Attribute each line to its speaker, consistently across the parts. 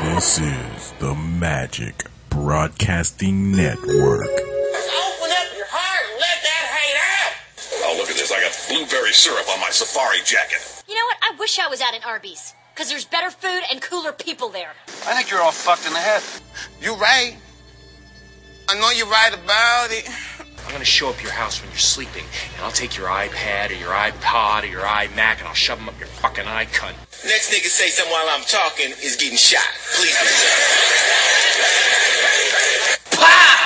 Speaker 1: This is the Magic Broadcasting Network.
Speaker 2: Open up your heart and let that hate out.
Speaker 3: Oh, look at this. I got blueberry syrup on my safari jacket.
Speaker 4: You know what? I wish I was out in Arby's. Because there's better food and cooler people there.
Speaker 5: I think you're all fucked in the head.
Speaker 2: You right. I know you're right about it.
Speaker 6: I'm gonna show up your house when you're sleeping, and I'll take your iPad or your iPod or your iMac and I'll shove them up your fucking eye cunt.
Speaker 2: Next nigga say something while I'm talking is getting shot. Please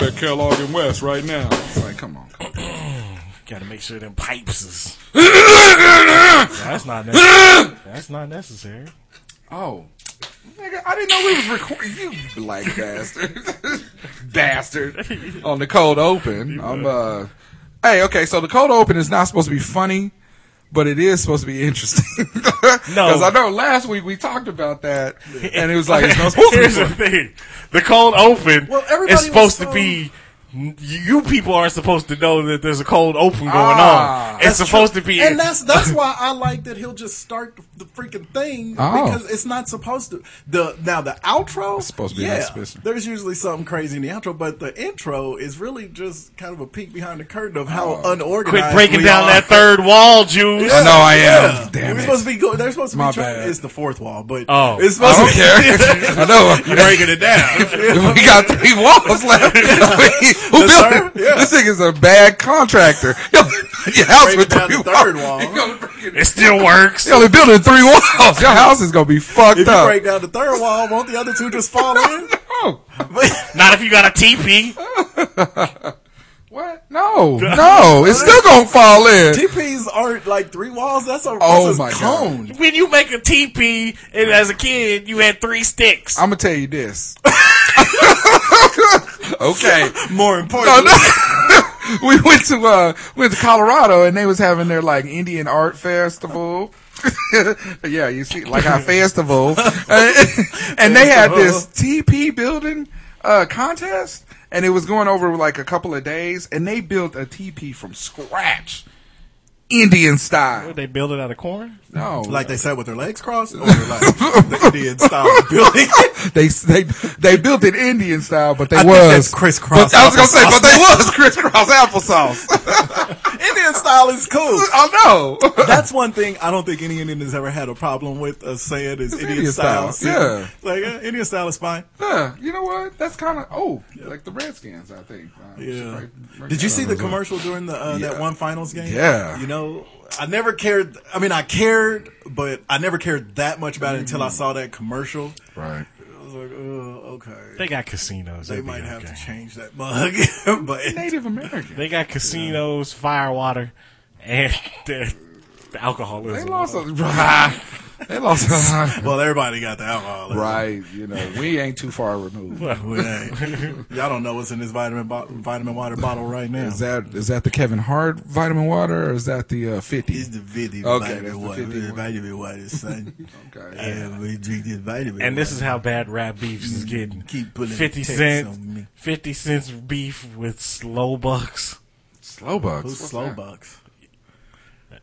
Speaker 2: be
Speaker 7: at Kellogg and West right now. It's like, come on. Come on.
Speaker 8: Gotta make sure them pipes is. That's not necessary. That's not necessary.
Speaker 7: Oh. Nigga, I didn't know we was recording. You black bastard. bastard. On the cold open. I'm, uh. Hey, okay, so the cold open is not supposed to be funny, but it is supposed to be interesting. no. Because I know last week we talked about that, and it was like, it's not supposed to be
Speaker 8: Here's the
Speaker 7: funny.
Speaker 8: thing: the cold open
Speaker 7: Well, everybody
Speaker 8: is
Speaker 7: was
Speaker 8: supposed to
Speaker 7: so-
Speaker 8: be. You people aren't supposed to know that there's a cold open going
Speaker 7: Ah.
Speaker 8: on. It's supposed to be.
Speaker 9: and that's that's why I like that he'll just start the, the freaking thing
Speaker 7: Oh.
Speaker 9: because it's not supposed to the now the outro
Speaker 7: It's supposed to be
Speaker 9: yeah
Speaker 7: suspicious.
Speaker 9: there's usually something crazy in the outro but the intro is really just kind of a peek behind the curtain of how
Speaker 7: Oh.
Speaker 9: unorganized
Speaker 8: quit breaking
Speaker 9: we
Speaker 8: down
Speaker 9: are.
Speaker 8: that third wall, Juice.
Speaker 7: I know Oh, I am.
Speaker 9: We're
Speaker 7: Damn it.
Speaker 9: supposed to be go- they're supposed to
Speaker 7: My
Speaker 9: be trying
Speaker 7: bad.
Speaker 9: it's the fourth wall but
Speaker 8: Oh.
Speaker 9: it's
Speaker 7: I
Speaker 9: supposed
Speaker 7: don't
Speaker 9: to
Speaker 7: care. I know.
Speaker 8: breaking it down.
Speaker 7: If we got three walls left. I mean, who
Speaker 9: Yes,
Speaker 7: built it?
Speaker 9: sir. Yeah.
Speaker 7: This nigga's a bad contractor. Yo, your house
Speaker 9: Break
Speaker 7: with
Speaker 9: down
Speaker 7: three
Speaker 9: the third
Speaker 7: walls.
Speaker 9: wall.
Speaker 7: You gonna break it-
Speaker 8: It still works.
Speaker 7: You only building three walls. Your house is gonna be fucked
Speaker 9: if you
Speaker 7: up.
Speaker 9: break down the third wall won't the other two just fall in
Speaker 7: oh,
Speaker 8: Not if you got a teepee.
Speaker 7: what? No, no, it's still gonna fall in.
Speaker 9: TPs aren't like three walls that's a,
Speaker 7: Oh
Speaker 9: that's a
Speaker 7: my God.
Speaker 9: cone
Speaker 8: When you make a teepee, and as a kid, you had three sticks.
Speaker 7: I'm gonna tell you this. okay.
Speaker 9: more
Speaker 7: No,
Speaker 9: important
Speaker 7: no. we went to uh went to Colorado and they was having their like Indian art festival. yeah, you see, like our festival, and, and they had this TP building uh contest, and it was going over like a couple of days, and they built a TP from scratch, Indian style.
Speaker 8: They build it out of corn.
Speaker 7: No,
Speaker 9: Like they sat with their legs crossed, or like the Indian style building.
Speaker 7: They they they built it Indian style, but they
Speaker 9: think
Speaker 7: was
Speaker 9: that's crisscross
Speaker 7: But I was gonna say,
Speaker 9: applesauce.
Speaker 7: but they was crisscross applesauce. Oh,
Speaker 9: Indian style is cool.
Speaker 7: I know.
Speaker 9: That's one thing I don't think any Indian has ever had a problem with us saying is Indian,
Speaker 7: Indian
Speaker 9: style.
Speaker 7: style, yeah.
Speaker 9: like uh, Indian style is fine.
Speaker 7: Yeah, you know what? That's kind of oh, like the Redskins, I think. Uh, we should
Speaker 9: Yeah.
Speaker 7: break- break
Speaker 9: Did you
Speaker 7: that
Speaker 9: see
Speaker 7: up
Speaker 9: the
Speaker 7: as well.
Speaker 9: commercial during the uh,
Speaker 7: Yeah.
Speaker 9: that one finals game?
Speaker 7: Yeah.
Speaker 9: You know, I never cared. I mean, I cared, but I never cared that much about it until I saw that commercial.
Speaker 7: Right.
Speaker 9: I was like, oh, okay.
Speaker 8: They got casinos.
Speaker 9: They
Speaker 8: They'll be
Speaker 9: might have to
Speaker 8: okay.
Speaker 9: change that mug, but
Speaker 7: Native American.
Speaker 8: They got casinos, fire water, and the, the alcoholism.
Speaker 7: They lost a right. They lost a
Speaker 9: well, everybody got the alcohol.
Speaker 7: right. You know, we ain't too far removed.
Speaker 9: Hey, y'all don't know what's in this vitamin bo- vitamin water bottle right now.
Speaker 7: Is that is that the Kevin Hart vitamin water or is that the uh, fifty?
Speaker 9: It's the vitamin
Speaker 7: Okay,
Speaker 9: okay,
Speaker 7: that's the
Speaker 9: water.
Speaker 7: 50 one.
Speaker 9: Vitamin water, son.
Speaker 7: Okay.
Speaker 9: Yeah, we drink this vitamin
Speaker 8: and this
Speaker 9: water.
Speaker 8: is how bad rap beefs is getting.
Speaker 9: Mm-hmm. Keep pulling
Speaker 8: fifty
Speaker 9: texts
Speaker 8: cents,
Speaker 9: on me.
Speaker 8: fifty cents beef with slow bucks.
Speaker 7: slow bucks.
Speaker 9: Who's
Speaker 7: What's
Speaker 9: slow
Speaker 7: that?
Speaker 9: bucks.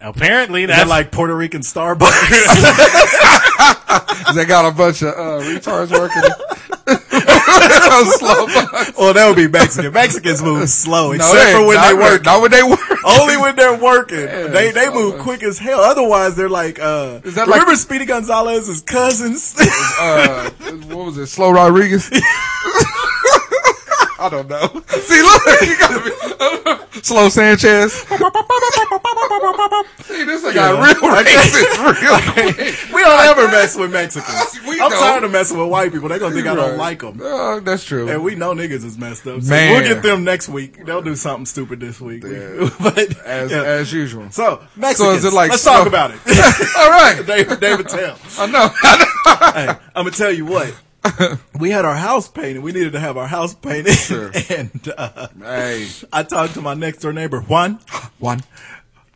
Speaker 8: Apparently,
Speaker 9: They're
Speaker 8: that's like
Speaker 9: like Puerto Rican Starbucks.
Speaker 7: They got a bunch of uh, retards working. slow bucks.
Speaker 9: well, Oh, that would be Mexican. Mexicans move slow,
Speaker 7: No,
Speaker 9: except for when they
Speaker 7: not
Speaker 9: work.
Speaker 7: Not when they work.
Speaker 9: Only when they're working. they they
Speaker 7: slow
Speaker 9: move
Speaker 7: bucks.
Speaker 9: quick as hell. Otherwise, they're like, uh,
Speaker 7: Is that
Speaker 9: remember
Speaker 7: like-
Speaker 9: Speedy Gonzalez's cousins?
Speaker 7: uh, what was it? Slow Rodriguez. I don't know. See, look, you gotta be slow Sanchez. See, this guy real racist. Real.
Speaker 9: we don't ever mess with Mexicans.
Speaker 7: We
Speaker 9: I'm
Speaker 7: don't.
Speaker 9: tired of messing with white people. They're going to think I don't like them.
Speaker 7: Uh, that's true.
Speaker 9: And we know niggas is messed up. So
Speaker 7: Man.
Speaker 9: we'll get them next week. They'll do something stupid this week.
Speaker 7: Yeah.
Speaker 9: but
Speaker 7: as
Speaker 9: yeah.
Speaker 7: as usual.
Speaker 9: so Mexicans,
Speaker 7: So is it like
Speaker 9: let's
Speaker 7: slow-
Speaker 9: talk about it.
Speaker 7: All right.
Speaker 9: David, David Tell.
Speaker 7: I know.
Speaker 9: Hey, I'm gonna tell you what. We had our house painted. We needed to have our house painted,
Speaker 7: Sure.
Speaker 9: and uh,
Speaker 7: hey,
Speaker 9: I talked to my next door neighbor Juan.
Speaker 7: one.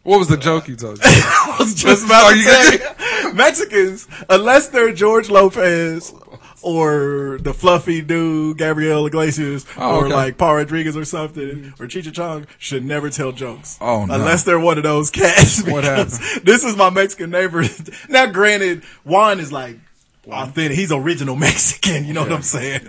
Speaker 7: What was the joke you told? You?
Speaker 9: I was just about
Speaker 7: Are
Speaker 9: to
Speaker 7: you
Speaker 9: tell you, Mexicans, unless they're George Lopez or the fluffy dude Gabriel Iglesias
Speaker 7: Oh,
Speaker 9: or
Speaker 7: okay.
Speaker 9: like Paul Rodriguez or something or Chicha Chong should never tell jokes.
Speaker 7: Oh, no.
Speaker 9: Unless they're one of those cats.
Speaker 7: What
Speaker 9: because This is my Mexican neighbor. now, granted, Juan is like authentic. He's original Mexican. You know what I'm saying?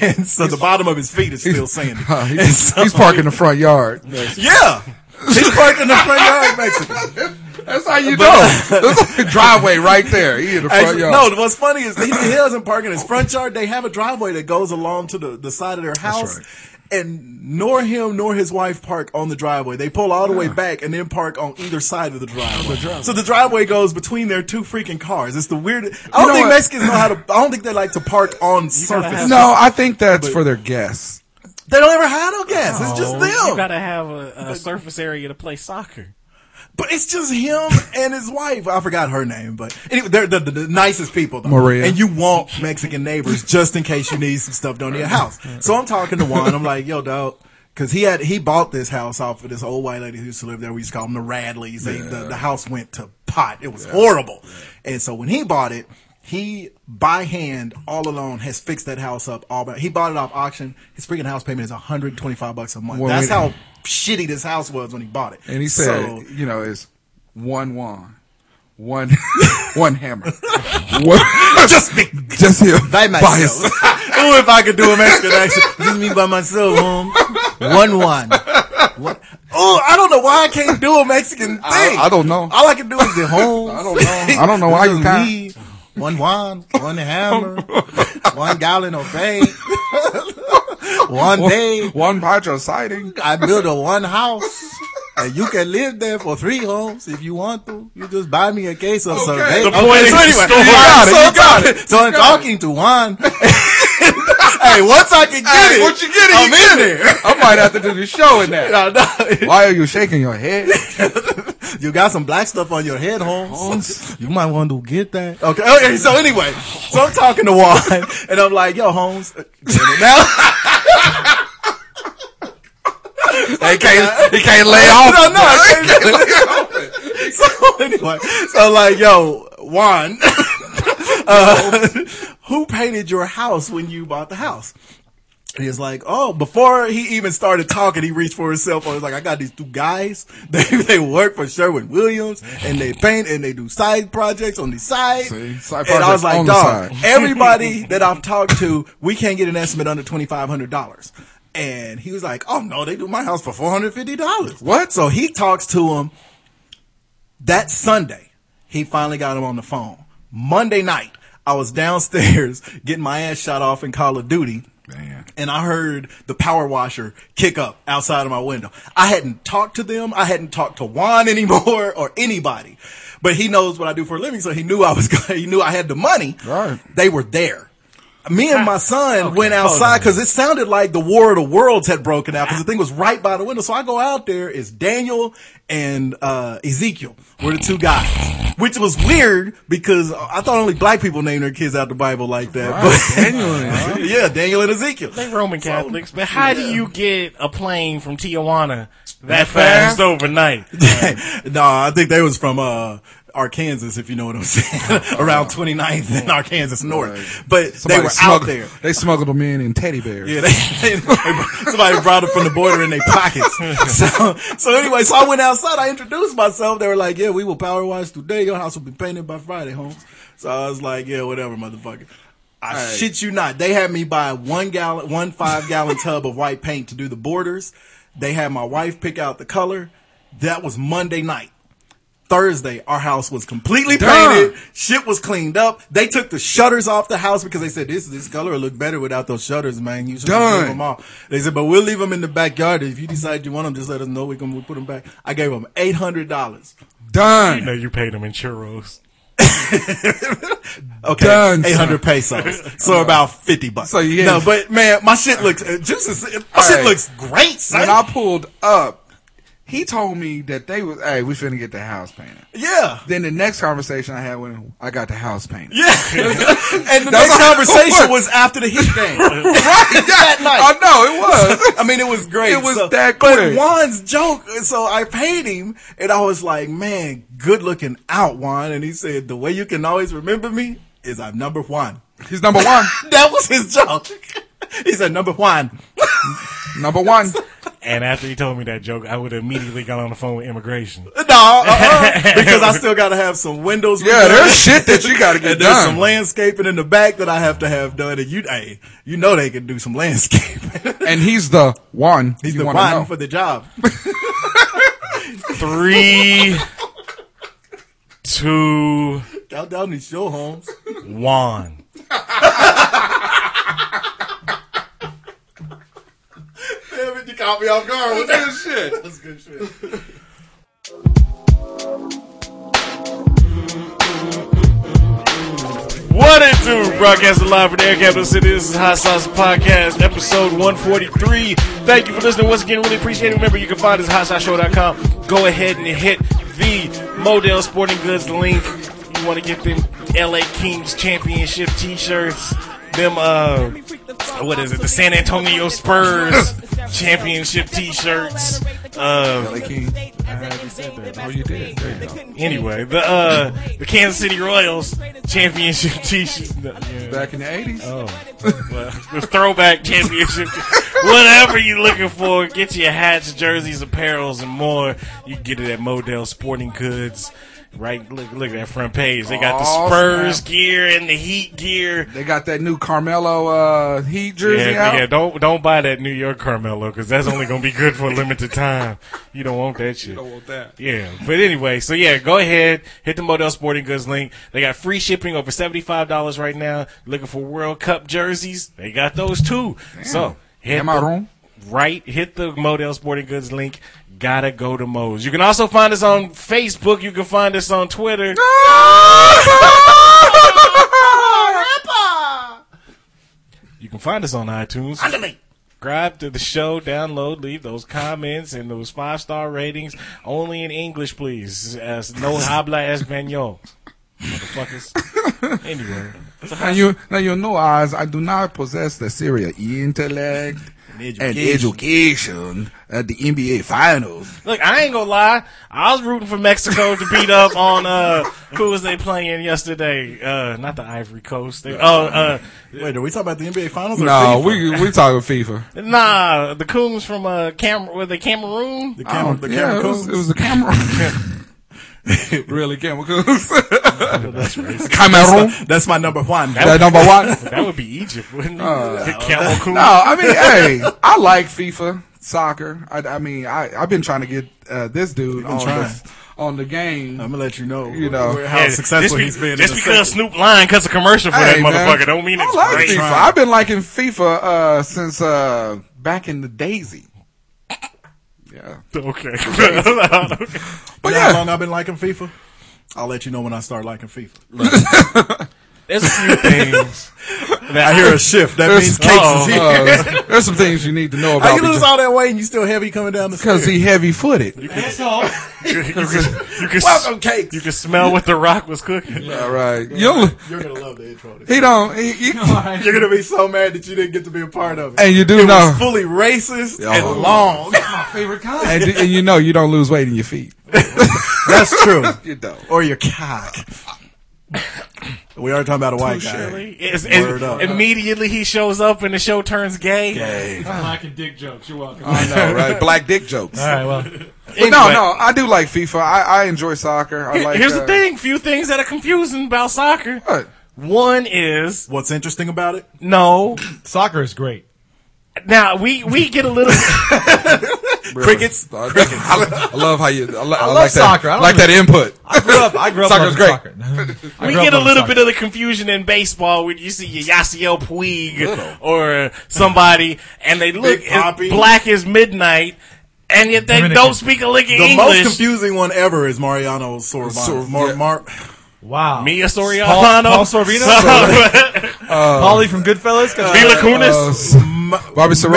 Speaker 9: And so the bottom of his feet is still sandy.
Speaker 7: he's,
Speaker 9: And so-
Speaker 7: Uh, he's parked in the front yard.
Speaker 9: Yeah. He's parked in the front yard, Mexican.
Speaker 7: That's how you know. That's like driveway right there. He in the front
Speaker 9: Actually,
Speaker 7: yard.
Speaker 9: no, what's funny is he, he doesn't park in his front yard. They have a driveway that goes along to the, the side of their house.
Speaker 7: right.
Speaker 9: And nor him nor his wife park on the driveway. They pull all the way back and then park on either side of the driveway. So the driveway goes between their two freaking cars. It's the weird. I don't
Speaker 7: know
Speaker 9: think
Speaker 7: what?
Speaker 9: Mexicans know how to. I don't think they like to park on surface.
Speaker 7: No, I think that's for their guests.
Speaker 9: they don't ever have no gas. It's just
Speaker 8: You
Speaker 9: them.
Speaker 8: gotta have a, a surface area to play soccer.
Speaker 9: But it's just him and his wife. I forgot her name, but anyway, they're the, the, the nicest people, though.
Speaker 7: Maria.
Speaker 9: And you want Mexican neighbors just in case you need some stuff done to your house. So I'm talking to Juan. I'm like, yo, dog. Cause he had, he bought this house off of this old white lady who used to live there. We used to call them the Radleys. They, the, the house went to pot. It was horrible. And so when he bought it, he by hand all alone has fixed that house up all by, he bought it off auction. His freaking house payment is 125 bucks a month.
Speaker 7: Well,
Speaker 9: That's
Speaker 7: wait.
Speaker 9: how shitty this house was when he bought it.
Speaker 7: And he said,
Speaker 9: So-
Speaker 7: you know, it's one wand, one one hammer, one,
Speaker 9: just me.
Speaker 7: just him
Speaker 9: By myself.
Speaker 7: by himself.
Speaker 9: Ooh, if I could do a Mexican accent. Just me by myself, um, One, one. What? Oh, I don't know why I can't do a Mexican thing.
Speaker 7: I- I don't know.
Speaker 9: All I can do is the home.
Speaker 7: I don't know. I don't know why you kind
Speaker 9: me, one wine, one hammer, one gallon of pain. one day,
Speaker 7: one Pacho sighting.
Speaker 9: I build a one house. And you can live there for three homes if you want to. You just buy me a case of survey.
Speaker 7: The
Speaker 9: point is,
Speaker 7: you got it, you got it.
Speaker 9: so I'm talking to Juan. hey, once I can get
Speaker 7: Hey,
Speaker 9: it,
Speaker 7: once you get it,
Speaker 9: I'm
Speaker 7: you
Speaker 9: in
Speaker 7: get it.
Speaker 9: there.
Speaker 7: I might have to do the show in that.
Speaker 9: No, no.
Speaker 7: Why are you shaking your head?
Speaker 9: You got some black stuff on your head, Holmes. You might want to get that. Okay. Okay. So anyway, so I'm talking to Juan, and I'm like, "Yo, Holmes, get it now."
Speaker 7: He can't, he can't lay off.
Speaker 9: No, no, I can't. so anyway, so like, yo, Juan, uh, who painted your house when you bought the house? And he's like, oh, before he even started talking, he reached for his cell phone. He's like, I got these two guys. They they work for Sherwin Williams, and they paint and they do side projects on the side.
Speaker 7: See? Side
Speaker 9: and I
Speaker 7: projects
Speaker 9: was like,
Speaker 7: on the
Speaker 9: dog,
Speaker 7: side."
Speaker 9: everybody that I've talked to, we can't get an estimate under twenty five hundred dollars. And he was like, oh no, they do my house for four hundred fifty dollars.
Speaker 7: What?
Speaker 9: So he talks to him that Sunday, he finally got him on the phone. Monday night, I was downstairs getting my ass shot off in Call of Duty.
Speaker 7: Man.
Speaker 9: And I heard the power washer kick up outside of my window. I hadn't talked to them. I hadn't talked to Juan anymore or anybody, but he knows what I do for a living. So he knew I was, he knew I had the money.
Speaker 7: Right.
Speaker 9: They were there. Me and my son went outside because it sounded like the War of the Worlds had broken out because the thing was right by the window. So I go out there. It's Daniel and uh, Ezekiel were the two guys, which was weird because I thought only black people named their kids out the Bible like that. But Daniel, yeah, Daniel and Ezekiel.
Speaker 8: They Roman Catholics, but how do you get a plane from Tijuana that fast overnight?
Speaker 9: no, I think they was from uh Arkansas, if you know what I'm saying, around 29th and Arkansas North. But
Speaker 7: Somebody
Speaker 9: they were out
Speaker 7: smuggled-
Speaker 9: there.
Speaker 7: They smuggled them in in teddy bears.
Speaker 9: Yeah, they, they- somebody brought it from the border in their pockets. So, so anyway, so I went outside. I introduced myself. They were like, "Yeah, we will power wash today. Your house will be painted by Friday, Holmes." So I was like, "Yeah, whatever, motherfucker." I shit you not. They had me buy one gallon, one five gallon tub of white paint to do the borders. They had my wife pick out the color. That was Monday night. Thursday, our house was completely
Speaker 7: Done.
Speaker 9: painted. Shit was cleaned up. They took the shutters off the house because they said this this color will look better without those shutters, man. You should just
Speaker 7: Done.
Speaker 9: leave them off. They said, but we'll leave them in the backyard. If you decide you want them, just let us know. We can we put them back. I gave them eight hundred dollars.
Speaker 8: You
Speaker 7: Done.
Speaker 8: know you paid them in churros.
Speaker 9: Okay,
Speaker 7: Done,
Speaker 9: eight hundred pesos, so about fifty bucks.
Speaker 7: So, yeah.
Speaker 9: no, but man, my shit looks uh, juices. My shit
Speaker 7: Hey.
Speaker 9: looks great, son.
Speaker 7: When I pulled up, he told me that they was, hey, we finna get the house painted.
Speaker 9: yeah.
Speaker 7: Then the next conversation I had with him, I got the house painted.
Speaker 9: Yeah, and the
Speaker 7: That's
Speaker 9: next
Speaker 7: how it
Speaker 9: conversation
Speaker 7: works.
Speaker 9: was after the heat game.
Speaker 7: that
Speaker 9: night.
Speaker 7: I know it was.
Speaker 9: I mean, it was great.
Speaker 7: It was
Speaker 9: So-
Speaker 7: that
Speaker 9: But
Speaker 7: quick.
Speaker 9: Juan's joke, so I paid him, and I was like, "Man, good looking out, Juan." And he said, "The way you can always remember me is I'm number one."
Speaker 7: He's number one.
Speaker 9: That was his joke. he said, "Number one."
Speaker 7: Number one.
Speaker 1: And after he told me that joke, I would have immediately got on the phone with immigration.
Speaker 9: No, uh-uh, because I still got to have some windows.
Speaker 7: Yeah,
Speaker 9: repaired.
Speaker 7: there's shit that you gotta get
Speaker 9: And there's
Speaker 7: done.
Speaker 9: some landscaping in the back that I have to have done. And you, hey, you know they can do some landscaping.
Speaker 7: and he's the one.
Speaker 9: He's
Speaker 7: you
Speaker 9: the
Speaker 7: wanna know.
Speaker 9: one for the job.
Speaker 1: Three, two,
Speaker 9: Countdown is your homes.
Speaker 1: one.
Speaker 9: Damn it, you caught me off guard with that shit. That's good shit.
Speaker 1: What it do? Broadcasting live from the Air Capital City. This is Hot Sauce Podcast, episode 143. Thank you for listening once again. Really appreciate it. Remember, you can find us at hotsauceshow.com. Go ahead and hit the Model Sporting Goods link. You want to get them LA Kings Championship t shirts, them, uh, what is it, the San Antonio Spurs Championship t shirts. Uh,
Speaker 7: Oh, you did. There you go.
Speaker 1: anyway, the, uh, the Kansas City Royals Championship t shirts.
Speaker 7: Back in the 80s.
Speaker 9: Oh.
Speaker 1: the throwback championship. Whatever you're looking for, get your hats, jerseys, apparels, and more. You can get it at Modell Sporting Goods. Right, look, look at that front page. They got the
Speaker 7: Oh,
Speaker 1: Spurs
Speaker 7: snap.
Speaker 1: gear and the Heat gear.
Speaker 7: They got that new Carmelo uh, Heat
Speaker 1: Yeah,
Speaker 7: jersey out.
Speaker 1: yeah. Don't don't buy that New York Carmelo because that's only gonna be good for a limited time. You don't want that shit.
Speaker 7: Don't want that.
Speaker 1: Yeah, but anyway, so yeah, go ahead, hit the Model Sporting Goods link. They got free shipping over seventy five dollars right now. Looking for World Cup jerseys, they got those too. So hit
Speaker 7: Am I
Speaker 1: the-
Speaker 7: wrong?
Speaker 1: right, hit the Model Sporting Goods link. Gotta go to Mo's. You can also find us on Facebook. You can find us on Twitter. You can find us on iTunes. Subscribe to the show, download, leave those comments and those five star ratings. Only in English, please. As no habla español. Motherfuckers. Anyway.
Speaker 7: Now you, now you know, as I do not possess the serious intellect and education at the NBA Finals.
Speaker 1: Look, I ain't gonna lie. I was rooting for Mexico to beat up on uh who was they playing yesterday? Uh not the Ivory Coast. They, oh uh
Speaker 9: Wait, are we talking about the NBA Finals? Or
Speaker 7: No,
Speaker 9: FIFA?
Speaker 7: we we talking FIFA.
Speaker 1: nah the Coons from uh Cam were they Cameroon?
Speaker 9: the
Speaker 7: I
Speaker 9: camera. The
Speaker 7: don't- Oh, yeah,
Speaker 9: camera
Speaker 7: it was,
Speaker 9: coaches.
Speaker 7: it was the camera. really, camera Coons. Cameroon,
Speaker 9: That's my number one.
Speaker 7: that number one.
Speaker 1: That would be Egypt, wouldn't it?
Speaker 9: Uh,
Speaker 1: Cameroon.
Speaker 7: No, I mean, hey, I like FIFA soccer. I, I mean, I I've been trying to get uh, this dude on
Speaker 9: trying.
Speaker 7: the, on the game.
Speaker 9: I'm gonna let you know.
Speaker 7: You know.
Speaker 9: where- how
Speaker 1: Yeah,
Speaker 9: successful
Speaker 1: just be-
Speaker 9: he's been.
Speaker 1: Just
Speaker 9: in the
Speaker 1: because
Speaker 9: sector.
Speaker 1: Snoop lying cuts a commercial for that
Speaker 7: Hey, man.
Speaker 1: motherfucker don't mean
Speaker 7: I
Speaker 1: it's
Speaker 7: like
Speaker 1: great.
Speaker 7: FIFA. I've been liking FIFA uh, since uh, back in the daisy. Yeah,
Speaker 1: Okay.
Speaker 7: but
Speaker 9: You know how
Speaker 7: Oh, yeah,
Speaker 9: long I've been liking FIFA? I'll let you know when I start liking FIFA.
Speaker 1: There's a few things.
Speaker 9: I hear a shift. That
Speaker 7: There's-
Speaker 9: means cakes
Speaker 1: Uh-oh.
Speaker 9: is here.
Speaker 7: uh, there's some things you need to
Speaker 9: How
Speaker 7: know about
Speaker 9: you lose
Speaker 7: because
Speaker 9: all that weight and you still heavy coming down the stairs?
Speaker 7: 'cause he heavy footed.
Speaker 1: You can, you can-
Speaker 9: Welcome, cakes.
Speaker 1: you can smell what The Rock was cooking.
Speaker 7: All right, you
Speaker 9: You're gonna love the intro. to this.
Speaker 7: he don't he, he-
Speaker 9: You're gonna be so mad that you didn't get to be a part of it.
Speaker 7: and you do
Speaker 9: it
Speaker 7: know
Speaker 9: was fully racist
Speaker 7: Yeah.
Speaker 9: and long.
Speaker 7: and, d- and you know you don't lose weight in your feet.
Speaker 9: That's true.
Speaker 7: You don't.
Speaker 9: Or your cock. We are talking about a white guy.
Speaker 1: Really? It's- it's-
Speaker 9: Word up.
Speaker 1: immediately he shows up and the show turns gay.
Speaker 10: Black and dick jokes. You're welcome.
Speaker 7: I know, right? Black dick jokes.
Speaker 1: All right, well.
Speaker 7: But no, no, I do like FIFA. I, I enjoy soccer. I like.
Speaker 1: Here's
Speaker 7: uh,
Speaker 1: the thing. Few things that are confusing about soccer.
Speaker 7: What?
Speaker 1: One is
Speaker 9: What's interesting about it?
Speaker 1: no.
Speaker 10: Soccer is great.
Speaker 1: Now we we get a little.
Speaker 9: Crickets.
Speaker 7: I, I love how you. I, li- I
Speaker 10: love
Speaker 7: like
Speaker 10: soccer. I
Speaker 7: That,
Speaker 10: don't
Speaker 7: like that input.
Speaker 10: I grew up. I grew up
Speaker 7: Soccer's
Speaker 10: loving soccer. I
Speaker 1: we
Speaker 10: grew up
Speaker 1: get a
Speaker 10: loving
Speaker 1: little
Speaker 10: soccer.
Speaker 1: bit of the confusion in baseball when you see your Yasiel Puig or somebody, and they look
Speaker 9: Big
Speaker 1: as
Speaker 9: Papi.
Speaker 1: black as midnight, and yet they
Speaker 10: Dominican.
Speaker 1: don't speak a lick of
Speaker 9: The most
Speaker 1: English.
Speaker 9: confusing one ever is Mariano Sorvino.
Speaker 7: Sor-
Speaker 9: Mar-
Speaker 7: yeah.
Speaker 9: Mar-
Speaker 10: Wow.
Speaker 1: Mia Soriano,
Speaker 10: Paul, Paul Sorvino, Paulie from Goodfellas.
Speaker 1: Mila Kunis.
Speaker 7: Uh, s- Bobby Sorosis.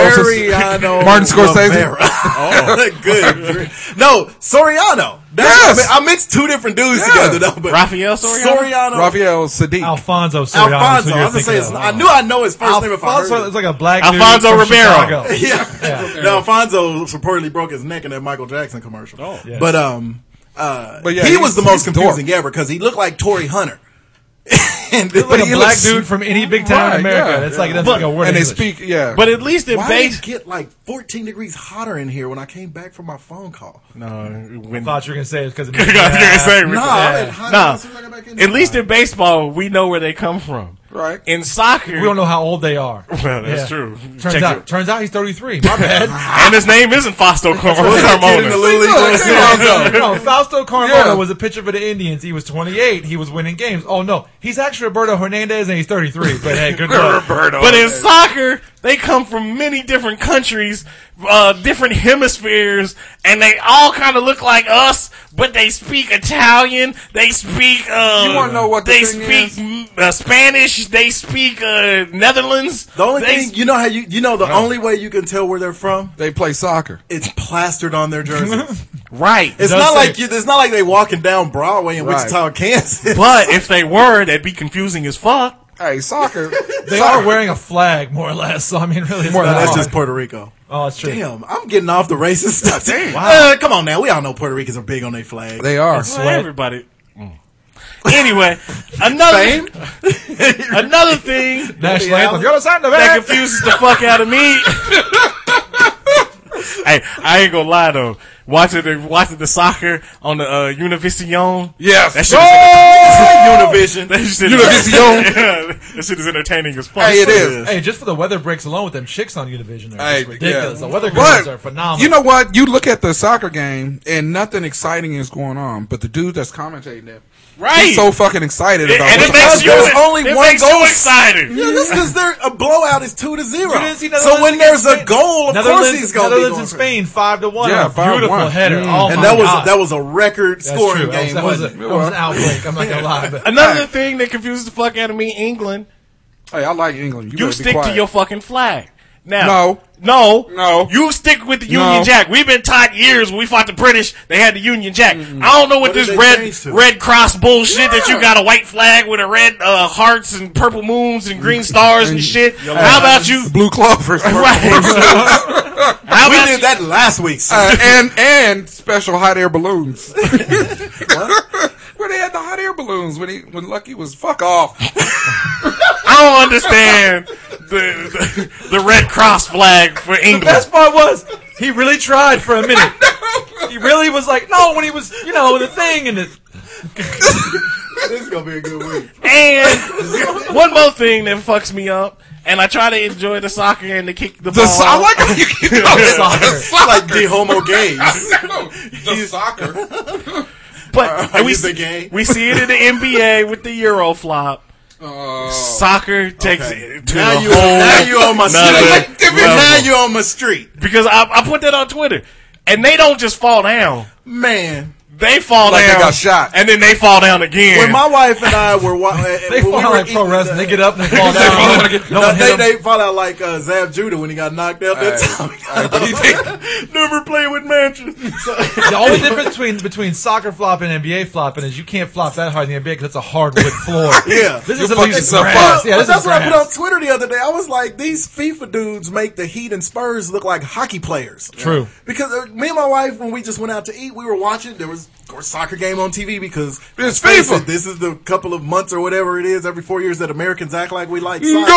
Speaker 9: Mariano
Speaker 7: Martin Scorsese. Oh.
Speaker 9: Rivera. Good. No, Soriano. That's
Speaker 7: Yes.
Speaker 9: I, mi- I mixed two different dudes
Speaker 7: Yeah.
Speaker 9: together though. But
Speaker 1: Rafael Soriano.
Speaker 9: Soriano.
Speaker 7: Raphael Sadiq.
Speaker 10: Alfonso Soriano.
Speaker 9: Alfonso. I was gonna say, it's, I knew I know his first name if I
Speaker 10: Alfonso
Speaker 9: heard
Speaker 10: is
Speaker 9: it.
Speaker 10: like a black
Speaker 1: Alfonso
Speaker 10: dude from
Speaker 1: Ribeiro.
Speaker 10: Chicago.
Speaker 9: Yeah. Now Alfonso supposedly broke his neck in that Michael Jackson commercial.
Speaker 10: Yeah.
Speaker 9: But um, uh,
Speaker 7: But Oh. yeah,
Speaker 9: he
Speaker 7: he's-
Speaker 9: was the most
Speaker 7: he's a
Speaker 9: confusing ever because he looked like Tory Hunter. and then
Speaker 10: Like
Speaker 9: he
Speaker 10: a black
Speaker 9: looks-
Speaker 10: dude from any big town
Speaker 7: Right,
Speaker 10: in America.
Speaker 7: yeah,
Speaker 10: that's like that's like
Speaker 1: But-
Speaker 10: a word.
Speaker 7: and
Speaker 10: in
Speaker 7: they
Speaker 10: English.
Speaker 7: speak, yeah.
Speaker 1: But at least in
Speaker 9: Why did
Speaker 1: base,
Speaker 9: it get like 14 degrees hotter in here when I came back from my phone call?
Speaker 1: no, when
Speaker 10: Thought you were gonna say it because of
Speaker 1: Yeah, same reason.
Speaker 9: Nah, I been hot
Speaker 1: Nah.
Speaker 9: as soon as I got back in
Speaker 1: At least in baseball, we know where they come from.
Speaker 7: Right.
Speaker 1: In soccer,
Speaker 10: We don't know how old they are.
Speaker 1: Well, that's
Speaker 10: Yeah.
Speaker 1: true.
Speaker 10: Turns
Speaker 1: Check
Speaker 10: out,
Speaker 1: it.
Speaker 10: turns out he's 33. My bad.
Speaker 1: and his name isn't Fausto Cor- Carmona.
Speaker 7: Little League West Indies.
Speaker 10: no, Fausto Carmona
Speaker 7: Yeah.
Speaker 10: was a pitcher for the Indians. He was 28. He was winning games. Oh no, he's actually Roberto Hernandez and he's 33. But hey, good luck.
Speaker 1: But in soccer, they come from many different countries, uh, different hemispheres, and they all kind of look like us. But they speak Italian. They speak. Uh,
Speaker 7: You wanna know what the
Speaker 1: they
Speaker 7: thing
Speaker 1: speak mm, uh, Spanish. They speak uh, Netherlands.
Speaker 9: The only
Speaker 1: they
Speaker 9: thing you know how you you know the only way you can tell where they're from
Speaker 7: They play soccer.
Speaker 9: it's plastered on their jerseys.
Speaker 1: right.
Speaker 9: It's
Speaker 10: does
Speaker 9: not
Speaker 10: say-
Speaker 9: like you, it's not like they walking down Broadway in
Speaker 7: Right.
Speaker 9: Wichita, Kansas.
Speaker 1: But if they were, that'd be confusing as fuck.
Speaker 7: Hey, soccer.
Speaker 10: They are wearing a flag, more or less. So I mean, really, it's
Speaker 7: More or
Speaker 10: not
Speaker 9: No, that's
Speaker 10: hard.
Speaker 9: just Puerto Rico.
Speaker 10: oh, it's true.
Speaker 9: Damn, I'm getting off the racist stuff. Uh, come on now, we all know Puerto Ricans are big on their flag.
Speaker 7: They are.
Speaker 1: Well, everybody. Mm. Anyway, another another thing
Speaker 10: National anthem. You're the sound of
Speaker 1: that
Speaker 10: it.
Speaker 1: confuses the fuck out of me. hey, I ain't gonna lie though. Watching the watching the soccer on the uh, Univision.
Speaker 7: Yes.
Speaker 1: That shit
Speaker 9: Oh!
Speaker 1: is Univision. That shit is
Speaker 7: Univision.
Speaker 1: Yeah, that shit is entertaining as fuck.
Speaker 7: Hey, it is.
Speaker 10: Hey, just for the weather breaks alone with them chicks on Univision, are
Speaker 7: Hey,
Speaker 10: just ridiculous.
Speaker 7: yeah.
Speaker 10: The weather girls
Speaker 7: But
Speaker 10: are phenomenal.
Speaker 7: you know what? You look at the soccer game and nothing exciting is going on, but the dude that's commentating it,
Speaker 1: Right.
Speaker 7: he's so fucking excited about
Speaker 1: and it
Speaker 7: what's
Speaker 1: makes you
Speaker 7: happening. There's only
Speaker 1: it
Speaker 7: one
Speaker 1: makes
Speaker 7: goal.
Speaker 1: you excited.
Speaker 9: Yeah, that's because they're a blowout is two to zero.
Speaker 10: You didn't see
Speaker 9: So
Speaker 10: Netherlands
Speaker 9: when there's a
Speaker 10: against Spain?
Speaker 9: goal, of course
Speaker 10: Netherlands,
Speaker 9: he's gonna be
Speaker 10: Netherlands
Speaker 9: going
Speaker 10: and
Speaker 9: for it.
Speaker 10: Spain five to one.
Speaker 7: Yeah,
Speaker 10: on a
Speaker 7: 5-1.
Speaker 10: beautiful header.
Speaker 7: Mm.
Speaker 10: Oh
Speaker 9: And
Speaker 10: my
Speaker 9: that was
Speaker 10: God.
Speaker 9: that was a record
Speaker 10: That's
Speaker 9: scoring
Speaker 10: true. That was,
Speaker 9: game.
Speaker 10: that was, a,
Speaker 9: wasn't it?
Speaker 10: that was an outbreak. I'm not gonna lie, but
Speaker 1: Another thing that confuses the fuck out of me, England.
Speaker 7: Hey, I like England. You, better
Speaker 1: You
Speaker 7: be
Speaker 1: stick to
Speaker 7: quiet.
Speaker 1: your fucking flag. Now, no,
Speaker 7: No. No.
Speaker 1: You stick with the
Speaker 7: No.
Speaker 1: Union Jack. We've been taught years when we fought the British, they had the Union Jack. I don't know what,
Speaker 9: What did
Speaker 1: this
Speaker 9: they
Speaker 1: red
Speaker 9: change to?
Speaker 1: red cross bullshit that you got a white flag with a red uh, hearts and purple moons and green stars and, shit. How about you?
Speaker 7: blue clovers.
Speaker 1: Right. How
Speaker 9: we
Speaker 1: about
Speaker 9: did
Speaker 1: you?
Speaker 9: that last week. so-
Speaker 7: Uh, and and special hot air balloons. Where they had the hot air balloons when he when Lucky was fuck off.
Speaker 1: I don't understand the, the the red cross flag for England.
Speaker 10: best part was he really tried for a minute. He really was like, no, when he was, you know, the thing and the
Speaker 9: this is gonna be a good week.
Speaker 1: And one more thing that fucks me up. And I try to enjoy the soccer and the kick the,
Speaker 7: The
Speaker 1: ball.
Speaker 7: so- I like how you keep calling it
Speaker 10: Soccer.
Speaker 7: the soccer.
Speaker 9: Like the homo gays.
Speaker 7: No, the soccer.
Speaker 1: But
Speaker 9: Are
Speaker 1: and we,
Speaker 9: you Uh, the
Speaker 1: see-
Speaker 9: gay?
Speaker 1: we see it in the NBA with the Euroflop. Soccer takes it to
Speaker 9: Oh. Now
Speaker 1: the
Speaker 9: you,
Speaker 1: whole
Speaker 9: now you on my
Speaker 1: nother
Speaker 9: street. Now you on my street,
Speaker 1: because I, I put that on Twitter, and they don't just fall down;
Speaker 9: man.
Speaker 1: they fall
Speaker 7: Like they
Speaker 1: down,
Speaker 7: got shot.
Speaker 1: and then they fall down again.
Speaker 9: When my wife and I were wa- eh,
Speaker 10: they
Speaker 9: when we
Speaker 10: fall
Speaker 9: were
Speaker 10: like pro
Speaker 9: eating,
Speaker 10: wrestling. They
Speaker 9: uh,
Speaker 10: get up and they fall
Speaker 9: fall
Speaker 10: down.
Speaker 9: out
Speaker 10: no
Speaker 9: no,
Speaker 10: one hit
Speaker 9: they,
Speaker 10: them.
Speaker 9: they fall out like uh, Zab Judah when he got knocked out that time.
Speaker 7: But he did-
Speaker 1: Never play with Mansion.
Speaker 10: The only difference between between soccer flopping and NBA flopping is you can't flop that hard in the NBA because it's a hardwood floor.
Speaker 9: Yeah.
Speaker 10: this
Speaker 7: You'll
Speaker 10: is at
Speaker 7: fuck
Speaker 10: least
Speaker 7: yourself
Speaker 10: grass.
Speaker 7: up.
Speaker 10: Yeah,
Speaker 9: but
Speaker 10: this
Speaker 9: that's
Speaker 10: is
Speaker 9: what I put on
Speaker 10: grass.
Speaker 9: Twitter the other day. I was like, these FIFA dudes make the Heat and Spurs look like hockey players.
Speaker 10: True.
Speaker 9: Because uh, me and my wife, when we just went out to eat, we were watching. There was, of course, soccer game on TV because
Speaker 7: It's
Speaker 9: let's face
Speaker 7: FIFA.
Speaker 9: it, This is the couple of months or whatever it is every four years that Americans act like we like
Speaker 7: Go!
Speaker 9: soccer.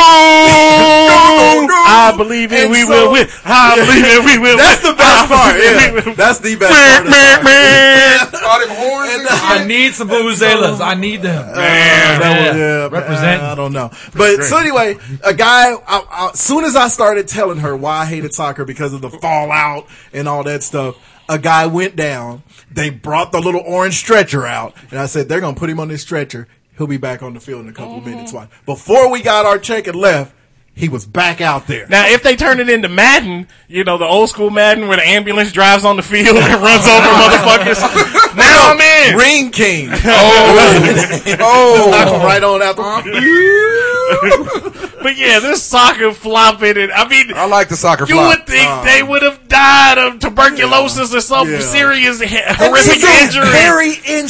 Speaker 7: Go!
Speaker 1: I believe it.
Speaker 9: And
Speaker 1: we
Speaker 9: so-
Speaker 1: will win. I believe it. We will.
Speaker 9: That's
Speaker 1: win.
Speaker 9: the
Speaker 1: I
Speaker 9: best part.
Speaker 1: believe we
Speaker 9: Yeah.
Speaker 1: will-
Speaker 9: That's the
Speaker 1: Meh,
Speaker 9: best part.
Speaker 1: meh,
Speaker 9: uh,
Speaker 1: meh.
Speaker 7: All them horns and shit.
Speaker 10: I need some vuvuzelas. I need them.
Speaker 9: That was-
Speaker 10: Yeah.
Speaker 9: yeah,
Speaker 10: Represent.
Speaker 9: I don't know, but so anyway, a guy. I, I, soon as I started telling her why I hated soccer because of the fallout and all that stuff, a guy went down. They brought the little orange stretcher out, and I said they're gonna put him on this stretcher. He'll be back on the field in a couple of minutes. Why? Before we got our check and left, he was back out there.
Speaker 1: Now, if they turn it into Madden, you know, the old school Madden where the ambulance drives on the field and runs over motherfuckers. Now I'm in.
Speaker 9: Ring King,
Speaker 7: Oh,
Speaker 9: knock him right on out. the-
Speaker 1: Uh-huh. But yeah, this soccer flopping and I mean,
Speaker 7: I like the soccer
Speaker 1: you
Speaker 7: flop.
Speaker 1: would think they would have died of tuberculosis or some
Speaker 9: uh, yeah.
Speaker 1: serious he-
Speaker 9: This
Speaker 1: horrific
Speaker 9: is a
Speaker 1: injury.
Speaker 9: Very in
Speaker 1: And,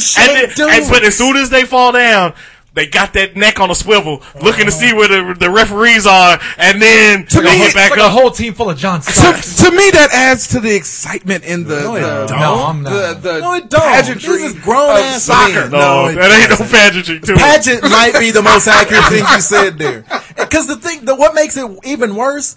Speaker 1: then-
Speaker 9: shape, dude.
Speaker 1: and- but as soon as they fall down, They got that neck on a swivel, looking to see where the, the referees are, and then
Speaker 7: To
Speaker 1: they
Speaker 7: me,
Speaker 1: hook
Speaker 7: it's
Speaker 1: back
Speaker 10: like
Speaker 1: up.
Speaker 10: a whole team full of John
Speaker 7: To,
Speaker 10: Stocks.
Speaker 7: to me, that adds to the excitement in the
Speaker 9: No, it
Speaker 7: the,
Speaker 9: don't.
Speaker 10: No, I'm not.
Speaker 7: the, the
Speaker 9: No, it don't.
Speaker 7: pageantry
Speaker 9: This is grown
Speaker 7: of
Speaker 9: ass
Speaker 7: soccer.
Speaker 9: men.
Speaker 1: no,
Speaker 9: No, it
Speaker 1: Oh, that ain't no pageantry to it.
Speaker 9: Pageant might be the most accurate thing you said there. Because the thing, the, what makes it even worse,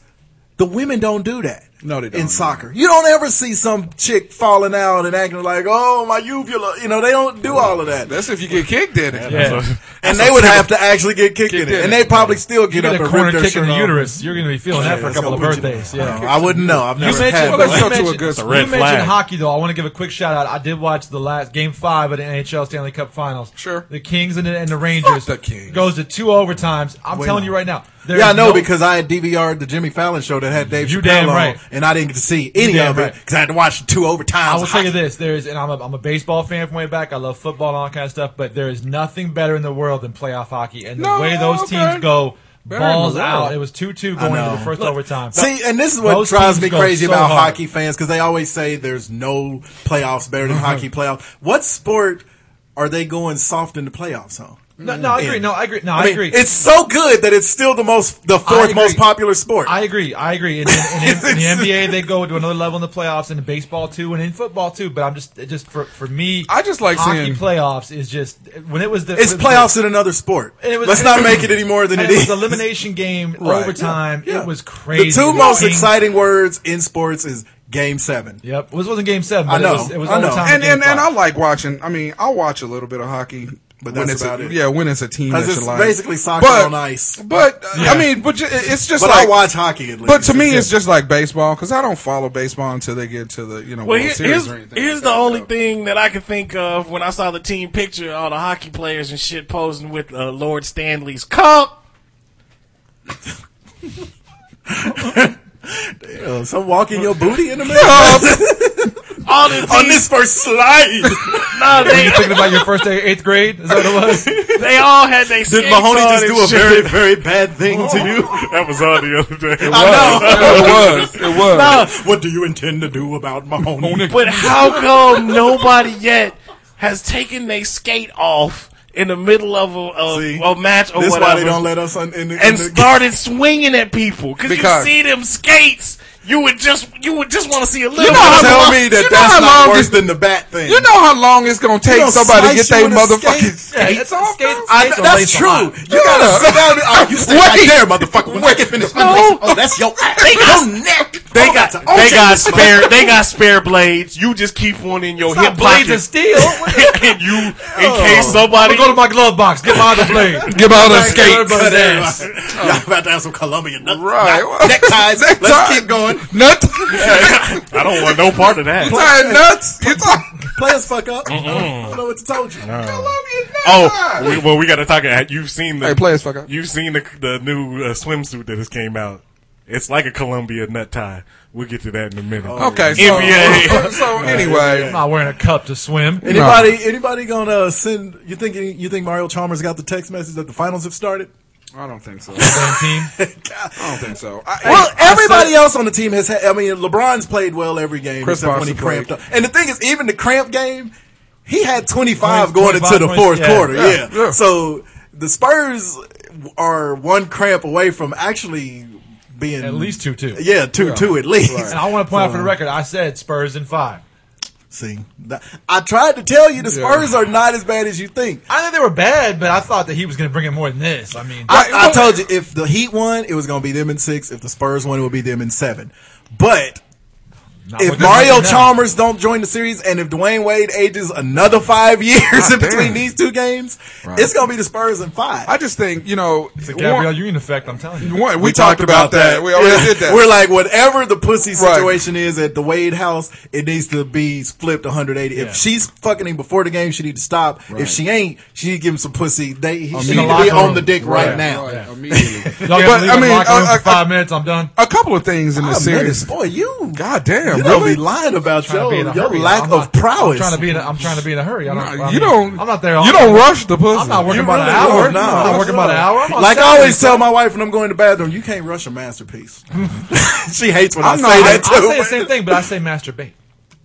Speaker 9: the women don't do that.
Speaker 7: No, they don't.
Speaker 9: In soccer, you don't ever see some chick falling out and acting like, "Oh, my uvula." You know, they don't do all of that.
Speaker 7: That's if you get kicked in it.
Speaker 10: Yeah.
Speaker 9: and they would have to actually get kicked, in it, and they probably still get
Speaker 10: Get
Speaker 9: up
Speaker 10: a
Speaker 9: and
Speaker 10: corner
Speaker 9: rip their
Speaker 10: kick
Speaker 9: shirt
Speaker 10: in the
Speaker 9: off.
Speaker 10: uterus. You're going to be feeling that for a
Speaker 9: that's
Speaker 10: couple of
Speaker 9: gonna put you-
Speaker 10: birthdays. Yeah.
Speaker 9: No, I wouldn't know. I've never had.
Speaker 10: Well,
Speaker 9: that.
Speaker 7: let's
Speaker 10: you
Speaker 7: go to a
Speaker 10: mentioned-
Speaker 7: good spot.
Speaker 10: you
Speaker 1: Red
Speaker 10: mentioned
Speaker 1: flag.
Speaker 10: hockey, though. I want to give a quick shout out. I did watch the last game five of the NHL Stanley Cup Finals.
Speaker 7: Sure.
Speaker 10: The Kings and the, and the Rangers.
Speaker 7: the Kings.
Speaker 10: Goes to two overtimes. I'm telling you right now. there's
Speaker 9: Yeah, I know
Speaker 10: no-
Speaker 9: because I had DVR'd the Jimmy Fallon show that had Dave
Speaker 10: You
Speaker 9: Chappelle
Speaker 10: damn
Speaker 9: on,
Speaker 10: right.
Speaker 9: and I didn't get to see any
Speaker 10: damn
Speaker 9: of it
Speaker 10: right.
Speaker 9: because I had to watch two overtimes.
Speaker 10: I will
Speaker 9: of
Speaker 10: tell you
Speaker 9: hockey.
Speaker 10: this: there is, and I'm a, I'm a baseball fan from way back. I love football and all that kind of stuff, but there is nothing better in the world than playoff hockey. And the
Speaker 7: No,
Speaker 10: way those
Speaker 7: okay.
Speaker 10: teams go
Speaker 7: Better in the
Speaker 10: balls
Speaker 7: world.
Speaker 10: out. It was two-two going into
Speaker 9: know.
Speaker 10: the first overtime.
Speaker 9: See, and this is what
Speaker 10: Those
Speaker 9: drives
Speaker 10: teams
Speaker 9: me
Speaker 10: go
Speaker 9: crazy
Speaker 10: so
Speaker 9: about
Speaker 10: hard.
Speaker 9: hockey fans because they always say there's no playoffs better than
Speaker 10: Uh-huh.
Speaker 9: hockey playoffs. What sport are they going soft in the playoffs on?
Speaker 10: No, no, I agree. No, I agree. No, I,
Speaker 9: mean,
Speaker 10: agree.
Speaker 9: It's so good that it's still the most, the fourth
Speaker 10: agree.
Speaker 9: most popular sport.
Speaker 10: I agree. I agree. In, in, in, in the NBA, they go to another level in the playoffs, and in baseball too, and in football too. But I'm just, it just for for me,
Speaker 7: I just like
Speaker 10: hockey
Speaker 7: seeing-
Speaker 10: playoffs is just when it was the
Speaker 9: it's
Speaker 10: when-
Speaker 9: playoffs in another sport.
Speaker 10: And it was-
Speaker 9: Let's not make it any more than
Speaker 10: and
Speaker 9: it
Speaker 10: it was
Speaker 9: is.
Speaker 10: elimination game
Speaker 9: Right.
Speaker 10: overtime.
Speaker 9: Yeah.
Speaker 10: It was crazy.
Speaker 9: The two
Speaker 10: The
Speaker 9: most
Speaker 10: Kings-
Speaker 9: exciting words in sports is game seven.
Speaker 10: Yep, this wasn't game seven.
Speaker 9: I
Speaker 10: But
Speaker 9: know.
Speaker 10: It was, it was
Speaker 9: I know.
Speaker 10: overtime.
Speaker 7: And
Speaker 10: game
Speaker 7: and, and
Speaker 10: five.
Speaker 7: I like watching. I mean, I watch a little bit of hockey, but
Speaker 9: that's
Speaker 7: when it's
Speaker 9: about
Speaker 7: a,
Speaker 9: it.
Speaker 7: yeah, when it's a team that
Speaker 9: 'Cause
Speaker 7: you
Speaker 9: it's
Speaker 7: like.
Speaker 9: basically soccer
Speaker 7: but,
Speaker 9: on ice.
Speaker 7: But uh,
Speaker 10: Yeah.
Speaker 7: I mean, but ju- it's just
Speaker 9: But
Speaker 7: like
Speaker 9: I watch hockey at least.
Speaker 7: But to me, it's just like baseball because I don't follow baseball until they get to the you know
Speaker 1: Well,
Speaker 7: World
Speaker 1: here-
Speaker 7: Series
Speaker 1: here's,
Speaker 7: or anything.
Speaker 1: here's
Speaker 7: like
Speaker 1: the
Speaker 7: that,
Speaker 1: only
Speaker 7: so.
Speaker 1: thing that I could think of when I saw the team picture, all the hockey players and shit posing with uh, Lord Stanley's cup.
Speaker 9: Uh, some walking your booty in the middle
Speaker 1: All the teams,
Speaker 9: on this first slide.
Speaker 1: nah,
Speaker 10: You
Speaker 1: they,
Speaker 10: thinking about your first day, eighth grade? Is that what it was?
Speaker 1: they all had their skates
Speaker 9: Did Mahoney
Speaker 1: on
Speaker 9: just
Speaker 1: and
Speaker 9: do a
Speaker 1: shit.
Speaker 9: very, very bad thing to you?
Speaker 1: That was on the other day.
Speaker 7: Yeah, it was it was.
Speaker 9: What do you intend to do about Mahoney?
Speaker 1: But how come nobody yet has taken their skate off in the middle of a,
Speaker 9: See,
Speaker 1: a, a match or
Speaker 9: That's
Speaker 1: whatever
Speaker 9: why they don't let us on, in the, in
Speaker 1: and
Speaker 9: the-
Speaker 1: started swinging at people? Cause
Speaker 7: Because-
Speaker 1: you see them skates, you would just you would just want to see a little.
Speaker 7: You know
Speaker 1: bit
Speaker 7: how
Speaker 1: of-
Speaker 9: Tell
Speaker 7: long-
Speaker 9: me
Speaker 7: you
Speaker 9: that
Speaker 7: know how
Speaker 9: that's
Speaker 7: long
Speaker 9: not worse
Speaker 7: this-
Speaker 9: than the bat thing.
Speaker 7: You know how long it's gonna take
Speaker 9: gonna
Speaker 7: somebody to get
Speaker 9: slice you
Speaker 7: their
Speaker 9: with a
Speaker 7: motherfucking
Speaker 9: skate.
Speaker 7: skates off? bro?
Speaker 9: I know- that's true. You gotta sit down. and- Oh, you stay right there, motherfucker. When I get finished, I'm like, oh, that's your ass. Your neck.
Speaker 1: They
Speaker 9: Oh,
Speaker 1: got
Speaker 9: that's a-
Speaker 1: they
Speaker 9: okay.
Speaker 1: got spare they got spare blades. You just keep one in your hip
Speaker 10: Not blades of
Speaker 1: pocket,
Speaker 10: steel.
Speaker 1: and you in case
Speaker 10: I'm
Speaker 1: somebody
Speaker 10: gonna Oh. go to my glove box. Get my other blade.
Speaker 7: Give out a skate.
Speaker 10: Everybody's ass.
Speaker 9: Y'all about to have some Colombian nut,
Speaker 7: Right.
Speaker 9: nut- neckties. Let's
Speaker 7: Necktie.
Speaker 9: keep going.
Speaker 7: Nut.
Speaker 1: I don't want no part of that.
Speaker 7: Tired nuts. You talk.
Speaker 9: Players fuck up. I don't know what to tell you.
Speaker 1: Oh, we, well, we got to talk. You've seen the
Speaker 7: Hey, players fuck up.
Speaker 1: You've seen the the new uh, swimsuit that has came out. It's like a Columbia nut tie. We'll get to that in a minute.
Speaker 10: Oh,
Speaker 7: Okay. So,
Speaker 1: NBA.
Speaker 7: so anyway,
Speaker 10: I'm not wearing a cup to swim.
Speaker 9: Anybody, anybody gonna uh, send? You think you think Mario Chalmers got the text message that the finals have started?
Speaker 7: I don't think so.
Speaker 10: Team.
Speaker 7: I don't think so. I,
Speaker 9: Well, everybody else on the team has. Had, I mean, LeBron's played well every game
Speaker 7: Chris
Speaker 9: except when he
Speaker 7: Bosh played.
Speaker 9: cramped up. And the thing is, even the cramp game, he had twenty
Speaker 10: 20,
Speaker 9: five going
Speaker 10: 25,
Speaker 9: into the
Speaker 10: 20,
Speaker 9: fourth
Speaker 10: yeah,
Speaker 9: quarter.
Speaker 7: yeah,
Speaker 9: Yeah,
Speaker 7: yeah.
Speaker 9: So the Spurs are one cramp away from actually being
Speaker 10: At least two two.
Speaker 9: Yeah, two two at least.
Speaker 10: And I want to point out for the record, I said Spurs in five.
Speaker 9: See, that- I tried to tell you the Spurs are not as bad as you think.
Speaker 10: I think they were bad, but I thought that he was going to bring it more than this. I mean,
Speaker 9: I, I told you if the Heat won, it was going to be them in six. If the Spurs won, it would be them in seven. But
Speaker 10: not
Speaker 9: if
Speaker 10: what they're
Speaker 9: Mario
Speaker 10: doing now.
Speaker 9: Chalmers don't join the series, and if Dwayne Wade ages another five years in between
Speaker 7: damn.
Speaker 9: these two games, it's going to be the Spurs in five.
Speaker 7: I just think you know.
Speaker 10: it's a Gabrielle Union effect, I'm telling you.
Speaker 7: one- one- we, talked about that. We already
Speaker 9: Yeah.
Speaker 7: did that.
Speaker 9: We're like, whatever the pussy
Speaker 7: Right.
Speaker 9: situation is at the Wade house, it needs to be flipped 180.
Speaker 10: Yeah.
Speaker 9: If she's fucking him before the game, she need to stop. If she ain't, she need to give him some pussy. They he,
Speaker 10: in
Speaker 9: she
Speaker 10: the
Speaker 9: need to be
Speaker 10: locker room.
Speaker 9: on the dick right,
Speaker 7: Right,
Speaker 9: now.
Speaker 7: right, immediately.
Speaker 10: Y'all
Speaker 7: But,
Speaker 10: but, leave
Speaker 7: I
Speaker 10: I
Speaker 7: mean,
Speaker 10: mean,
Speaker 7: I- I-
Speaker 10: for five minutes. I'm done.
Speaker 7: a couple of things
Speaker 10: Ah,
Speaker 7: in this
Speaker 9: Five minutes,
Speaker 7: series.
Speaker 9: boy, you
Speaker 7: God damn,
Speaker 9: you
Speaker 7: really?
Speaker 9: don't be lying about
Speaker 10: Trying
Speaker 9: your,
Speaker 10: to be in a
Speaker 9: your
Speaker 10: hurry.
Speaker 9: lack
Speaker 10: I'm
Speaker 9: of
Speaker 10: not- I'm
Speaker 9: prowess.
Speaker 10: trying to be in a, I'm trying to be in a hurry. I don't, I
Speaker 7: you
Speaker 10: mean,
Speaker 7: don't.
Speaker 10: I'm not there. All
Speaker 7: you don't rush the pussy.
Speaker 10: I'm not working
Speaker 9: You
Speaker 10: about an
Speaker 9: really
Speaker 10: hour.
Speaker 9: don't, no.
Speaker 10: I'm not working about an hour. I'm on
Speaker 9: like I
Speaker 10: Saturday.
Speaker 9: always tell my wife when I'm going to the bathroom, you can't rush a masterpiece. she hates when i
Speaker 7: I'm
Speaker 9: say
Speaker 7: not-
Speaker 9: that
Speaker 10: I
Speaker 9: too.
Speaker 10: say the same thing, but I say masturbate.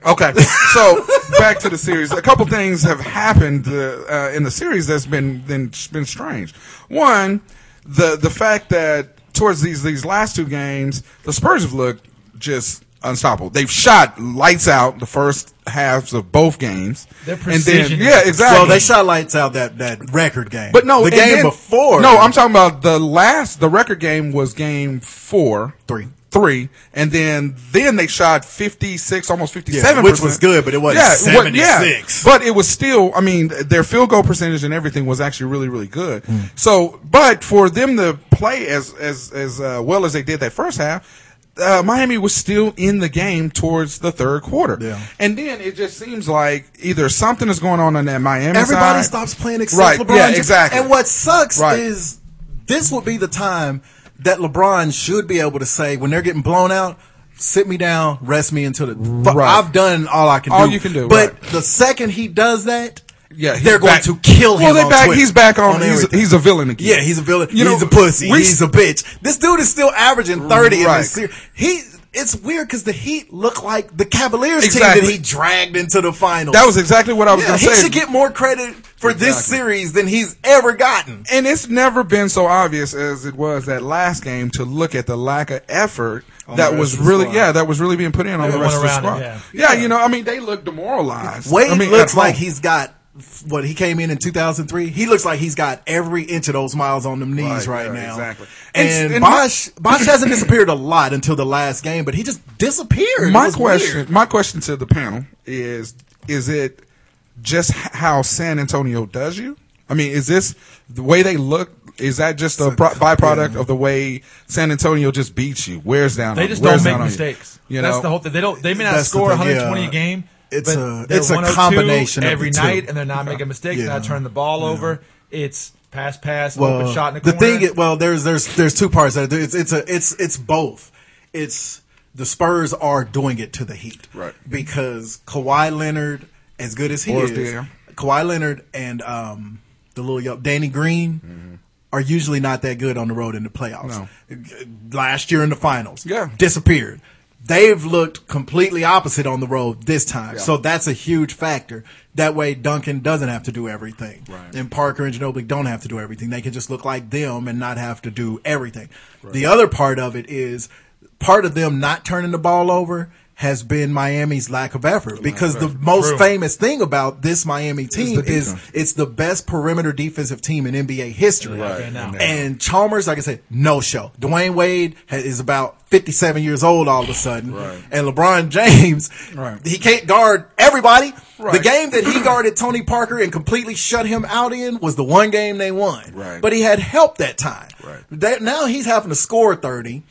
Speaker 7: Okay, so back to the series. A couple things have happened uh, uh, in the series that's been been been strange. One, the the fact that towards these these last two games, the Spurs have looked just unstoppable. They've shot lights out the first halves of both games.
Speaker 10: Their
Speaker 7: And
Speaker 10: precision
Speaker 7: then, yeah,
Speaker 10: is-
Speaker 7: exactly.
Speaker 9: So they shot lights out that, that record game.
Speaker 7: But no,
Speaker 9: the
Speaker 7: and
Speaker 9: game
Speaker 7: then-
Speaker 9: before.
Speaker 7: No, I'm talking about the last. The record game was game four,
Speaker 9: Three.
Speaker 7: three, and then then they shot 56, almost 57,
Speaker 9: Yeah, which was good, but it wasn't 76.
Speaker 7: but it was still. I mean, their field goal percentage and everything was actually really really good.
Speaker 9: Hmm.
Speaker 7: So, but for them to play as as as uh, well as they did that first half. Uh, Miami was still in the game towards the third quarter,
Speaker 9: Yeah.
Speaker 7: and then it just seems like either something is going on in that Miami.
Speaker 9: Everybody
Speaker 7: side-
Speaker 9: stops playing except
Speaker 7: right?
Speaker 9: LeBron.
Speaker 7: yeah,
Speaker 9: James.
Speaker 7: exactly.
Speaker 9: And what sucks
Speaker 7: Right.
Speaker 9: is this would be the time that LeBron should be able to say when they're getting blown out, sit me down, rest me until the fuck,
Speaker 7: Right.
Speaker 9: I've done all I can do.
Speaker 7: All you can do,
Speaker 9: But
Speaker 7: right.
Speaker 9: the second he does that,
Speaker 7: Yeah, he's
Speaker 9: they're going
Speaker 7: back.
Speaker 9: to kill him.
Speaker 7: Well, they
Speaker 9: on
Speaker 7: back.
Speaker 9: Twitter,
Speaker 7: he's back on. he's,
Speaker 9: everything.
Speaker 7: he's a villain again.
Speaker 9: Yeah, he's a villain.
Speaker 7: You know,
Speaker 9: he's a pussy.
Speaker 7: we-
Speaker 9: he's a bitch. This dude is still averaging thirty in
Speaker 7: Right.
Speaker 9: this series. He. It's weird because the Heat look like the Cavaliers
Speaker 7: Exactly.
Speaker 9: team that he dragged into the finals.
Speaker 7: That was exactly what I was
Speaker 9: Yeah,
Speaker 7: going
Speaker 9: he
Speaker 7: to say.
Speaker 9: should get more credit for this
Speaker 7: Exactly.
Speaker 9: series than he's ever gotten.
Speaker 7: and it's never been so obvious as it was that last game to look at the lack of effort
Speaker 9: On the
Speaker 7: that
Speaker 9: rest
Speaker 7: was
Speaker 9: of the
Speaker 7: really
Speaker 9: squad.
Speaker 7: yeah that was really being put in on the
Speaker 10: Everyone
Speaker 7: rest of the
Speaker 10: around
Speaker 7: squad.
Speaker 10: him,
Speaker 7: yeah. you know, I mean, they look demoralized.
Speaker 9: Wade
Speaker 7: I mean,
Speaker 9: looks
Speaker 7: at home.
Speaker 9: like he's got what he came in in 2003. He looks like he's got every inch of those miles on them knees
Speaker 7: Right,
Speaker 9: right,
Speaker 7: yeah,
Speaker 9: now.
Speaker 7: exactly. And-
Speaker 9: And,
Speaker 7: and
Speaker 9: Bosch Bosch hasn't disappeared a lot until the last game, but he just disappeared. It
Speaker 7: my
Speaker 9: was
Speaker 7: question
Speaker 9: weird.
Speaker 7: my question to the panel is is it just h- how san antonio does you i mean is this the way they look is that just a pro- byproduct of the way san antonio just beats you wears down
Speaker 10: They
Speaker 7: on-
Speaker 10: just
Speaker 7: wears
Speaker 10: don't
Speaker 7: down
Speaker 10: make
Speaker 7: on
Speaker 10: mistakes.
Speaker 7: you, you know
Speaker 10: that's the whole thing. They don't. They may not
Speaker 9: That's the
Speaker 10: score
Speaker 9: thing,
Speaker 10: 120
Speaker 9: yeah.
Speaker 10: a game.
Speaker 9: It's
Speaker 10: but
Speaker 9: a-
Speaker 10: they're
Speaker 9: it's a
Speaker 10: 102
Speaker 9: combination of
Speaker 10: every
Speaker 9: the two.
Speaker 10: night, and they're not making mistakes.
Speaker 9: Yeah.
Speaker 10: Not turning the ball over. It's pass, pass,
Speaker 9: well,
Speaker 10: open shot in the
Speaker 9: the
Speaker 10: corner.
Speaker 9: thing. Is, well, there's there's there's two parts. There. It's it's a it's it's both. It's the Spurs are doing it to the Heat,
Speaker 7: Right.
Speaker 9: Because Kawhi Leonard, as good as he
Speaker 7: Or-
Speaker 9: is,
Speaker 7: yeah.
Speaker 9: Kawhi Leonard and um, the little yo- Danny Green. Are usually not that good on the road in the playoffs. Last year in the finals,
Speaker 7: Yeah.
Speaker 9: disappeared. They've looked completely opposite on the road this time, so that's a huge factor. That way, Duncan doesn't have to do everything, right. and Parker and Ginobili don't have to do everything. They can just look like them and not have to do everything. The other part of it is part of them not turning the ball over has been Miami's lack of effort because the most famous thing about this Miami team is it's the best perimeter defensive team in NBA history. And Chalmers, like I said, no show. Dwayne Wade ha- is about 57 years old all of a sudden. And LeBron James, he can't guard everybody. The game that he guarded Tony Parker and completely shut him out in was the one game they won.
Speaker 7: Right.
Speaker 9: But he had help that time.
Speaker 7: Right.
Speaker 9: That, now he's having to score 30.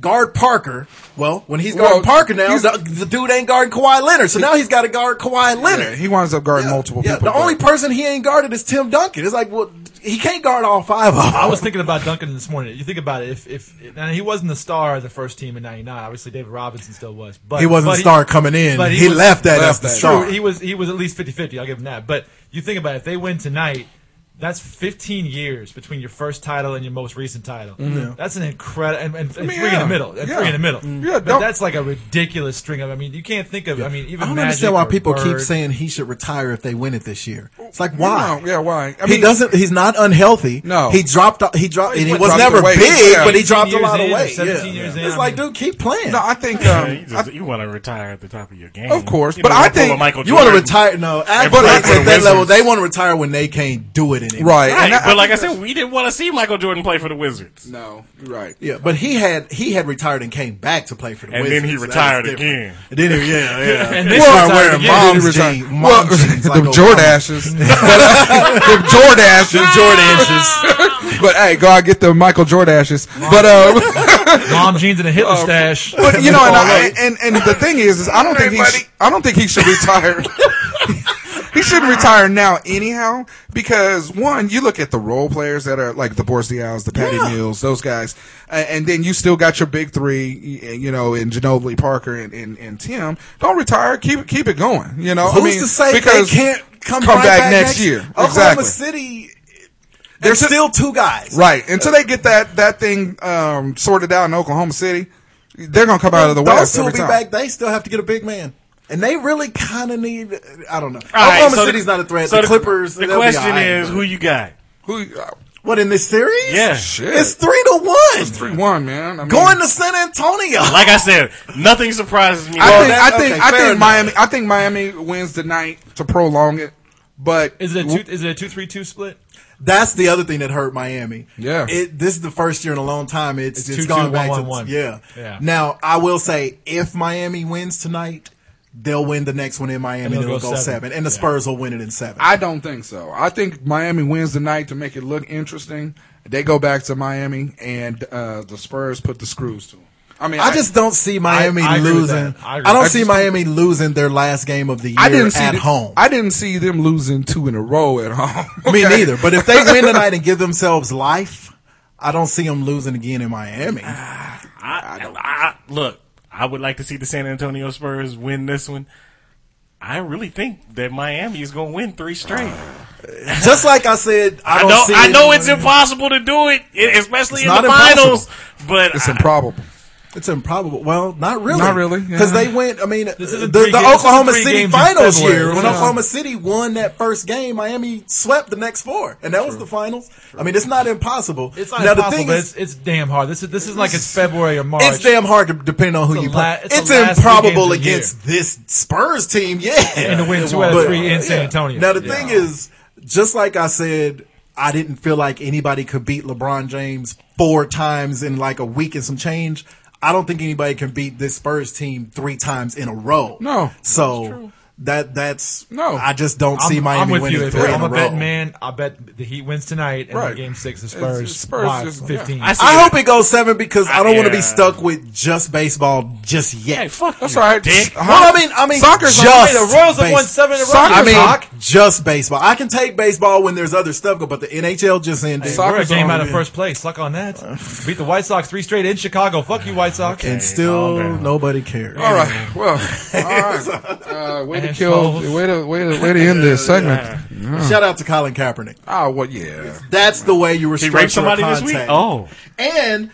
Speaker 9: Guard Parker. Well, when he's guarding
Speaker 7: Well,
Speaker 9: Parker now,
Speaker 7: he's-
Speaker 9: the, the dude ain't guarding Kawhi Leonard. So now he's got to guard Kawhi Leonard.
Speaker 7: he winds up guarding multiple
Speaker 9: Yeah,
Speaker 7: people
Speaker 9: the
Speaker 7: but-
Speaker 9: only person he ain't guarded is Tim Duncan. It's like, well, he can't guard all five of them.
Speaker 10: I was thinking about Duncan this morning. You think about it. If if and he wasn't the star of the first team in '99, obviously David Robinson still was, but
Speaker 9: he wasn't
Speaker 10: but
Speaker 9: a star coming in.
Speaker 10: but
Speaker 9: He,
Speaker 10: was-
Speaker 9: left that
Speaker 7: left
Speaker 9: as the
Speaker 7: that.
Speaker 9: star.
Speaker 10: True, he was he was at least 50-50. I'll give him that. But you think about it, if they win tonight, that's 15 years between your first title and your most recent title.
Speaker 9: Mm-hmm.
Speaker 10: That's an incredible and, and, and
Speaker 7: mean,
Speaker 10: three in
Speaker 7: yeah.
Speaker 10: the middle. And
Speaker 7: Yeah.
Speaker 10: three in the middle.
Speaker 9: Mm-hmm.
Speaker 7: Mm. Yeah,
Speaker 10: but
Speaker 7: don't-
Speaker 10: that's like a ridiculous string of. I mean, you can't think of. I mean, even
Speaker 9: I don't
Speaker 10: Magic
Speaker 9: understand why
Speaker 10: or
Speaker 9: people keep
Speaker 10: Bird.
Speaker 9: saying he should retire if they win it this year. It's like
Speaker 7: You
Speaker 9: why?
Speaker 7: know, yeah, why? I
Speaker 9: he
Speaker 7: mean-
Speaker 9: doesn't. He's not unhealthy.
Speaker 7: No.
Speaker 9: he dropped. He dropped. And he
Speaker 7: what,
Speaker 9: was
Speaker 7: dropped
Speaker 9: never
Speaker 7: the weight.
Speaker 9: big,
Speaker 7: Yeah.
Speaker 9: but he dropped a
Speaker 10: 18
Speaker 9: lot of
Speaker 10: years in,
Speaker 9: weight.
Speaker 10: 17
Speaker 9: yeah.
Speaker 10: years in,
Speaker 9: it's
Speaker 10: I
Speaker 9: like,
Speaker 10: mean-
Speaker 9: dude, keep playing.
Speaker 7: no i think
Speaker 1: Yeah,
Speaker 7: um
Speaker 1: you, just, you want to retire at the top of your game,
Speaker 7: Of course,
Speaker 1: You
Speaker 7: but
Speaker 1: know,
Speaker 7: I
Speaker 1: like
Speaker 7: think-
Speaker 1: Polo Michael
Speaker 9: you want to
Speaker 1: Jordan.
Speaker 9: retire? No,
Speaker 1: But I
Speaker 9: athletes
Speaker 1: think-
Speaker 9: at that level,
Speaker 1: Wizards.
Speaker 9: they want to retire when they can't do it anymore.
Speaker 7: right,
Speaker 1: Right,
Speaker 7: and I-
Speaker 1: but like I said, we didn't want to see Michael Jordan play for the Wizards,
Speaker 7: no you're right
Speaker 9: Yeah, but he had he had retired and came back to play for the
Speaker 1: and
Speaker 9: Wizards.
Speaker 1: then he
Speaker 9: so that was
Speaker 1: retired
Speaker 9: different.
Speaker 1: again.
Speaker 9: And then he, yeah, yeah.
Speaker 10: And they
Speaker 9: started
Speaker 10: retired
Speaker 9: wearing
Speaker 10: again.
Speaker 9: mom's
Speaker 7: Retired.
Speaker 9: jeans.
Speaker 7: Um, well,
Speaker 9: Mom's jeans like
Speaker 7: them
Speaker 9: Obama.
Speaker 7: Jordashes, them Jordashes, Jordashes. but hey, go out get the Michael Jordashes. But uh,
Speaker 10: mom jeans and a Hitler stash.
Speaker 7: But you know, and, I, and and the thing is, is I don't think he sh- I don't think he should retire. he shouldn't retire now, anyhow, because one, you look at the role players that are like the Borzials, the Patty Mills, those guys, a- and then you still got your big three, y- you know, in Ginobili, Parker, and, and, and Tim. Don't retire. Keep keep it going. You know,
Speaker 9: Who's
Speaker 7: I mean,
Speaker 9: to say
Speaker 7: because
Speaker 9: they can't come,
Speaker 7: come
Speaker 9: right
Speaker 7: back next year.
Speaker 9: Oklahoma
Speaker 7: Exactly.
Speaker 9: City, there's
Speaker 7: Until-
Speaker 9: still two guys.
Speaker 7: right until they get that that thing um, sorted out in Oklahoma City, they're gonna come out of the
Speaker 9: Those
Speaker 7: West
Speaker 9: two will
Speaker 7: every
Speaker 9: be
Speaker 7: time.
Speaker 9: back. They still have to get a big man. And they really kind of need. I don't know.
Speaker 1: All right,
Speaker 9: Oklahoma
Speaker 1: so the-
Speaker 9: City's not a threat.
Speaker 1: so
Speaker 9: the Clippers.
Speaker 1: The
Speaker 9: they'll be
Speaker 1: question
Speaker 9: all right,
Speaker 1: is,
Speaker 9: but-
Speaker 1: who you got?
Speaker 7: Who? Uh,
Speaker 9: what in this series?
Speaker 1: Yeah.
Speaker 7: shit.
Speaker 9: it's three to one.
Speaker 7: three one, man. I mean,
Speaker 9: Going to San Antonio.
Speaker 1: Like I said, nothing surprises me.
Speaker 7: I think.
Speaker 9: that-
Speaker 7: I think.
Speaker 9: okay,
Speaker 7: I
Speaker 9: fair
Speaker 7: think
Speaker 9: enough.
Speaker 7: Miami. I think Miami wins the night to prolong it. But
Speaker 10: Is it a two? Is it a two-three-two split?
Speaker 9: That's the other thing that hurt Miami.
Speaker 7: Yeah.
Speaker 9: It, this is the first year in a long time. It's,
Speaker 10: It's
Speaker 9: it's
Speaker 10: two,
Speaker 9: gone
Speaker 10: two,
Speaker 9: back
Speaker 10: one,
Speaker 9: to,
Speaker 10: one, one.
Speaker 9: Yeah.
Speaker 10: Yeah.
Speaker 9: Now, I will say if Miami wins tonight, they'll win the next one in Miami and it'll go, seven. And the Spurs will win it in seven.
Speaker 7: I don't think so. I think Miami wins the night to make it look interesting. They go back to Miami, and uh, the Spurs put the screws to them. I mean,
Speaker 9: I just don't see Miami
Speaker 10: I agree with
Speaker 9: losing.
Speaker 10: that. I
Speaker 9: I,
Speaker 10: agree.
Speaker 9: don't
Speaker 10: I
Speaker 9: see
Speaker 10: just-
Speaker 9: Miami losing their last game of the year
Speaker 7: I didn't see
Speaker 9: at
Speaker 7: th-
Speaker 9: home.
Speaker 7: I didn't see them losing two in a row at home.
Speaker 9: Me
Speaker 7: Okay?
Speaker 9: neither. But if they win tonight and give themselves life, I don't see them losing again in Miami.
Speaker 1: I, I- look, I would like to see the San Antonio Spurs win this one. I really think that Miami is going to win three straight.
Speaker 9: Just like I said,
Speaker 1: I
Speaker 9: I don't
Speaker 1: know,
Speaker 9: see
Speaker 1: I
Speaker 9: it-
Speaker 1: know it's impossible to do it, i- especially
Speaker 9: It's
Speaker 1: in the
Speaker 9: not
Speaker 1: finals. But
Speaker 7: It's
Speaker 1: I-
Speaker 7: improbable.
Speaker 9: It's improbable. Well, not really.
Speaker 7: Not really, yeah.
Speaker 9: Because they went, I mean, the,
Speaker 10: isn't
Speaker 9: the
Speaker 10: three games- this
Speaker 9: Oklahoma
Speaker 10: isn't three
Speaker 9: City
Speaker 10: games in
Speaker 9: finals
Speaker 10: February.
Speaker 9: year, when
Speaker 10: Yeah.
Speaker 9: Oklahoma City won that first game, Miami swept the next four. And that was the finals. I mean, it's not impossible.
Speaker 10: It's not
Speaker 9: now,
Speaker 10: impossible,
Speaker 9: the thing
Speaker 10: but
Speaker 9: is,
Speaker 10: it's, it's damn hard. This is this is like it's February or March.
Speaker 9: it's damn hard to depend on who
Speaker 10: It's
Speaker 9: you
Speaker 10: the
Speaker 9: play.
Speaker 10: la- it's
Speaker 9: it's
Speaker 10: the last three
Speaker 9: improbable
Speaker 10: games of the
Speaker 9: against this Spurs team, yeah.
Speaker 10: and to win two out of
Speaker 9: But-
Speaker 10: three in San
Speaker 9: yeah.
Speaker 10: Antonio.
Speaker 9: Now the thing is, just like I said, I didn't feel like anybody could beat LeBron James four times in like a week and some change. I don't think anybody can beat this Spurs team three times in a row.
Speaker 7: No.
Speaker 9: so that that's
Speaker 7: No.
Speaker 9: I just don't
Speaker 10: I'm,
Speaker 9: see Miami
Speaker 10: I'm with
Speaker 9: winning
Speaker 10: you. If
Speaker 9: three in
Speaker 10: I'm
Speaker 9: a
Speaker 10: a betting
Speaker 9: row.
Speaker 10: man, I bet the Heat wins tonight, and
Speaker 7: Right.
Speaker 10: Game Six the
Speaker 7: It's-
Speaker 10: Spurs,
Speaker 7: it's Spurs
Speaker 10: by
Speaker 7: just- yeah.
Speaker 10: fifteen.
Speaker 1: I see
Speaker 9: I
Speaker 1: it.
Speaker 9: hope it goes seven because I don't want to
Speaker 1: Yeah.
Speaker 9: be stuck with just baseball just yet.
Speaker 1: Hey, fuck
Speaker 7: That's
Speaker 1: you,
Speaker 7: all right.
Speaker 1: Dick.
Speaker 7: Huh?
Speaker 9: Well, I mean, I mean,
Speaker 7: Soccer's
Speaker 9: just
Speaker 7: on the
Speaker 10: way. The Royals have won seven in a row.
Speaker 9: Soccer, I
Speaker 10: Soccer's
Speaker 9: mean,
Speaker 10: hot.
Speaker 9: just baseball. I can take baseball when there's other stuff, but the NHL just ended.
Speaker 10: We're a
Speaker 7: Soccer's
Speaker 10: game
Speaker 7: on,
Speaker 10: out of
Speaker 7: yeah.
Speaker 10: first place. Suck on that. Beat the White Sox three straight in Chicago. Fuck you, White Sox.
Speaker 9: and still nobody cares.
Speaker 7: All right. Well. All right. Uh, way to kill.
Speaker 10: Assholes.
Speaker 7: Way to way to way to end this segment.
Speaker 9: Mm-hmm. Shout out to Colin Kaepernick.
Speaker 7: Ah, well, yeah.
Speaker 9: That's the way you
Speaker 1: He
Speaker 9: restrict
Speaker 1: raped
Speaker 9: your
Speaker 1: somebody this
Speaker 9: contact.
Speaker 1: week. Oh,
Speaker 9: and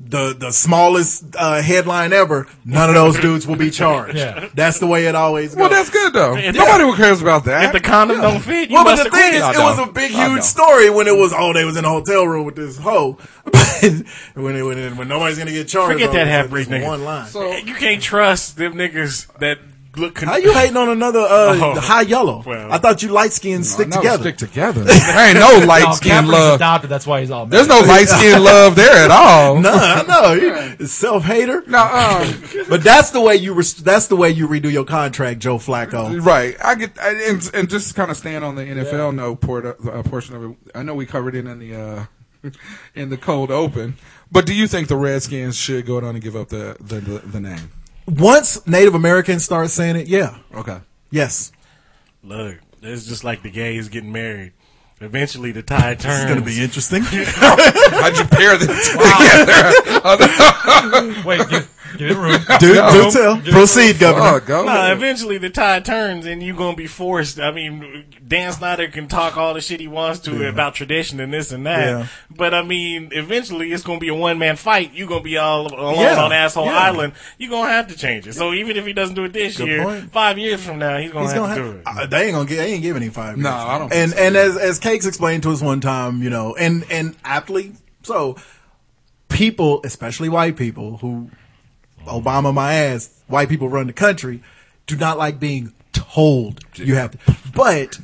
Speaker 9: the the smallest uh, headline ever. None of those dudes will be charged.
Speaker 10: Yeah.
Speaker 9: That's the way it always goes.
Speaker 7: Well, that's good though.
Speaker 1: Yeah.
Speaker 7: Nobody cares about
Speaker 1: if
Speaker 7: that.
Speaker 1: the condom don't fit, you
Speaker 9: well, but
Speaker 1: must Oh,
Speaker 9: the thing is,
Speaker 7: I
Speaker 9: it was a
Speaker 7: don't.
Speaker 9: big,
Speaker 7: I
Speaker 9: huge
Speaker 7: don't.
Speaker 9: story when it was, oh, they was in a hotel room with this hoe. But when, it, when, it, when nobody's going to get charged.
Speaker 1: Forget
Speaker 9: on
Speaker 1: that
Speaker 9: it,
Speaker 1: half
Speaker 9: it's
Speaker 1: breed nigga.
Speaker 9: One line.
Speaker 7: so,
Speaker 1: You can't trust them niggas that look. Con-
Speaker 9: How you hating on another uh,
Speaker 1: Oh.
Speaker 9: high yellow?
Speaker 1: Well.
Speaker 9: I thought you light skins stick
Speaker 7: no,
Speaker 9: together.
Speaker 7: Stick together. There ain't no light
Speaker 10: No,
Speaker 7: skin
Speaker 10: Kaepernick's
Speaker 7: love.
Speaker 10: adopted. That's why he's all.
Speaker 7: There's
Speaker 10: Mad.
Speaker 7: no light skin love there at all.
Speaker 9: no, I know. You self hater.
Speaker 7: No, um,
Speaker 9: But that's the way you rest- that's the way you redo your contract, Joe Flacco.
Speaker 7: right. I get I, and, and just kind of stand on the NFL no port, uh, portion of it. I know we covered it in the uh, in the cold open, but do you think the Redskins should go down and give up the the, the, the name?
Speaker 9: Once Native Americans start saying it, yeah,
Speaker 7: Okay.
Speaker 9: yes,
Speaker 1: look, it's just like the gays getting married. Eventually, the tide turns.
Speaker 9: it's going to be interesting.
Speaker 7: How'd you pair them together?
Speaker 10: Wait, give, give it room.
Speaker 9: do, do tell. Proceed,
Speaker 7: oh,
Speaker 9: Governor.
Speaker 7: go.
Speaker 1: Nah, eventually the tide turns and you're gonna be forced. I mean, Dan Snyder can talk all the shit he wants to about tradition and this and that,
Speaker 9: Yeah.
Speaker 1: but I mean, eventually it's gonna be a one man fight. You're gonna be all alone
Speaker 9: Yeah,
Speaker 1: on asshole
Speaker 9: yeah.
Speaker 1: island. You're gonna have to change it. So even if he doesn't do it this
Speaker 9: Good
Speaker 1: year,
Speaker 9: point.
Speaker 1: five years from now, he's gonna
Speaker 9: He's
Speaker 1: have
Speaker 9: gonna
Speaker 1: to
Speaker 9: have,
Speaker 1: do it.
Speaker 9: uh, they ain't gonna get. They ain't giving him five.
Speaker 7: No,
Speaker 9: minutes.
Speaker 7: I don't
Speaker 9: And
Speaker 7: think so.
Speaker 9: and as as Cakes explained to us one time, you know, and and aptly so, people, especially white people, who Obama my ass, white people run the country, do not like being told you have to. But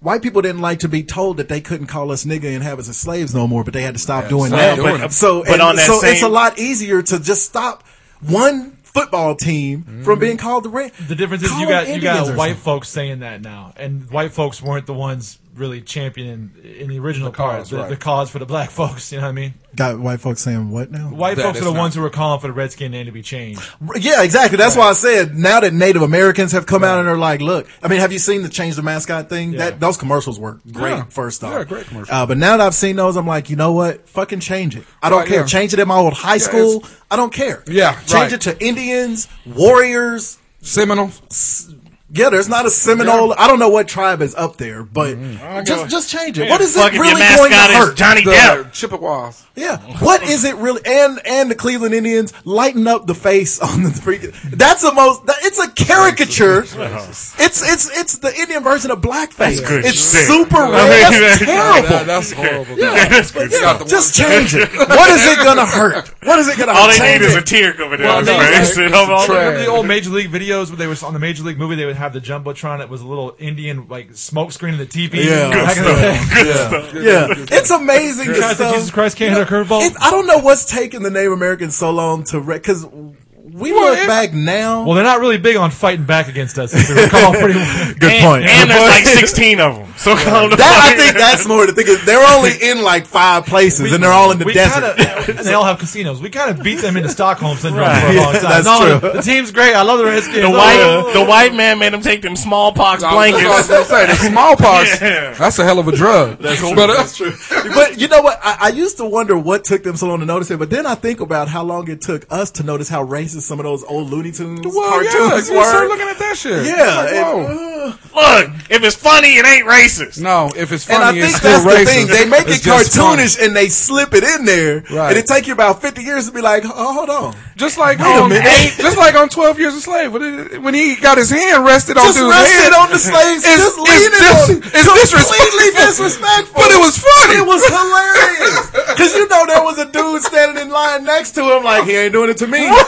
Speaker 9: white people didn't like to be told that they couldn't call us nigga and have us as slaves no more, but they had to stop doing
Speaker 7: stop
Speaker 9: that.
Speaker 7: doing
Speaker 9: But-
Speaker 7: it.
Speaker 9: so
Speaker 1: But
Speaker 9: and
Speaker 1: on that
Speaker 9: so it's a
Speaker 1: same-
Speaker 9: lot easier to just stop one football team from being called the red.
Speaker 10: Mm-hmm. The difference is
Speaker 9: Call
Speaker 10: you
Speaker 9: them
Speaker 10: got you
Speaker 9: Indians
Speaker 10: got
Speaker 9: or
Speaker 10: white folks saying that now, and white folks weren't the ones really championing in the original part
Speaker 7: cause,
Speaker 10: the,
Speaker 7: right.
Speaker 10: the cause for the black folks. You know what I mean?
Speaker 9: Got white folks saying what now?
Speaker 10: White
Speaker 7: That
Speaker 10: folks are
Speaker 7: is
Speaker 10: the
Speaker 7: not-
Speaker 10: ones who were calling for the redskin name to be changed.
Speaker 9: Yeah, exactly. That's why I said now that Native Americans have come out and are like, look, I mean, have you seen the change the mascot thing? That those commercials were great.
Speaker 7: Yeah.
Speaker 9: First off,
Speaker 7: Yeah, great commercials.
Speaker 9: Uh, but now that I've seen those, I'm like, you know what? Fucking change it. I don't
Speaker 7: Right,
Speaker 9: care.
Speaker 7: yeah.
Speaker 9: Change it at my old high school. I don't care.
Speaker 7: Yeah,
Speaker 9: change
Speaker 7: right.
Speaker 9: it to Indians, Warriors,
Speaker 7: Seminoles.
Speaker 9: Yeah, there's not a Seminole. I don't know what tribe is up there, but
Speaker 1: Mm-hmm.
Speaker 9: just just change it. What is it
Speaker 1: Fuck if
Speaker 9: really
Speaker 1: your
Speaker 9: going to
Speaker 1: mascot is
Speaker 9: hurt?
Speaker 1: Johnny
Speaker 7: The
Speaker 1: Depp.
Speaker 7: Chippewas.
Speaker 9: Yeah. What is it really? And and the Cleveland Indians lighten up the face on the three. That's the most. that- It's a caricature. It's it's it's the Indian version of blackface.
Speaker 1: good
Speaker 9: It's
Speaker 1: shit.
Speaker 9: super
Speaker 1: mean,
Speaker 9: racist.
Speaker 1: that's-
Speaker 9: That's terrible.
Speaker 7: That- that's horrible.
Speaker 1: That's good
Speaker 9: Yeah,
Speaker 1: stuff.
Speaker 7: the
Speaker 9: just change it. What is it gonna hurt? What is it gonna
Speaker 1: All
Speaker 9: hurt?
Speaker 1: they
Speaker 9: Change
Speaker 1: need is
Speaker 9: it.
Speaker 1: a tear coming
Speaker 10: Well,
Speaker 1: down
Speaker 10: they-
Speaker 1: his face.
Speaker 10: they-
Speaker 1: and I'm all-
Speaker 7: Trash.
Speaker 10: Remember the old Major League videos when they was on the Major League movie? They would have the jumbotron. It was a little Indian like smoke screen in the TV.
Speaker 9: Yeah. Good
Speaker 10: Back in the day.
Speaker 1: Good stuff.
Speaker 9: Yeah, it's amazing. the
Speaker 10: Shout out to
Speaker 9: stuff-
Speaker 10: Jesus Christ can't hit a curveball.
Speaker 9: It, I don't know what's taking the Native Americans so long to because we
Speaker 7: Well,
Speaker 9: look
Speaker 7: it-
Speaker 9: back now.
Speaker 10: Well, they're not really big on fighting back against us. If we come off pretty
Speaker 9: good
Speaker 1: And, and there's like 16 of them. So calm the
Speaker 9: that I
Speaker 1: fuck
Speaker 9: think
Speaker 1: down.
Speaker 9: that's more the thing is they're only in like five places and they're all in the
Speaker 10: we
Speaker 9: desert.
Speaker 10: Kinda, and they all have casinos. We kind of beat them into Stockholm syndrome for a
Speaker 9: Right.
Speaker 10: long
Speaker 9: Yeah,
Speaker 10: time.
Speaker 9: that's
Speaker 10: no,
Speaker 9: true.
Speaker 10: The team's great. I love the Redskins.
Speaker 1: The
Speaker 10: Oh.
Speaker 1: white, the white man made him take them smallpox blankets.
Speaker 7: That's what I was gonna say. The smallpox.
Speaker 1: Yeah.
Speaker 7: That's a hell of a drug. That's, but, uh, that's true.
Speaker 9: but you know what? I, I used to wonder what took them so long to notice it, but then I think about how long it took us to notice how racist some of those old Looney Tunes
Speaker 7: Well, yeah, you
Speaker 9: cartoons
Speaker 7: start
Speaker 9: were.
Speaker 7: looking at that shit.
Speaker 9: Yeah,
Speaker 7: Like,
Speaker 9: and-
Speaker 7: whoa.
Speaker 1: Look, if it's funny, it ain't racist.
Speaker 7: No, if it's
Speaker 9: And I
Speaker 7: funny,
Speaker 9: think
Speaker 7: it's still
Speaker 9: that's
Speaker 7: racist.
Speaker 9: the thing. They make it
Speaker 7: It's just funny.
Speaker 9: cartoonish and they slip it in there.
Speaker 7: Right.
Speaker 9: And it take you about 50 years to be like, oh, hold on.
Speaker 7: Just like on, just like on Twelve Years a Slave, when, it, when he got his hand rested on
Speaker 9: Just
Speaker 7: dude's
Speaker 9: rest
Speaker 7: hand,
Speaker 9: it on the slaves.
Speaker 7: It's-
Speaker 9: just
Speaker 7: it's
Speaker 9: lean it on
Speaker 7: dis- it's
Speaker 9: Completely
Speaker 7: disrespectful.
Speaker 9: disrespectful.
Speaker 7: but it was funny.
Speaker 9: It was hilarious. Cause you know there was a dude standing in line next to him, like he ain't doing it to me.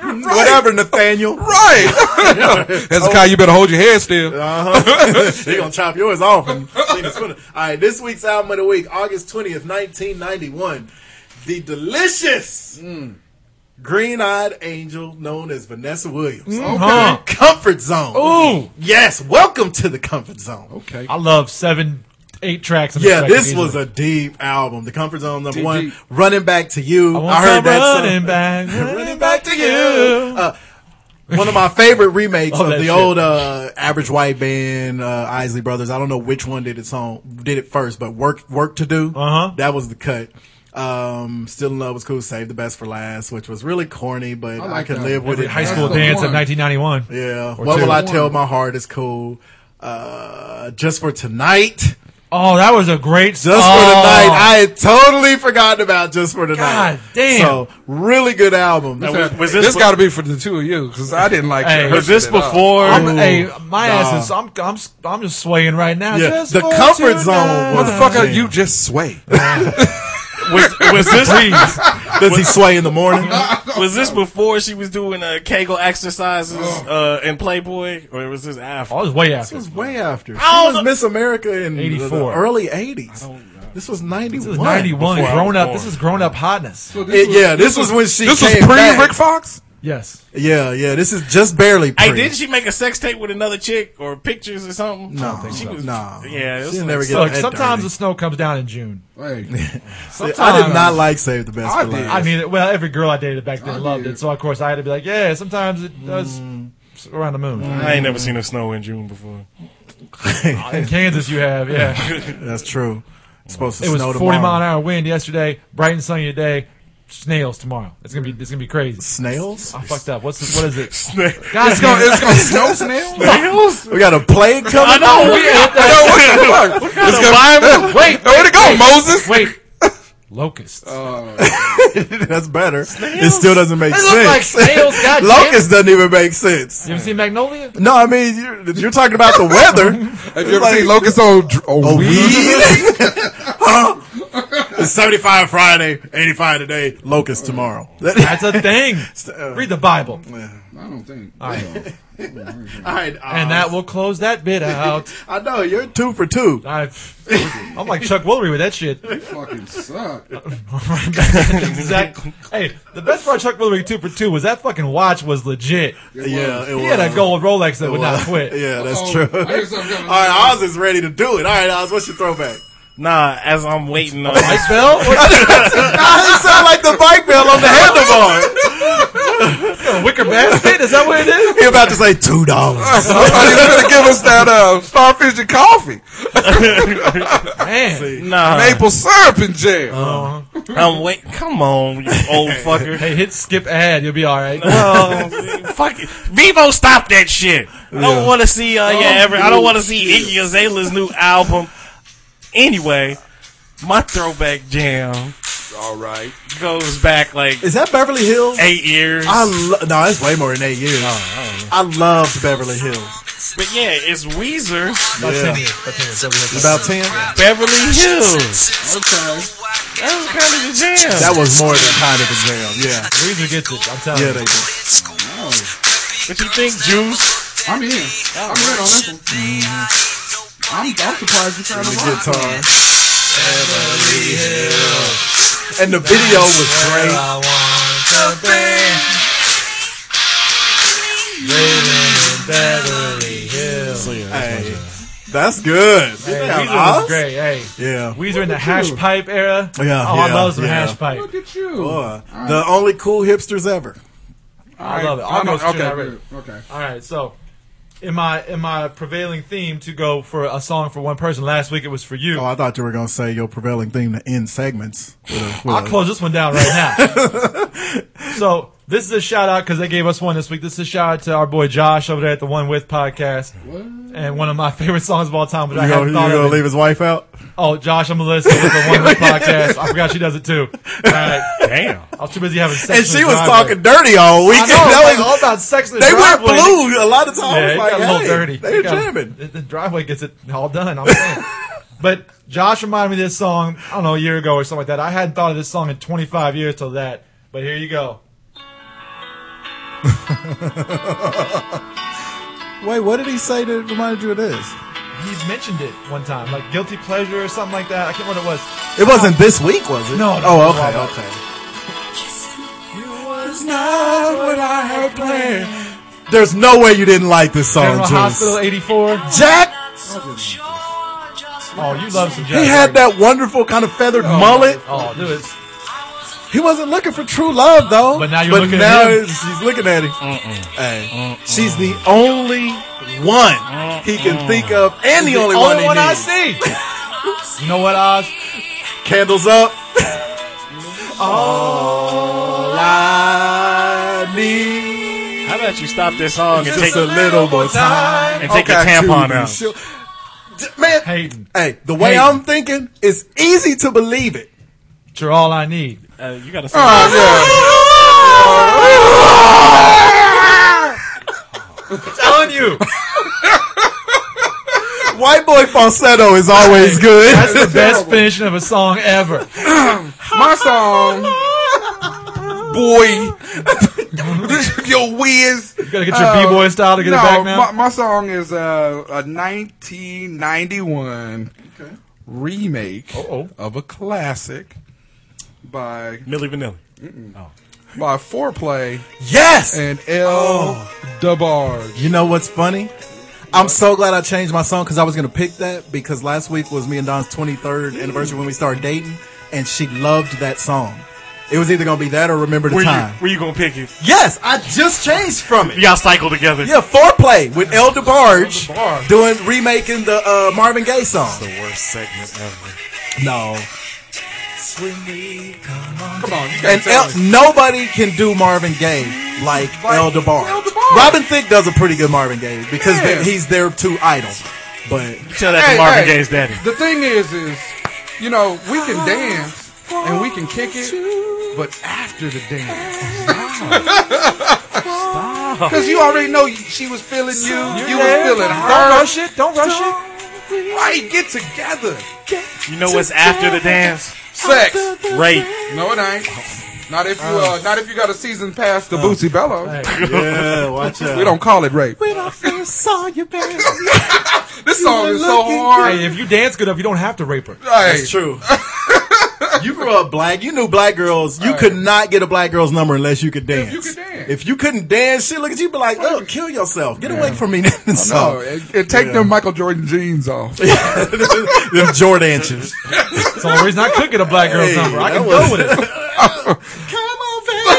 Speaker 9: Whatever, Nathaniel.
Speaker 7: right. Hezekiah, you better hold your head still.
Speaker 9: they gonna chop yours off. And clean the spoon. All right, this week's album of the week, August twentieth, nineteen ninety one. The delicious
Speaker 7: Mm.
Speaker 9: green eyed angel known as Vanessa Williams.
Speaker 7: Mm-hmm.
Speaker 10: Huh.
Speaker 9: Comfort zone.
Speaker 10: Ooh.
Speaker 9: yes. Welcome to the comfort zone.
Speaker 7: Okay.
Speaker 10: I love seven, eight tracks. in
Speaker 9: Yeah,
Speaker 10: track
Speaker 9: this
Speaker 10: easily.
Speaker 9: was a deep album. The Comfort Zone number
Speaker 7: Deep,
Speaker 9: one,
Speaker 7: deep.
Speaker 9: Running Back to You. I,
Speaker 10: I, want
Speaker 9: heard
Speaker 10: heard
Speaker 9: that song.
Speaker 10: running back,
Speaker 9: Running Back to You. Uh, one of my favorite remakes
Speaker 10: Love
Speaker 9: of
Speaker 10: that
Speaker 9: the
Speaker 10: shit.
Speaker 9: old uh, Average White Band, uh, Isley Brothers. I don't know which one did it song did it first, but work work to do.
Speaker 10: Uh-huh.
Speaker 9: That was the cut. Um, Still in Love was cool. Save the Best for Last, which was really corny, but I,
Speaker 7: like
Speaker 9: can
Speaker 7: that
Speaker 9: live with
Speaker 10: Every
Speaker 9: it.
Speaker 10: high
Speaker 9: now.
Speaker 10: school
Speaker 7: That's the
Speaker 10: dance
Speaker 7: one.
Speaker 10: of 1991.
Speaker 9: Yeah.
Speaker 10: Or
Speaker 9: What
Speaker 10: two.
Speaker 9: will I tell? My heart is cool. Uh, just for tonight.
Speaker 10: Oh, that was a great
Speaker 9: Just
Speaker 10: song.
Speaker 9: for
Speaker 1: Oh.
Speaker 9: tonight. I had totally forgotten about Just for tonight.
Speaker 10: God damn.
Speaker 9: So really good album.
Speaker 1: Now, was, was
Speaker 7: This,
Speaker 1: this, be-
Speaker 7: got to be for the two of you because I didn't like.
Speaker 10: Hey,
Speaker 7: it.
Speaker 1: was this before?
Speaker 10: I'm, hey, my ass is. I'm, I'm, I'm just swaying right now.
Speaker 9: Yeah,
Speaker 10: Just
Speaker 9: the
Speaker 10: for
Speaker 9: comfort
Speaker 10: tonight.
Speaker 9: zone was-
Speaker 7: Motherfucker,
Speaker 9: Yeah.
Speaker 7: you just sway.
Speaker 1: was, was this
Speaker 9: Does he sway in the morning?
Speaker 1: was this before she was doing uh, Kegel exercises uh, in Playboy, or was this after?
Speaker 10: Oh, it was way after.
Speaker 9: This was way after. She
Speaker 1: I don't
Speaker 9: was
Speaker 1: know.
Speaker 9: Miss America in 84.
Speaker 10: 84.
Speaker 9: early 80s. This was 91.
Speaker 10: This is 91.
Speaker 1: Before I
Speaker 10: Grown
Speaker 1: was
Speaker 10: up.
Speaker 1: born.
Speaker 10: This is grown up hotness.
Speaker 9: It- yeah, this was when she
Speaker 7: This was
Speaker 9: came
Speaker 7: pre
Speaker 9: back.
Speaker 7: Rick Fox.
Speaker 10: Yes.
Speaker 9: Yeah, yeah, this is just barely pre.
Speaker 1: Hey, didn't she make a sex tape with another chick or pictures or something?
Speaker 9: No,
Speaker 1: she was.
Speaker 9: no.
Speaker 1: Yeah, it was
Speaker 9: She'll
Speaker 1: like-
Speaker 9: never get
Speaker 10: Look,
Speaker 9: that
Speaker 10: sometimes the
Speaker 9: dirty.
Speaker 10: snow comes down in June.
Speaker 7: Hey,
Speaker 10: Sometimes
Speaker 9: I did not like Save the Best
Speaker 7: I
Speaker 9: for
Speaker 7: did.
Speaker 9: Last.
Speaker 10: I mean, it- well, every girl I dated back then
Speaker 7: I
Speaker 10: loved
Speaker 7: did.
Speaker 10: it. So of course I had to be like, yeah. Sometimes it does
Speaker 9: Mm.
Speaker 10: around the moon.
Speaker 1: I ain't never seen a snow in June before.
Speaker 9: Mm.
Speaker 10: In Kansas, you have yeah.
Speaker 9: That's true. It's supposed to
Speaker 10: It was
Speaker 9: snow
Speaker 10: 40
Speaker 9: tomorrow.
Speaker 10: mile an hour wind yesterday. Bright and sunny today. Snails tomorrow. It's gonna be. It's gonna be crazy.
Speaker 9: Snails?
Speaker 10: I fucked up. What's the, what is it?
Speaker 1: Snails?
Speaker 10: God,
Speaker 7: it's gonna it's gonna snow snail.
Speaker 9: We got a plague
Speaker 1: I
Speaker 9: coming.
Speaker 1: know. We,
Speaker 7: No, what the fuck? It's gonna, wait, where to go, Moses?
Speaker 10: Wait. Locusts.
Speaker 7: Oh.
Speaker 9: That's better. It still doesn't make
Speaker 10: they
Speaker 9: sense.
Speaker 10: look like snails. God Locusts.
Speaker 9: Locust doesn't even make sense.
Speaker 10: You ever seen Magnolia?
Speaker 9: No, I mean you're, you're talking about the weather.
Speaker 7: Have you ever seen locusts on dr-
Speaker 9: Oh,
Speaker 7: on weed?
Speaker 9: It's 75 Friday, 85 today, locust tomorrow.
Speaker 10: That's a thing. Read the Bible.
Speaker 7: I don't think.
Speaker 9: All right, uh,
Speaker 10: And that will close that bit out.
Speaker 9: I know you're two for two.
Speaker 10: i I'm like Chuck Woolery with that shit.
Speaker 7: fucking suck.
Speaker 10: exactly. Hey, the best part of Chuck Woolery two for two was that fucking watch was legit.
Speaker 9: Yeah, it
Speaker 10: He had a gold Rolex that would not
Speaker 9: was.
Speaker 10: quit. Oh,
Speaker 9: Yeah, that's
Speaker 7: Uh-oh.
Speaker 9: true. All
Speaker 7: Here's something coming.
Speaker 9: right, Oz is ready to do it. All right, Oz, what's your throwback?
Speaker 1: Nah, as I'm waiting on
Speaker 8: Ice Bell?
Speaker 9: it sound like the bike bell on the handlebar.
Speaker 10: Wicker basket? Is that what it is?
Speaker 9: He about to say two dollars.
Speaker 7: I thought he was going to give us that uh, starfish and coffee,
Speaker 10: Man.
Speaker 1: Nah,
Speaker 7: maple syrup in jail.
Speaker 1: Uh, I'm wait. Come on, you old fucker.
Speaker 10: Hey, hit skip ad. You'll be all right.
Speaker 1: Oh, fuck it. Vivo, stop that shit. I don't want to see. Uh, yeah, every,
Speaker 9: Oh,
Speaker 1: I don't want to see Iggy Azalea's new album. Anyway, my throwback jam
Speaker 9: All right.
Speaker 1: goes back like
Speaker 9: Is that Beverly Hills?
Speaker 1: eight years.
Speaker 9: I lo- no, it's way more than eight years.
Speaker 10: Oh,
Speaker 9: I loved Beverly Hills.
Speaker 1: but yeah, it's Weezer,
Speaker 9: Yeah. About ten.
Speaker 1: Beverly Hills.
Speaker 9: Okay.
Speaker 1: That was kind of the jam.
Speaker 9: That was more than kind of a jam. Yeah.
Speaker 10: Weezer gets it. I'm telling
Speaker 9: Yeah,
Speaker 10: you.
Speaker 9: they did.
Speaker 1: what you think, Juice?
Speaker 11: I'm in. I'm red on this one. I'm, I'm surprised you found a
Speaker 9: The
Speaker 11: rock.
Speaker 9: guitar. And the video was great.
Speaker 10: I want to be living in Beverly Hills.
Speaker 9: Hey, that's good.
Speaker 10: Hey,
Speaker 9: Yeah,
Speaker 10: Weezer was
Speaker 9: Oz?
Speaker 10: great. Hey,
Speaker 9: Yeah.
Speaker 10: Weezer in the hash pipe era.
Speaker 9: Yeah,
Speaker 10: oh, I
Speaker 9: yeah,
Speaker 10: love some
Speaker 9: yeah.
Speaker 10: hash pipe.
Speaker 11: Look at you.
Speaker 9: Boy, the only cool hipsters ever.
Speaker 10: I love it.
Speaker 7: I know-
Speaker 10: Almost okay.
Speaker 7: okay,
Speaker 10: already.
Speaker 7: good, okay.
Speaker 10: All right, so in my in my prevailing theme to go for a song for one person last week, it was for you.
Speaker 9: Oh, I thought you were gonna say your prevailing theme to end segments. with a- with
Speaker 10: I'll
Speaker 9: a-
Speaker 10: close this one down right now. so this is a shout out because they gave us one this week. This is a shout out to our boy Josh over there at the One With podcast, and one of my favorite songs of all time. But I
Speaker 9: you gonna,
Speaker 10: haven't
Speaker 9: you
Speaker 10: thought
Speaker 9: gonna
Speaker 10: of it.
Speaker 9: leave his wife out?
Speaker 10: Oh, Josh, I'm gonna listen to the One With podcast. I forgot she does it too. All right,
Speaker 1: Damn.
Speaker 10: I was too busy having sex.
Speaker 9: And
Speaker 10: in
Speaker 9: she
Speaker 10: the
Speaker 9: was
Speaker 10: driveway.
Speaker 9: talking dirty all week.
Speaker 10: I know,
Speaker 9: That
Speaker 10: like,
Speaker 9: was-
Speaker 10: all about sex. in the
Speaker 9: they went
Speaker 10: driveway.
Speaker 9: blue a lot of times.
Speaker 10: Yeah, it
Speaker 9: like,
Speaker 10: got a little
Speaker 9: hey,
Speaker 10: dirty.
Speaker 9: They
Speaker 10: It
Speaker 9: were
Speaker 10: got-
Speaker 9: jamming.
Speaker 10: the, the driveway gets it all done. I'm saying. but Josh reminded me of this song. I don't know a year ago or something like that. I hadn't thought of this song in 25 years till that. But here you go.
Speaker 9: Wait, what did he say that reminded you of this?
Speaker 10: He's mentioned it one time, like guilty pleasure or something like that. I can't remember what it was.
Speaker 9: It wasn't this week, was it?
Speaker 10: No, no,
Speaker 9: Oh,
Speaker 10: no,
Speaker 9: okay,
Speaker 10: no.
Speaker 9: okay. not what I had planned. There's no way you didn't like this
Speaker 10: General
Speaker 9: song, Juice.
Speaker 10: Hospital '84.
Speaker 9: Jack,
Speaker 10: Oh, you love some.
Speaker 9: he had that wonderful kind of feathered mullet.
Speaker 10: Oh, dude, it's
Speaker 9: He wasn't looking for true love though.
Speaker 10: But now you're looking at
Speaker 9: now
Speaker 10: him.
Speaker 9: it's- she's looking at him. Hey, she's the only one he can think of, and the, only, one,
Speaker 10: only
Speaker 9: he
Speaker 10: one I
Speaker 9: needs.
Speaker 10: see. you know what, Oz?
Speaker 9: Candles up. All I need
Speaker 1: How about you stop this song and
Speaker 9: is
Speaker 1: take
Speaker 9: just a little more time
Speaker 1: and take
Speaker 9: Okay,
Speaker 1: your tampon
Speaker 9: to
Speaker 1: out?
Speaker 9: show- D- Man,
Speaker 10: Hayden,
Speaker 9: Hey, the way
Speaker 10: Hey.
Speaker 9: I'm thinking, it's easy to believe it.
Speaker 10: you're all I need.
Speaker 1: Uh, you gotta
Speaker 10: telling you,
Speaker 9: White boy falsetto is always good.
Speaker 10: that's the best finishing of a song ever.
Speaker 7: My song, boy, your whiz.
Speaker 10: You gotta get your b-boy style to get it back now.
Speaker 7: Oh, My, my song is uh, a 1991 remake
Speaker 10: Uh-oh.
Speaker 7: of a classic by
Speaker 1: Millie Vanilli.
Speaker 7: by Foreplay
Speaker 9: Yes.
Speaker 7: and L.
Speaker 10: Oh.
Speaker 7: DeBarge.
Speaker 9: You know what's funny? I'm so glad I changed my song because I was gonna pick that because last week was me and Don's 23rd anniversary when we started dating, and she loved that song. It was either gonna be that or Remember the
Speaker 1: Where
Speaker 9: Time.
Speaker 1: you, where you gonna pick it?
Speaker 9: Yes, I just changed from it.
Speaker 1: Y'all cycle together.
Speaker 9: Yeah, foreplay with El DeBarge doing remaking the uh, Marvin Gaye song.
Speaker 1: The worst segment ever.
Speaker 9: No,
Speaker 7: Come on, you
Speaker 9: and
Speaker 7: can't tell
Speaker 9: El-
Speaker 7: me.
Speaker 9: nobody can do Marvin Gaye like, El
Speaker 7: El
Speaker 9: DeBarge.
Speaker 7: DeBarge.
Speaker 9: Robin Thicke does a pretty good Marvin Gaye because
Speaker 7: Yeah.
Speaker 9: th- he's their two idol. But
Speaker 1: Tell that
Speaker 7: Hey,
Speaker 1: to Marvin
Speaker 7: hey.
Speaker 1: Gaye's daddy.
Speaker 7: The thing is, is you know we can dance and we can kick it, but after the dance, because you already know she was feeling you, you was feeling
Speaker 10: Don't
Speaker 7: her.
Speaker 10: rush it. Don't rush it.
Speaker 7: Right, get together.
Speaker 1: You know what's after the dance?
Speaker 7: Sex.
Speaker 1: Rape.
Speaker 7: No, it ain't. Not if you, uh, not if you got a season pass to Bootsy Bellows.
Speaker 9: yeah, watch out.
Speaker 7: We don't call it rape.
Speaker 9: When I first saw you, baby.
Speaker 7: This song is so
Speaker 9: looking
Speaker 7: hard.
Speaker 10: Hey, if you dance good enough, you don't have to rape her.
Speaker 7: Hey,
Speaker 9: It's true. you grew up black. You knew black girls. You could not get a black girl's number unless you could dance.
Speaker 7: you could dance.
Speaker 9: If you couldn't dance, shit, look at you, be like, oh, kill yourself. Get away from me.
Speaker 7: No,
Speaker 9: so,
Speaker 7: it, it take them Michael Jordan jeans off.
Speaker 9: them Jordanches.
Speaker 10: That's the only reason I could get a black girl's
Speaker 9: Hey,
Speaker 10: number. I
Speaker 9: that
Speaker 10: can
Speaker 9: was-
Speaker 10: go with it.
Speaker 9: Come on, baby.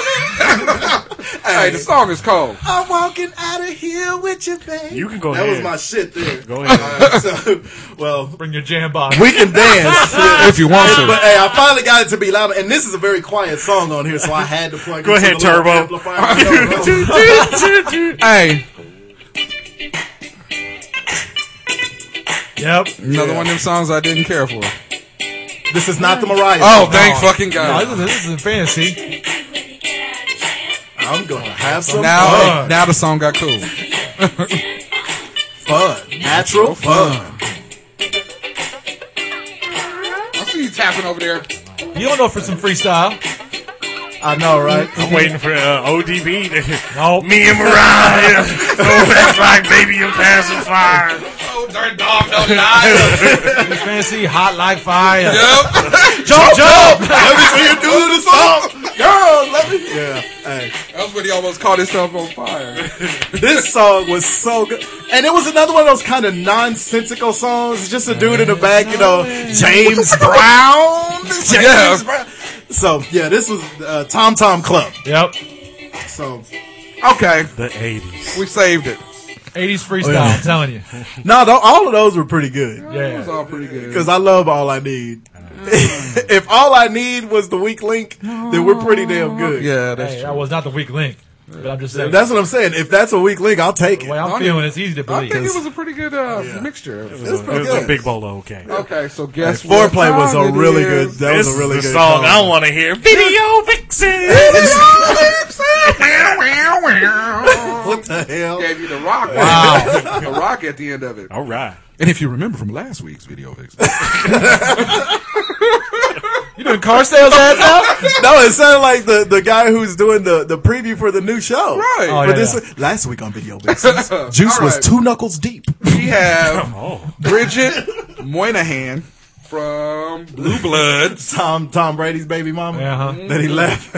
Speaker 7: hey, the song is called.
Speaker 9: I'm walking out of here with you, baby.
Speaker 1: You can go
Speaker 9: that
Speaker 1: ahead.
Speaker 9: was my shit there.
Speaker 1: Go ahead.
Speaker 9: Alright, so, well,
Speaker 10: Bring your jam box.
Speaker 9: we can dance.
Speaker 7: If you want to.
Speaker 9: But hey, I finally got it to be loud, and this is a very quiet song on here, so I had to plug.
Speaker 1: Go
Speaker 9: into
Speaker 1: ahead,
Speaker 9: the little
Speaker 1: Turbo.
Speaker 9: amplifier.
Speaker 7: Hey,
Speaker 10: Yep.
Speaker 7: another one of them songs I didn't care for.
Speaker 9: this is not the Mariah.
Speaker 7: Oh,
Speaker 9: song.
Speaker 7: thank fucking
Speaker 10: No,
Speaker 7: God.
Speaker 10: this, is, this is fantasy.
Speaker 9: I'm gonna have some
Speaker 7: Now,
Speaker 9: fun.
Speaker 7: now the song got cool.
Speaker 9: fun, natural fun.
Speaker 7: I see you tapping over there.
Speaker 10: You don't know for some freestyle.
Speaker 9: I know, right?
Speaker 1: I'm waiting for uh, ODB. to-
Speaker 10: No.
Speaker 1: Me and Mariah. Go back like baby and pacifier.
Speaker 7: Oh, darn dog, no lie.
Speaker 10: It's fantasy, hot like fire.
Speaker 1: Jump, jump.
Speaker 9: let me see you do the song, girl. Let me. Yeah. Hey.
Speaker 7: That's when he almost caught himself on fire.
Speaker 9: this song was so good. And it was another one of those kind of nonsensical songs. Just a dude in the back, you know, James Brown. James
Speaker 7: Yeah.
Speaker 9: Brown. So, yeah, this was uh, Tom Tom Club.
Speaker 10: Yep.
Speaker 9: So,
Speaker 7: Okay,
Speaker 1: The 80s.
Speaker 7: we saved it.
Speaker 10: 80s freestyle,
Speaker 9: Oh, yeah.
Speaker 10: I'm telling you.
Speaker 9: no, though, all of those were pretty good.
Speaker 7: It was
Speaker 10: Yeah.
Speaker 7: all pretty good.
Speaker 9: Because I love All I Need. if All I Need was the weak link, then we're pretty damn good.
Speaker 7: yeah, that's
Speaker 10: Hey,
Speaker 7: true.
Speaker 10: that was not the weak link. But I'm just saying,
Speaker 9: That's what I'm saying. If that's a weak link, I'll take
Speaker 10: the
Speaker 9: it.
Speaker 10: way I'm
Speaker 7: I
Speaker 10: feeling, it's easy to
Speaker 7: I
Speaker 10: believe.
Speaker 7: think it was a pretty good uh, mixture.
Speaker 9: It was
Speaker 1: It
Speaker 9: pretty
Speaker 1: was a
Speaker 9: good.
Speaker 1: big bolo. Okay.
Speaker 7: Okay, so guess what?
Speaker 9: Foreplay was
Speaker 7: time
Speaker 9: a
Speaker 7: it
Speaker 9: really good.
Speaker 7: is?
Speaker 9: That
Speaker 1: this
Speaker 9: was a really
Speaker 1: is
Speaker 9: good
Speaker 1: the song,
Speaker 9: song.
Speaker 1: I want to hear. Video Vixen.
Speaker 9: What the hell?
Speaker 7: Gave you the rock. Wow, the rock at the end of it.
Speaker 1: All right.
Speaker 7: And if you remember from last week's video, Vix,
Speaker 10: You doing car sales ads now?
Speaker 9: No, it sounded like the, the guy who's doing the, the preview for the new show.
Speaker 7: Right.
Speaker 10: Oh,
Speaker 9: but
Speaker 10: yeah,
Speaker 9: this last week on Video Business, Uh, Juice
Speaker 7: All
Speaker 9: was
Speaker 7: right.
Speaker 9: two knuckles deep.
Speaker 7: we have Bridget Moynihan from Blue Bloods.
Speaker 9: Tom Tom Brady's baby mama.
Speaker 10: Yeah, huh?
Speaker 9: Then he left.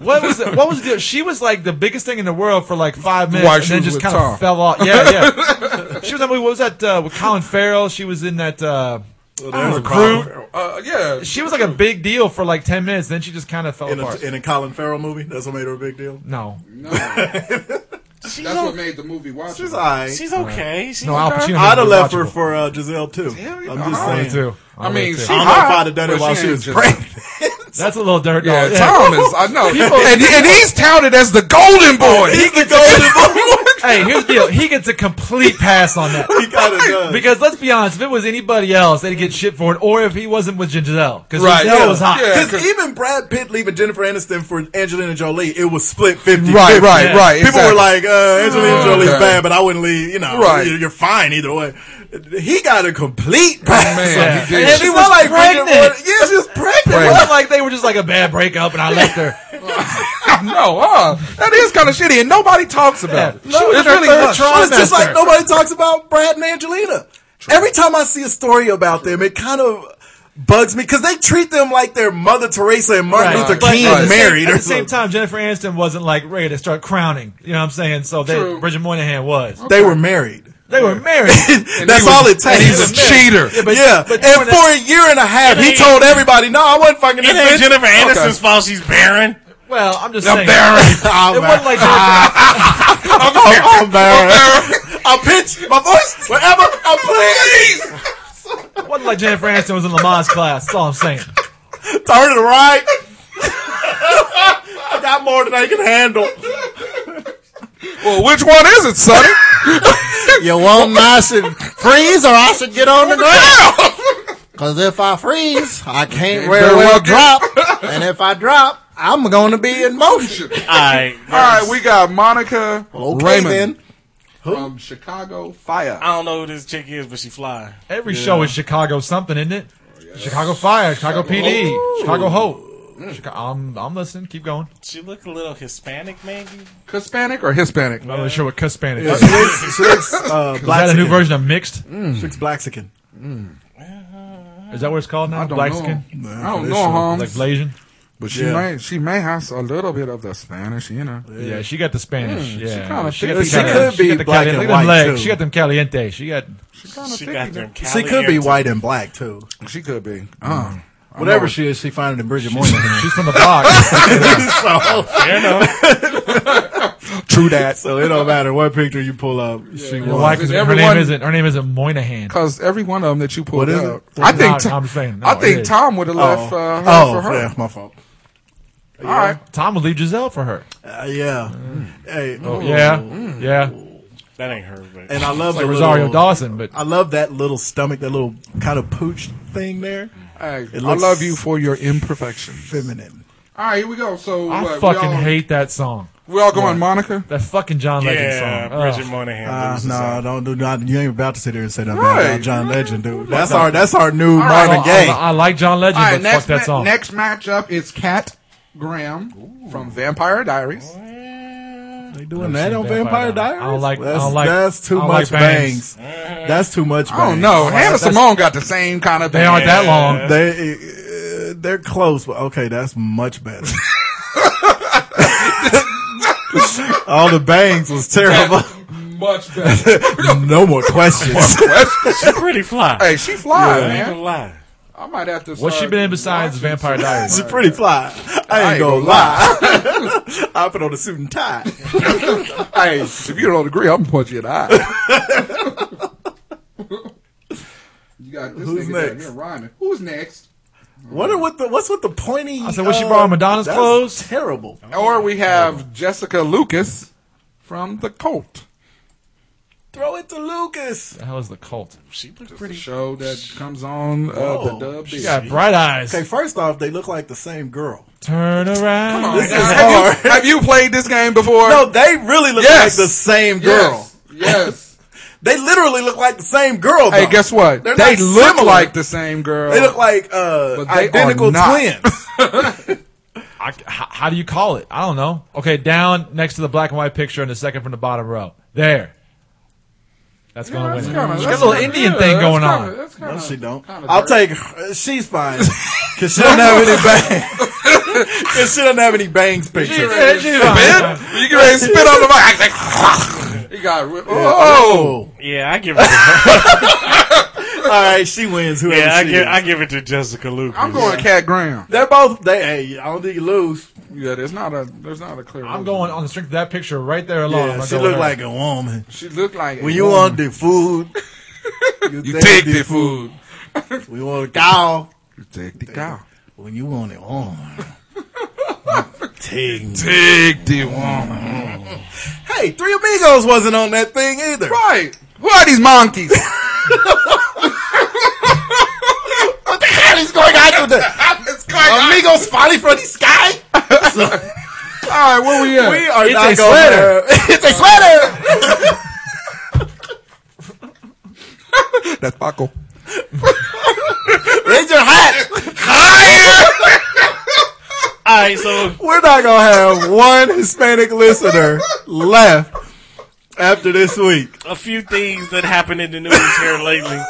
Speaker 10: What was the, what was the deal? She was like the biggest thing in the world for like five minutes,
Speaker 7: Why
Speaker 10: and
Speaker 7: she
Speaker 10: then
Speaker 7: was
Speaker 10: just
Speaker 7: with
Speaker 10: kind
Speaker 7: Tom.
Speaker 10: of fell off. Yeah, yeah. she was that movie. What was that uh, with Colin Farrell? She was in that. Uh,
Speaker 7: Recruit. Uh, yeah.
Speaker 10: she was like a big deal for like ten minutes, then she just kind of fell
Speaker 9: in, a,
Speaker 10: apart.
Speaker 9: in a Colin Farrell movie. That's what made her a big deal.
Speaker 10: no,
Speaker 7: No. That's what made the movie watchable.
Speaker 9: She's all right.
Speaker 1: She's okay. She's
Speaker 10: no, Al Pacino.
Speaker 9: I'd have
Speaker 10: was
Speaker 9: left her
Speaker 10: watchable.
Speaker 9: for uh, Giselle too.
Speaker 7: Hell yeah.
Speaker 9: I'm just
Speaker 10: I
Speaker 9: saying.
Speaker 10: would too.
Speaker 7: I
Speaker 10: would
Speaker 7: mean,
Speaker 10: too.
Speaker 7: she
Speaker 9: I don't know if
Speaker 7: hot,
Speaker 9: I'd have done it
Speaker 7: but
Speaker 9: while
Speaker 7: she
Speaker 9: she
Speaker 7: ain't
Speaker 9: was
Speaker 7: just-
Speaker 9: pregnant.
Speaker 10: that's a little dirt.
Speaker 7: Yeah,
Speaker 10: dog.
Speaker 7: Tom is. I know. and, and he's touted as the golden boy. He's the golden boy.
Speaker 10: Hey, here's the deal. He gets a complete pass on that.
Speaker 9: He kinda does.
Speaker 10: Because let's be honest, if it was anybody else, they'd get shit for it. Or if he wasn't with Giselle, because
Speaker 7: Right,
Speaker 10: Giselle
Speaker 7: yeah.
Speaker 10: was hot.
Speaker 7: Yeah.
Speaker 9: Because even Brad Pitt leaving Jennifer Aniston for Angelina Jolie, it was split 50
Speaker 7: Right, right,
Speaker 10: Yeah.
Speaker 7: right.
Speaker 9: People
Speaker 7: exactly. Mm.
Speaker 9: were like, uh, Angelina Jolie's
Speaker 7: Okay.
Speaker 9: bad, but I wouldn't leave. You know,
Speaker 7: Right.
Speaker 9: you're, you're fine either way. He got a complete pass.
Speaker 7: Man,
Speaker 10: Yeah.
Speaker 7: Oh, he did.
Speaker 10: And
Speaker 9: It's
Speaker 10: she
Speaker 9: not
Speaker 10: was
Speaker 9: like
Speaker 10: pregnant.
Speaker 9: Bridget Moynihan- Yeah, she was pregnant.
Speaker 10: It wasn't like they were just like a bad breakup and I left her.
Speaker 7: no, huh? That is kind of shitty, and nobody talks about it.
Speaker 10: Yeah. She was
Speaker 7: it's
Speaker 10: in her
Speaker 7: really
Speaker 10: third
Speaker 7: not.
Speaker 10: trimester.
Speaker 9: It's just like nobody talks about Brad and Angelina. Every time I see a story about them, it kind of bugs me because they treat them like they're Mother Teresa and Martin
Speaker 10: Right.
Speaker 9: Luther
Speaker 10: But
Speaker 9: King
Speaker 10: at the same-
Speaker 9: married.
Speaker 10: At
Speaker 9: or
Speaker 10: the same
Speaker 9: something.
Speaker 10: time, Jennifer Aniston wasn't like ready to start crowning. You know what I'm saying? So they,
Speaker 7: True.
Speaker 10: Bridget Moynihan was.
Speaker 9: they were married.
Speaker 10: They were married.
Speaker 7: And
Speaker 9: That's
Speaker 7: he was-
Speaker 9: all it takes.
Speaker 7: and He's a cheater.
Speaker 9: yeah, and for a year and a half, he told everybody, "No, I wasn't fucking
Speaker 1: It
Speaker 9: this
Speaker 1: ain't
Speaker 9: bitch."
Speaker 1: Jennifer Anderson's fault. She's barren.
Speaker 10: well, I'm just
Speaker 7: I'm
Speaker 10: saying.
Speaker 7: barren.
Speaker 9: I'm
Speaker 10: It wasn't like Jennifer,
Speaker 7: I'm
Speaker 9: I'm
Speaker 7: barren.
Speaker 9: barren. I pitch my voice wherever I please.
Speaker 10: it wasn't like Jennifer Aniston was in Lamont's class. That's all I'm saying.
Speaker 9: Turn to the right. I got more than I can handle.
Speaker 7: Well, which one is it, Sonny?
Speaker 9: You want I should freeze or I should get on the ground? Because if I freeze, I can't
Speaker 7: very
Speaker 9: very well
Speaker 7: well
Speaker 9: drop. And if I drop, I'm going to be in motion.
Speaker 1: All right.
Speaker 7: All right, we got Monica
Speaker 9: Okay,
Speaker 7: Raymond
Speaker 9: then.
Speaker 7: from Chicago Fire.
Speaker 1: I don't know who this chick is, but she fly.
Speaker 10: Every show is Chicago something, isn't it? Chicago Fire, Chicago PD, Chicago Hope. Chica- I'm, I'm listening. Keep going.
Speaker 1: She look a little Hispanic, maybe.
Speaker 7: Hispanic or Hispanic?
Speaker 10: I'm not really sure what Cuspanic is.
Speaker 9: She looks, she looks uh,
Speaker 10: Is that a new
Speaker 9: Blaxican.
Speaker 10: version of mixed?
Speaker 9: She looks Blaxican.
Speaker 10: Is that what it's called now?
Speaker 7: I don't
Speaker 10: Black
Speaker 7: know.
Speaker 10: skin?
Speaker 7: I don't know, Holmes.
Speaker 10: Like Blasian?
Speaker 7: But she
Speaker 10: Yeah.
Speaker 7: may she may have a little bit of the Spanish in her.
Speaker 10: Yeah, she got the Spanish.
Speaker 7: Mm,
Speaker 10: yeah,
Speaker 7: she kinda
Speaker 10: she, got
Speaker 7: thick.
Speaker 10: the
Speaker 7: She
Speaker 10: Cali-
Speaker 7: could
Speaker 10: she
Speaker 7: be
Speaker 10: got the
Speaker 7: black
Speaker 10: Cali-
Speaker 7: and
Speaker 10: look at them
Speaker 7: white,
Speaker 10: legs.
Speaker 7: too.
Speaker 10: She got them caliente. She got.
Speaker 1: She got them
Speaker 9: She could be
Speaker 1: caliente.
Speaker 9: white and black too.
Speaker 7: She could be. Uh, I
Speaker 9: Whatever
Speaker 7: know.
Speaker 9: she is, she found it in Bridget Moynihan.
Speaker 10: She's from the block.
Speaker 9: so
Speaker 1: Fair enough.
Speaker 7: True that.
Speaker 9: so it don't matter what picture you pull up. She
Speaker 10: Your
Speaker 9: won.
Speaker 10: wife is- her
Speaker 7: Everyone-
Speaker 10: name isn't. Her name isn't Moynihan.
Speaker 7: Because every one of them that you
Speaker 9: What
Speaker 7: pulled
Speaker 9: is
Speaker 7: out,
Speaker 9: it?
Speaker 7: I think
Speaker 10: No,
Speaker 7: Tom-
Speaker 10: I'm saying, no,
Speaker 7: I
Speaker 10: it
Speaker 7: think
Speaker 10: is.
Speaker 7: Tom would have
Speaker 9: Oh,
Speaker 7: left uh, her
Speaker 9: oh,
Speaker 7: for her.
Speaker 9: yeah, my fault.
Speaker 7: All right,
Speaker 10: Tom would leave Giselle for her.
Speaker 9: Uh, yeah.
Speaker 7: Mm.
Speaker 9: Hey.
Speaker 7: Oh,
Speaker 9: mm.
Speaker 10: Yeah, yeah.
Speaker 1: That ain't her, but
Speaker 9: And I love
Speaker 10: Like
Speaker 9: the
Speaker 10: Rosario
Speaker 9: little-
Speaker 10: Dawson, but
Speaker 9: I love that little stomach, that little kind of pooch thing there.
Speaker 7: Hey, I
Speaker 9: looks-
Speaker 7: love you for your imperfections.
Speaker 9: Feminine.
Speaker 7: All right, here we go. So
Speaker 10: I
Speaker 7: what,
Speaker 10: fucking
Speaker 7: we all,
Speaker 10: hate that song.
Speaker 7: We all going, Monica.
Speaker 10: That fucking John Legend
Speaker 1: yeah,
Speaker 10: song.
Speaker 1: Bridget
Speaker 10: Ugh.
Speaker 1: Moynihan.
Speaker 9: Uh,
Speaker 1: loses
Speaker 9: no,
Speaker 1: out.
Speaker 9: don't do not. You ain't about to sit here and say that
Speaker 7: Right.
Speaker 9: about John Legend, dude. That's our that's our new
Speaker 7: right,
Speaker 9: modern
Speaker 10: I-
Speaker 9: game.
Speaker 10: I, I like John Legend,
Speaker 7: All right,
Speaker 10: but fuck
Speaker 7: next
Speaker 10: that
Speaker 7: ma-
Speaker 10: song.
Speaker 7: next matchup is Cat Graham from Vampire Diaries.
Speaker 9: They doing that on Vampire
Speaker 10: Vampire Diaries?
Speaker 9: Diaries?
Speaker 10: I don't like- I
Speaker 9: that's,
Speaker 10: don't like- I
Speaker 9: that's too
Speaker 10: don't
Speaker 9: much
Speaker 10: like bangs.
Speaker 9: bangs. That's too much. Bangs.
Speaker 7: I don't know. Hannah
Speaker 10: that's-
Speaker 7: Simone got the same kind of.
Speaker 10: they aren't that long.
Speaker 9: They uh, they're close, but okay, that's much better. All the bangs was terrible.
Speaker 7: much better.
Speaker 9: no more questions.
Speaker 1: She's pretty fly.
Speaker 7: hey, she fly,
Speaker 1: I ain't
Speaker 7: man.
Speaker 1: gonna lie.
Speaker 7: I might have to.
Speaker 10: What's she
Speaker 7: start
Speaker 10: been in besides
Speaker 7: watching
Speaker 10: Vampire
Speaker 7: some-
Speaker 10: Diaries?
Speaker 9: She's pretty fly. I ain't gonna lie. I put on a suit and tie.
Speaker 7: Hey, if you don't agree, I'm gonna punch you in the eye. you got this
Speaker 9: Who's
Speaker 7: nigga down
Speaker 9: next?
Speaker 7: here rhyming. Who's next?
Speaker 9: Wonder what the what's with the pointy? I
Speaker 10: said, what, she borrowed Madonna's clothes?
Speaker 9: Terrible.
Speaker 7: Or we have Jessica Lucas from The Cult.
Speaker 9: Throw it to Lucas.
Speaker 10: The hell is the cult?
Speaker 1: She looks
Speaker 7: The
Speaker 1: pretty.
Speaker 7: show that comes on uh, the
Speaker 9: Whoa.
Speaker 7: dub.
Speaker 10: She
Speaker 7: is-
Speaker 10: got bright eyes.
Speaker 9: Okay, first off, they look like the same girl.
Speaker 10: Turn around.
Speaker 7: Now, have, you, have you played this game before?
Speaker 9: No, they really look like
Speaker 7: Yes.
Speaker 9: the same girl.
Speaker 7: Yes. Yes.
Speaker 9: They literally look like the same girl.
Speaker 7: hey,
Speaker 9: though.
Speaker 7: guess what?
Speaker 9: They're
Speaker 7: They
Speaker 9: not
Speaker 7: look
Speaker 9: similar.
Speaker 7: like the same girl.
Speaker 9: They look like uh,
Speaker 7: But they are
Speaker 9: identical
Speaker 7: not.
Speaker 9: twins.
Speaker 10: I, h- how do you call it? I don't know. Okay, down next to the black and white picture and the second from the bottom row. There. That's going to
Speaker 7: That's
Speaker 10: win.
Speaker 7: kinda-
Speaker 10: She's got
Speaker 7: that's
Speaker 10: a little
Speaker 7: kinda-
Speaker 10: Indian
Speaker 7: yeah,
Speaker 10: thing
Speaker 7: that's
Speaker 10: going
Speaker 7: kinda-
Speaker 10: on.
Speaker 7: that's kinda-
Speaker 9: no, she don't.
Speaker 7: kinda
Speaker 9: I'll
Speaker 7: dirty.
Speaker 9: take. Her. Uh, She's fine because she don't have any bangs. Because she don't have any bangs pictures.
Speaker 10: Yeah, she's fine.
Speaker 7: You get ready to spit on the mic. He got. ri- Oh.
Speaker 9: Oh,
Speaker 1: Yeah, I give it. To,
Speaker 9: all right. She wins. Whoever
Speaker 1: yeah, I
Speaker 9: she
Speaker 1: give.
Speaker 9: is.
Speaker 1: I give it to Jessica Lucas.
Speaker 7: I'm going Cat Graham.
Speaker 9: They're both. They. Hey, I don't think you lose.
Speaker 7: Yeah, there's not a there's not a clear.
Speaker 10: I'm
Speaker 7: reason.
Speaker 10: going on the strength of that picture right there alone. I'm
Speaker 9: Yeah,
Speaker 10: gonna
Speaker 9: she
Speaker 10: go with
Speaker 9: look
Speaker 10: her.
Speaker 9: like a woman.
Speaker 7: She looked like
Speaker 9: When you want the food,
Speaker 7: you take the food.
Speaker 9: We want a cow.
Speaker 7: You take the cow.
Speaker 9: When you want it on. Ting.
Speaker 7: Take the woman.
Speaker 9: Hey, Three Amigos wasn't on that thing either.
Speaker 7: Right. Who are these monkeys?
Speaker 9: What the hell is going on with that?
Speaker 7: it's going on.
Speaker 9: Amigos falling from the sky?
Speaker 7: All right, where we at?
Speaker 9: We are
Speaker 10: It's
Speaker 9: not
Speaker 10: a
Speaker 9: going
Speaker 10: sweater.
Speaker 9: there. it's a sweater.
Speaker 7: That's Paco.
Speaker 9: Raise your hat.
Speaker 1: All right, so
Speaker 9: We're not going to have one Hispanic listener left after this week.
Speaker 1: a few things that happened in the news here lately.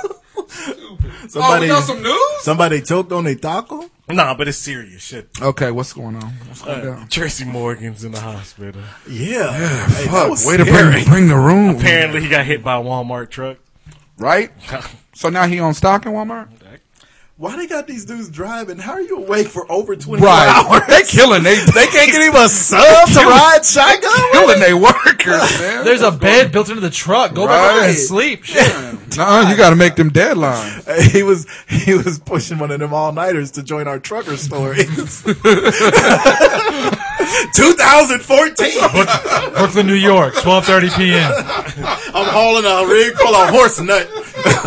Speaker 7: Oh, we
Speaker 9: Somebody,
Speaker 7: got some news.
Speaker 9: somebody choked on a taco?
Speaker 1: Nah, but it's serious shit.
Speaker 7: Okay, what's going on? What's going down?
Speaker 1: Tracy Morgan's in the hospital.
Speaker 9: Yeah. Hey, that was
Speaker 7: way to
Speaker 9: scary.
Speaker 7: bring bring the room,
Speaker 1: Apparently, he got hit by a Walmart truck.
Speaker 7: right? So now he on stock in Walmart,
Speaker 9: Why they got these dudes driving? How are you awake for over 24 hours?
Speaker 7: They killing they
Speaker 9: They can't get him a sub to ride shotgun?
Speaker 7: killing they workers, man.
Speaker 10: There's a bed built into the truck. Go back over there and
Speaker 7: Right.
Speaker 10: sleep. Shit.
Speaker 7: nah, you got to make them deadlines.
Speaker 9: He was he was pushing one of them all nighters to join our trucker stories. 2014.
Speaker 10: Brooklyn, New York, 12:30 p.m.
Speaker 9: I'm hauling a rig full of horse nut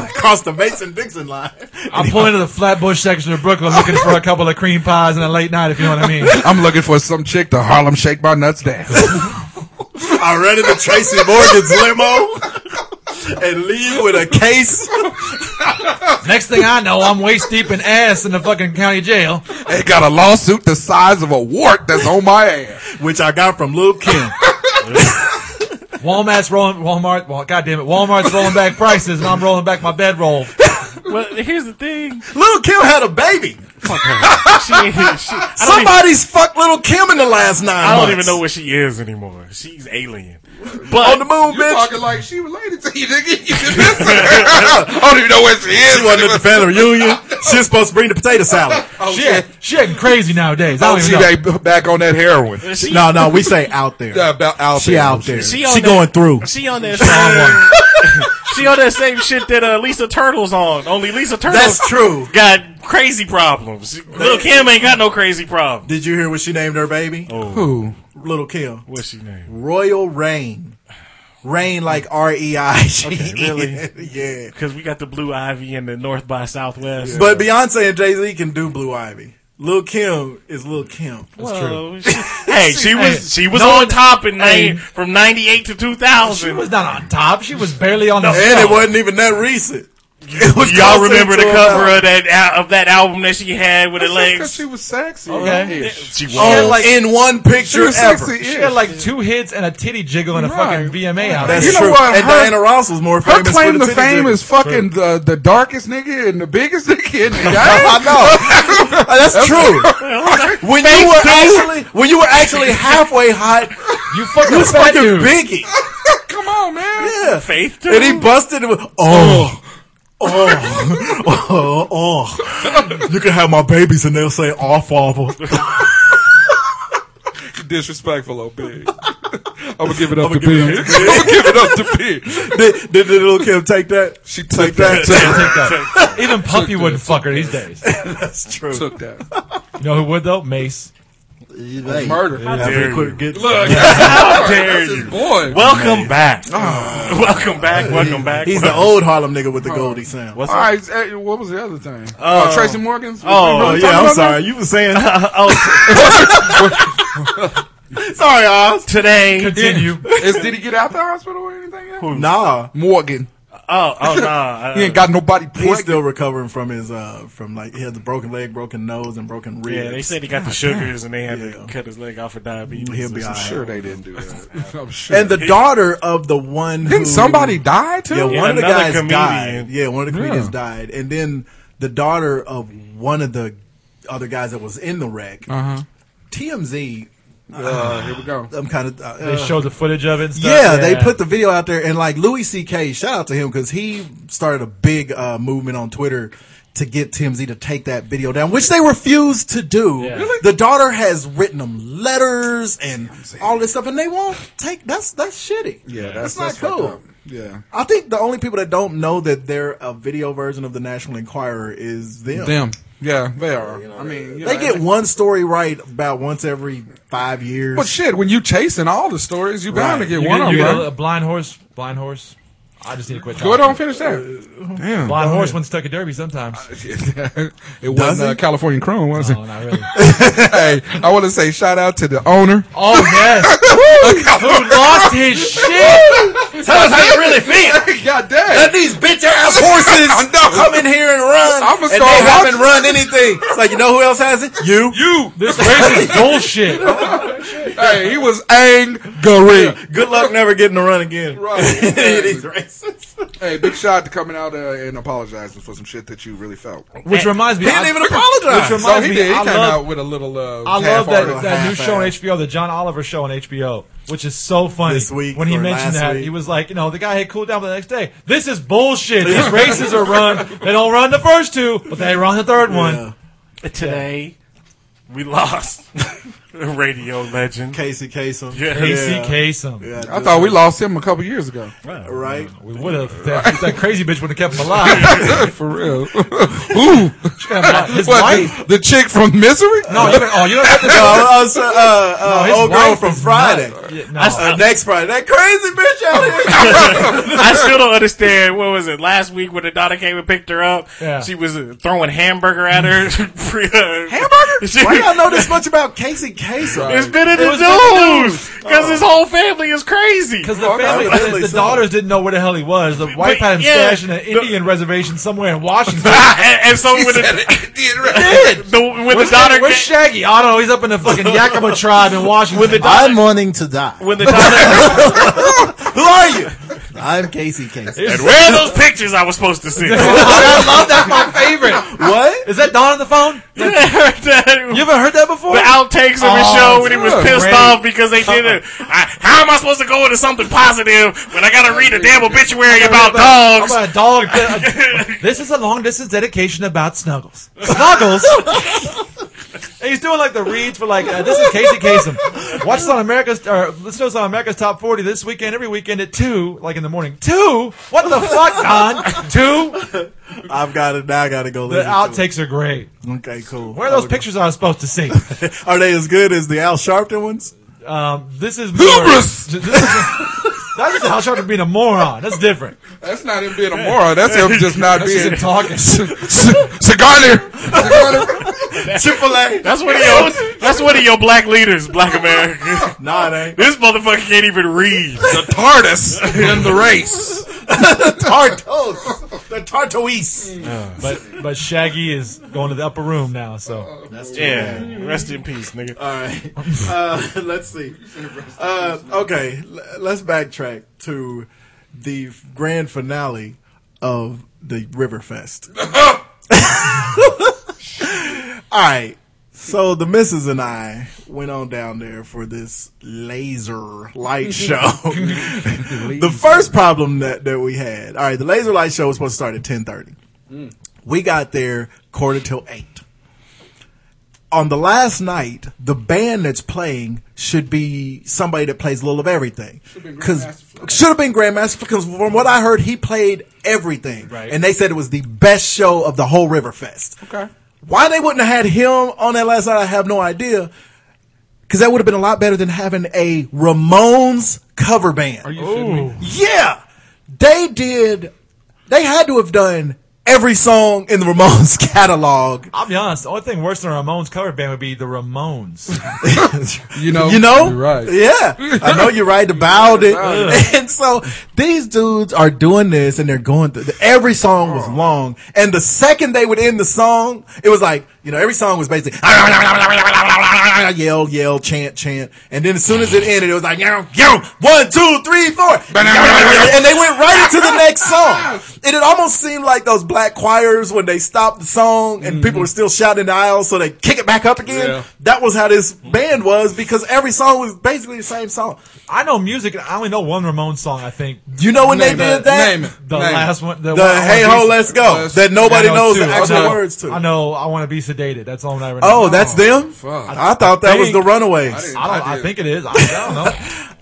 Speaker 9: across the Mason Dixon line.
Speaker 10: I'm pulling into the Flatbush section of Brooklyn looking for a couple of cream pies and a late night, if you know what I mean.
Speaker 7: I'm looking for some chick to Harlem shake my nuts down.
Speaker 9: I run into Tracy Morgan's limo and leave with a case.
Speaker 10: Next thing I know, I'm waist deep in ass in the fucking county jail.
Speaker 7: They got a lawsuit the size of a wart that's on my ass.
Speaker 9: which I got from Lil Kim.
Speaker 10: Walmart's rolling, Walmart, well, God damn it, Walmart's rolling back prices, and I'm rolling back my bedroll.
Speaker 1: Well, here's the thing.
Speaker 9: Little Kim had a baby.
Speaker 1: She, she,
Speaker 9: Somebody's fucked Little Kim in the last nine.
Speaker 1: I don't
Speaker 9: months.
Speaker 1: even know where she is anymore. She's alien.
Speaker 9: on the moon,
Speaker 7: You
Speaker 9: bitch.
Speaker 7: talking like she related to you, nigga? You should listen. I don't even know where she is.
Speaker 9: She wasn't at the family reunion. She was supposed to bring the potato salad.
Speaker 7: Oh,
Speaker 10: She,
Speaker 7: shit.
Speaker 10: she acting crazy nowadays. I
Speaker 7: Oh,
Speaker 10: don't
Speaker 7: she
Speaker 10: even know.
Speaker 7: back, back on that heroin.
Speaker 1: She,
Speaker 9: No, no, we say out there.
Speaker 7: Yeah, about out
Speaker 9: She
Speaker 7: there.
Speaker 9: out there. She,
Speaker 1: on that-
Speaker 9: going through.
Speaker 1: She on that same. she on that same shit that uh, Lisa Turtle's on. Only Lisa Turtle
Speaker 9: That's true.
Speaker 1: got crazy problems. Little Kim ain't got no crazy problem.
Speaker 9: Did you hear what she named her baby?
Speaker 7: Oh. Who?
Speaker 9: Little Kim.
Speaker 1: What's she name?
Speaker 9: Royal Rain. Rain like R E I G.
Speaker 1: Okay, really?
Speaker 9: yeah.
Speaker 1: Because we got the Blue Ivy and the North by Southwest.
Speaker 9: But Beyonce and Jay Z can do Blue Ivy. Lil Kim is Lil Kim.
Speaker 1: Whoa, she- hey, she
Speaker 10: Hey,
Speaker 1: was she was
Speaker 10: no
Speaker 1: on
Speaker 10: one-
Speaker 1: top in
Speaker 10: hey.
Speaker 1: nine, from ninety eight to two
Speaker 10: She
Speaker 1: thousand.
Speaker 10: was not on top. She was barely on the
Speaker 9: And it
Speaker 10: show.
Speaker 9: wasn't even that recent. It was
Speaker 1: Y'all
Speaker 9: closer
Speaker 1: remember
Speaker 9: to
Speaker 1: the cover
Speaker 9: about-
Speaker 1: of that al- of that album that she had with the
Speaker 7: Because
Speaker 1: legs?
Speaker 7: she was sexy.
Speaker 10: Okay.
Speaker 7: Yeah.
Speaker 1: She
Speaker 9: Oh,
Speaker 1: was.
Speaker 10: like-
Speaker 9: in one
Speaker 7: She
Speaker 9: picture
Speaker 7: was
Speaker 9: ever.
Speaker 7: sexy.
Speaker 10: She had
Speaker 7: yeah.
Speaker 10: like two hits and a titty jiggle and a
Speaker 7: Right.
Speaker 10: fucking VMA out
Speaker 9: That's
Speaker 10: there.
Speaker 7: You know
Speaker 9: true.
Speaker 7: what?
Speaker 9: And
Speaker 7: Her-
Speaker 9: Diana Ross was more
Speaker 7: Her
Speaker 9: famous. for
Speaker 7: claim
Speaker 9: the
Speaker 7: to
Speaker 9: titty
Speaker 7: fame
Speaker 9: jiggling.
Speaker 7: is fucking the, the darkest nigga and the biggest nigga in the game.
Speaker 9: I know. That's true. When you were actually when you were actually halfway hot,
Speaker 10: You fucking
Speaker 9: you was
Speaker 10: fat
Speaker 9: fucking
Speaker 10: dude.
Speaker 9: Biggie.
Speaker 7: Come on, man.
Speaker 9: Yeah.
Speaker 1: Faith too.
Speaker 9: And he busted it with, oh, oh, oh, oh. You can have my babies and they'll say, oh, father.
Speaker 7: Disrespectful, old big. I'm gonna give it up
Speaker 9: I'ma
Speaker 7: to
Speaker 9: give it
Speaker 7: big.
Speaker 9: up
Speaker 7: I'm gonna give it up to big.
Speaker 9: Did, did the little Kim take that?
Speaker 7: She took that.
Speaker 10: Yeah, take that. Even Puffy wouldn't fuck her these days.
Speaker 9: That's true.
Speaker 7: Took that.
Speaker 10: You know who would though? Mace.
Speaker 7: Murder.
Speaker 1: dare you.
Speaker 9: Good.
Speaker 7: Look,
Speaker 1: How dare
Speaker 7: this
Speaker 1: you?
Speaker 7: boy.
Speaker 1: Welcome back. welcome back. Welcome back.
Speaker 9: Oh, He's the old Harlem nigga with the Goldie sound.
Speaker 1: What's
Speaker 7: All
Speaker 1: up?
Speaker 7: right, eh, what was the other thing? Oh, Tracy Morgan's.
Speaker 1: Oh,
Speaker 9: Oh,
Speaker 7: Remember
Speaker 9: yeah, I'm
Speaker 7: talking about
Speaker 9: sorry. You were saying.
Speaker 1: oh,
Speaker 9: sorry, Oz.
Speaker 1: today.
Speaker 10: Continue.
Speaker 7: that? Is, did he get out the hospital or anything? Yet?
Speaker 9: Nah.
Speaker 7: Morgan,
Speaker 1: Oh, oh nah.
Speaker 7: he ain't got nobody
Speaker 9: He's
Speaker 7: pregnant.
Speaker 9: still recovering from his, uh, from like, he has a broken leg, broken nose, and broken ribs.
Speaker 1: Yeah, they said he got the sugars and they had
Speaker 9: Yeah.
Speaker 1: to cut his leg off for diabetes.
Speaker 9: He'll be
Speaker 1: or
Speaker 9: all
Speaker 1: some
Speaker 9: right.
Speaker 1: shit.
Speaker 7: sure they didn't do that. I'm sure.
Speaker 9: And the daughter of the one who.
Speaker 7: didn't somebody die too?
Speaker 9: Yeah, one
Speaker 1: Yeah,
Speaker 9: of the
Speaker 1: another
Speaker 9: guys
Speaker 1: comedian.
Speaker 9: died. Yeah, one of the comedians
Speaker 7: Yeah.
Speaker 9: died, and then the daughter of one of the other guys that was in the wreck.
Speaker 7: Uh-huh.
Speaker 9: TMZ.
Speaker 7: Uh, here we go.
Speaker 9: I'm kind of. Uh,
Speaker 10: They showed the footage of it. And stuff.
Speaker 9: yeah, they put the video out there, and like Louis C.K. Shout out to him because he started a big uh, movement on Twitter to get TMZ to take that video down, which they refused to do.
Speaker 10: Yeah. Really?
Speaker 9: The daughter has written them letters and all this stuff, and they won't take. That's that's shitty.
Speaker 7: Yeah, that's,
Speaker 9: not
Speaker 7: that's fucked
Speaker 9: cool.
Speaker 7: up. Yeah,
Speaker 9: I think the only people that don't know that they're a video version of the National Enquirer is them.
Speaker 7: them. Yeah, they are. I mean, you
Speaker 9: They
Speaker 7: know,
Speaker 9: get one story right about once every five years.
Speaker 7: But shit, when you chasing all the stories, you bound to
Speaker 9: Right.
Speaker 7: get
Speaker 10: You
Speaker 7: one
Speaker 10: get,
Speaker 7: of
Speaker 10: you get
Speaker 7: them.
Speaker 10: a, a blind horse. Blind horse. I just need to quit.
Speaker 7: Go ahead
Speaker 10: talking.
Speaker 7: on, finish that. Damn,
Speaker 10: Blind horse wins Kentucky Derby sometimes.
Speaker 7: it wasn't uh,
Speaker 9: it?
Speaker 7: California Chrome, was it?
Speaker 10: No, not really.
Speaker 7: hey, I want to say shout out to the owner.
Speaker 10: Oh yes, who lost his shit?
Speaker 1: Tell us how you really feel.
Speaker 7: God damn.
Speaker 9: these bitch ass horses
Speaker 7: I know.
Speaker 9: come in here and run,
Speaker 7: I'ma
Speaker 9: and they
Speaker 7: start watching-
Speaker 9: haven't run anything. It's like you know who else has it? You.
Speaker 7: You.
Speaker 10: This race is bullshit.
Speaker 7: Hey, he was angry.
Speaker 9: Good luck never getting to run again.
Speaker 7: Right.
Speaker 9: These racists.
Speaker 7: hey, big shout out to coming out uh, and apologizing for some shit that you really felt.
Speaker 10: Which reminds me,
Speaker 9: He didn't
Speaker 10: I,
Speaker 9: even apologize.
Speaker 10: Which
Speaker 7: So
Speaker 10: reminds
Speaker 7: he
Speaker 10: me,
Speaker 7: did. He
Speaker 10: I
Speaker 7: came
Speaker 10: love-
Speaker 7: out with a little. Uh,
Speaker 10: I love
Speaker 7: half-hearted-
Speaker 10: that, that new
Speaker 9: half-assed.
Speaker 10: show on HBO, the John Oliver show on HBO, which is so funny.
Speaker 9: This week
Speaker 10: when he
Speaker 9: or
Speaker 10: mentioned
Speaker 9: last
Speaker 10: that,
Speaker 9: week.
Speaker 10: he was like, you know, the guy had cooled down, but the next day, this is bullshit. These races are run. They don't run the first two, but they run the third
Speaker 9: Yeah.
Speaker 10: one.
Speaker 1: Today, we lost radio legend.
Speaker 9: Casey Kasem.
Speaker 1: Yeah.
Speaker 10: Casey Kasem.
Speaker 7: I thought we lost him a couple years ago.
Speaker 9: Right.
Speaker 10: We would have. That, that crazy bitch would have kept him alive.
Speaker 7: For real. Ooh.
Speaker 10: His
Speaker 7: What,
Speaker 10: wife.
Speaker 7: The, the chick from Misery?
Speaker 10: No, you don't, oh, you don't have to
Speaker 9: No,
Speaker 10: go.
Speaker 9: I was, uh, uh,
Speaker 10: his
Speaker 9: old girl
Speaker 10: wife
Speaker 9: from
Speaker 10: is
Speaker 9: Friday.
Speaker 10: not- yeah, no.
Speaker 9: Uh, next Friday. That crazy bitch out here.
Speaker 1: I still don't understand. What was it last week when the daughter came and picked her up?
Speaker 10: Yeah.
Speaker 1: She was uh, throwing hamburger at her. hamburger?
Speaker 9: Hamburger? Why y'all know this much about Casey Kasem?
Speaker 1: It's been in
Speaker 10: It
Speaker 1: the
Speaker 10: was in the
Speaker 1: news because his whole family is crazy.
Speaker 10: Because the family,
Speaker 9: I really
Speaker 10: the, the
Speaker 9: saw
Speaker 10: daughters didn't know where the hell he was. The wife had him
Speaker 1: yeah,
Speaker 10: stashed in an
Speaker 1: the-
Speaker 10: Indian reservation somewhere in Washington.
Speaker 1: and, and so when
Speaker 7: Said
Speaker 1: the,
Speaker 7: it did right.
Speaker 1: the, when the
Speaker 10: Where's,
Speaker 1: daughter
Speaker 10: where's
Speaker 1: ca-
Speaker 10: Shaggy? I don't know. He's up in the fucking Yakima tribe in Washington.
Speaker 1: when the daughter
Speaker 9: wanting to die.
Speaker 1: when the daughter
Speaker 9: Who are you? I'm Casey Casey.
Speaker 1: And where are those pictures I was supposed to see?
Speaker 10: Oh, I love that's my favorite.
Speaker 9: What?
Speaker 10: Is that Dawn on the phone? You
Speaker 1: the
Speaker 10: ever heard that before?
Speaker 1: outtakes of his
Speaker 10: Oh,
Speaker 1: show when he was
Speaker 10: good.
Speaker 1: pissed
Speaker 10: Great.
Speaker 1: off because they did it. I, how am I supposed to go into something positive when I gotta read a damn obituary about
Speaker 10: I'm
Speaker 1: dogs?
Speaker 10: a dog. this is a long distance dedication about Snuggles. Snuggles. and he's doing like the reads for like uh, this is Casey Kasem. Watch us on America's or listen to us on America's Top 40 this weekend every weekend at two, like in the morning. Two. What the fuck, Don? Two.
Speaker 9: I've got it. Now I got to go
Speaker 10: The
Speaker 9: listen to it.
Speaker 10: outtakes are great.
Speaker 9: Okay, cool.
Speaker 10: Where are those pictures I was supposed to see?
Speaker 9: Are they as good as the Al Sharpton ones?
Speaker 10: Um, this is more,
Speaker 7: Hubris!
Speaker 10: This is, that's just how sharp being a moron. That's different.
Speaker 7: That's not him being a moron. That's him just not
Speaker 10: That's just
Speaker 7: being
Speaker 10: him talking.
Speaker 7: Cigarner.
Speaker 9: Chick-fil-A.
Speaker 1: That's one of your that's one of your black leaders, black America.
Speaker 9: Nah, it ain't.
Speaker 1: This motherfucker can't even read.
Speaker 7: the TARDIS in the race.
Speaker 9: Tartos. Oh, The Tartoise.
Speaker 10: But but Shaggy is going to the upper room now, so
Speaker 1: Yeah. Rest in peace, nigga.
Speaker 9: All right. Uh, let's see. Uh, okay, l- let's backtrack to the grand finale of the Riverfest. All right. So the missus and I went on down there for this laser light show. the first problem that, that we had. All right, the laser light show was supposed to start at 10:30. We got there quarter till 8 on the last night, the band that's playing should be somebody that plays a little of everything. Because should have been Grandmaster because from what I heard, he played everything,
Speaker 10: Right.
Speaker 9: and they said it was the best show of the whole Riverfest. Okay, why they wouldn't have had him on that last night, I have no idea. Because that would have been a lot better than having a Ramones cover band. Yeah, they did. They had to have done every song in the Ramones catalog.
Speaker 10: I'll be honest. The only thing worse than a Ramones cover band would be the Ramones.
Speaker 7: You know,
Speaker 9: You know?
Speaker 7: you're right.
Speaker 9: Yeah. I know you're right about it. And so these dudes are doing this and they're going through every song was long. And the second they would end the song, it was like, you know, every song was basically yell, yell, chant, chant. And then as soon as it ended, it was like, yo, yo, one, two, three, four. And they went right into the next song. And it almost seemed like those black choirs when they stopped the song and people were still shouting in the aisles, so they kick it back up again.
Speaker 7: Yeah.
Speaker 9: That was how this band was because every song was basically the same song.
Speaker 10: I know music. and I only know one Ramones song. I think
Speaker 9: You know when
Speaker 7: Name
Speaker 9: they
Speaker 7: it.
Speaker 9: did that?
Speaker 7: Name it.
Speaker 10: the
Speaker 7: Name it.
Speaker 10: last one. The,
Speaker 9: The
Speaker 10: one- I Wanna
Speaker 9: "Hey
Speaker 10: Be-
Speaker 9: ho, let's go"
Speaker 7: Let's-
Speaker 9: that nobody
Speaker 7: I know
Speaker 9: knows
Speaker 7: too.
Speaker 9: the
Speaker 7: I
Speaker 9: actual
Speaker 7: know.
Speaker 9: words to.
Speaker 10: I know. I want to be sedated. That's the only one I remember.
Speaker 9: Oh, that's them.
Speaker 7: fuck.
Speaker 9: I thought that was the
Speaker 10: think-
Speaker 7: I
Speaker 9: Runaways.
Speaker 7: didn't-
Speaker 10: I don't. I,
Speaker 7: did.
Speaker 10: think it is. I, I don't know.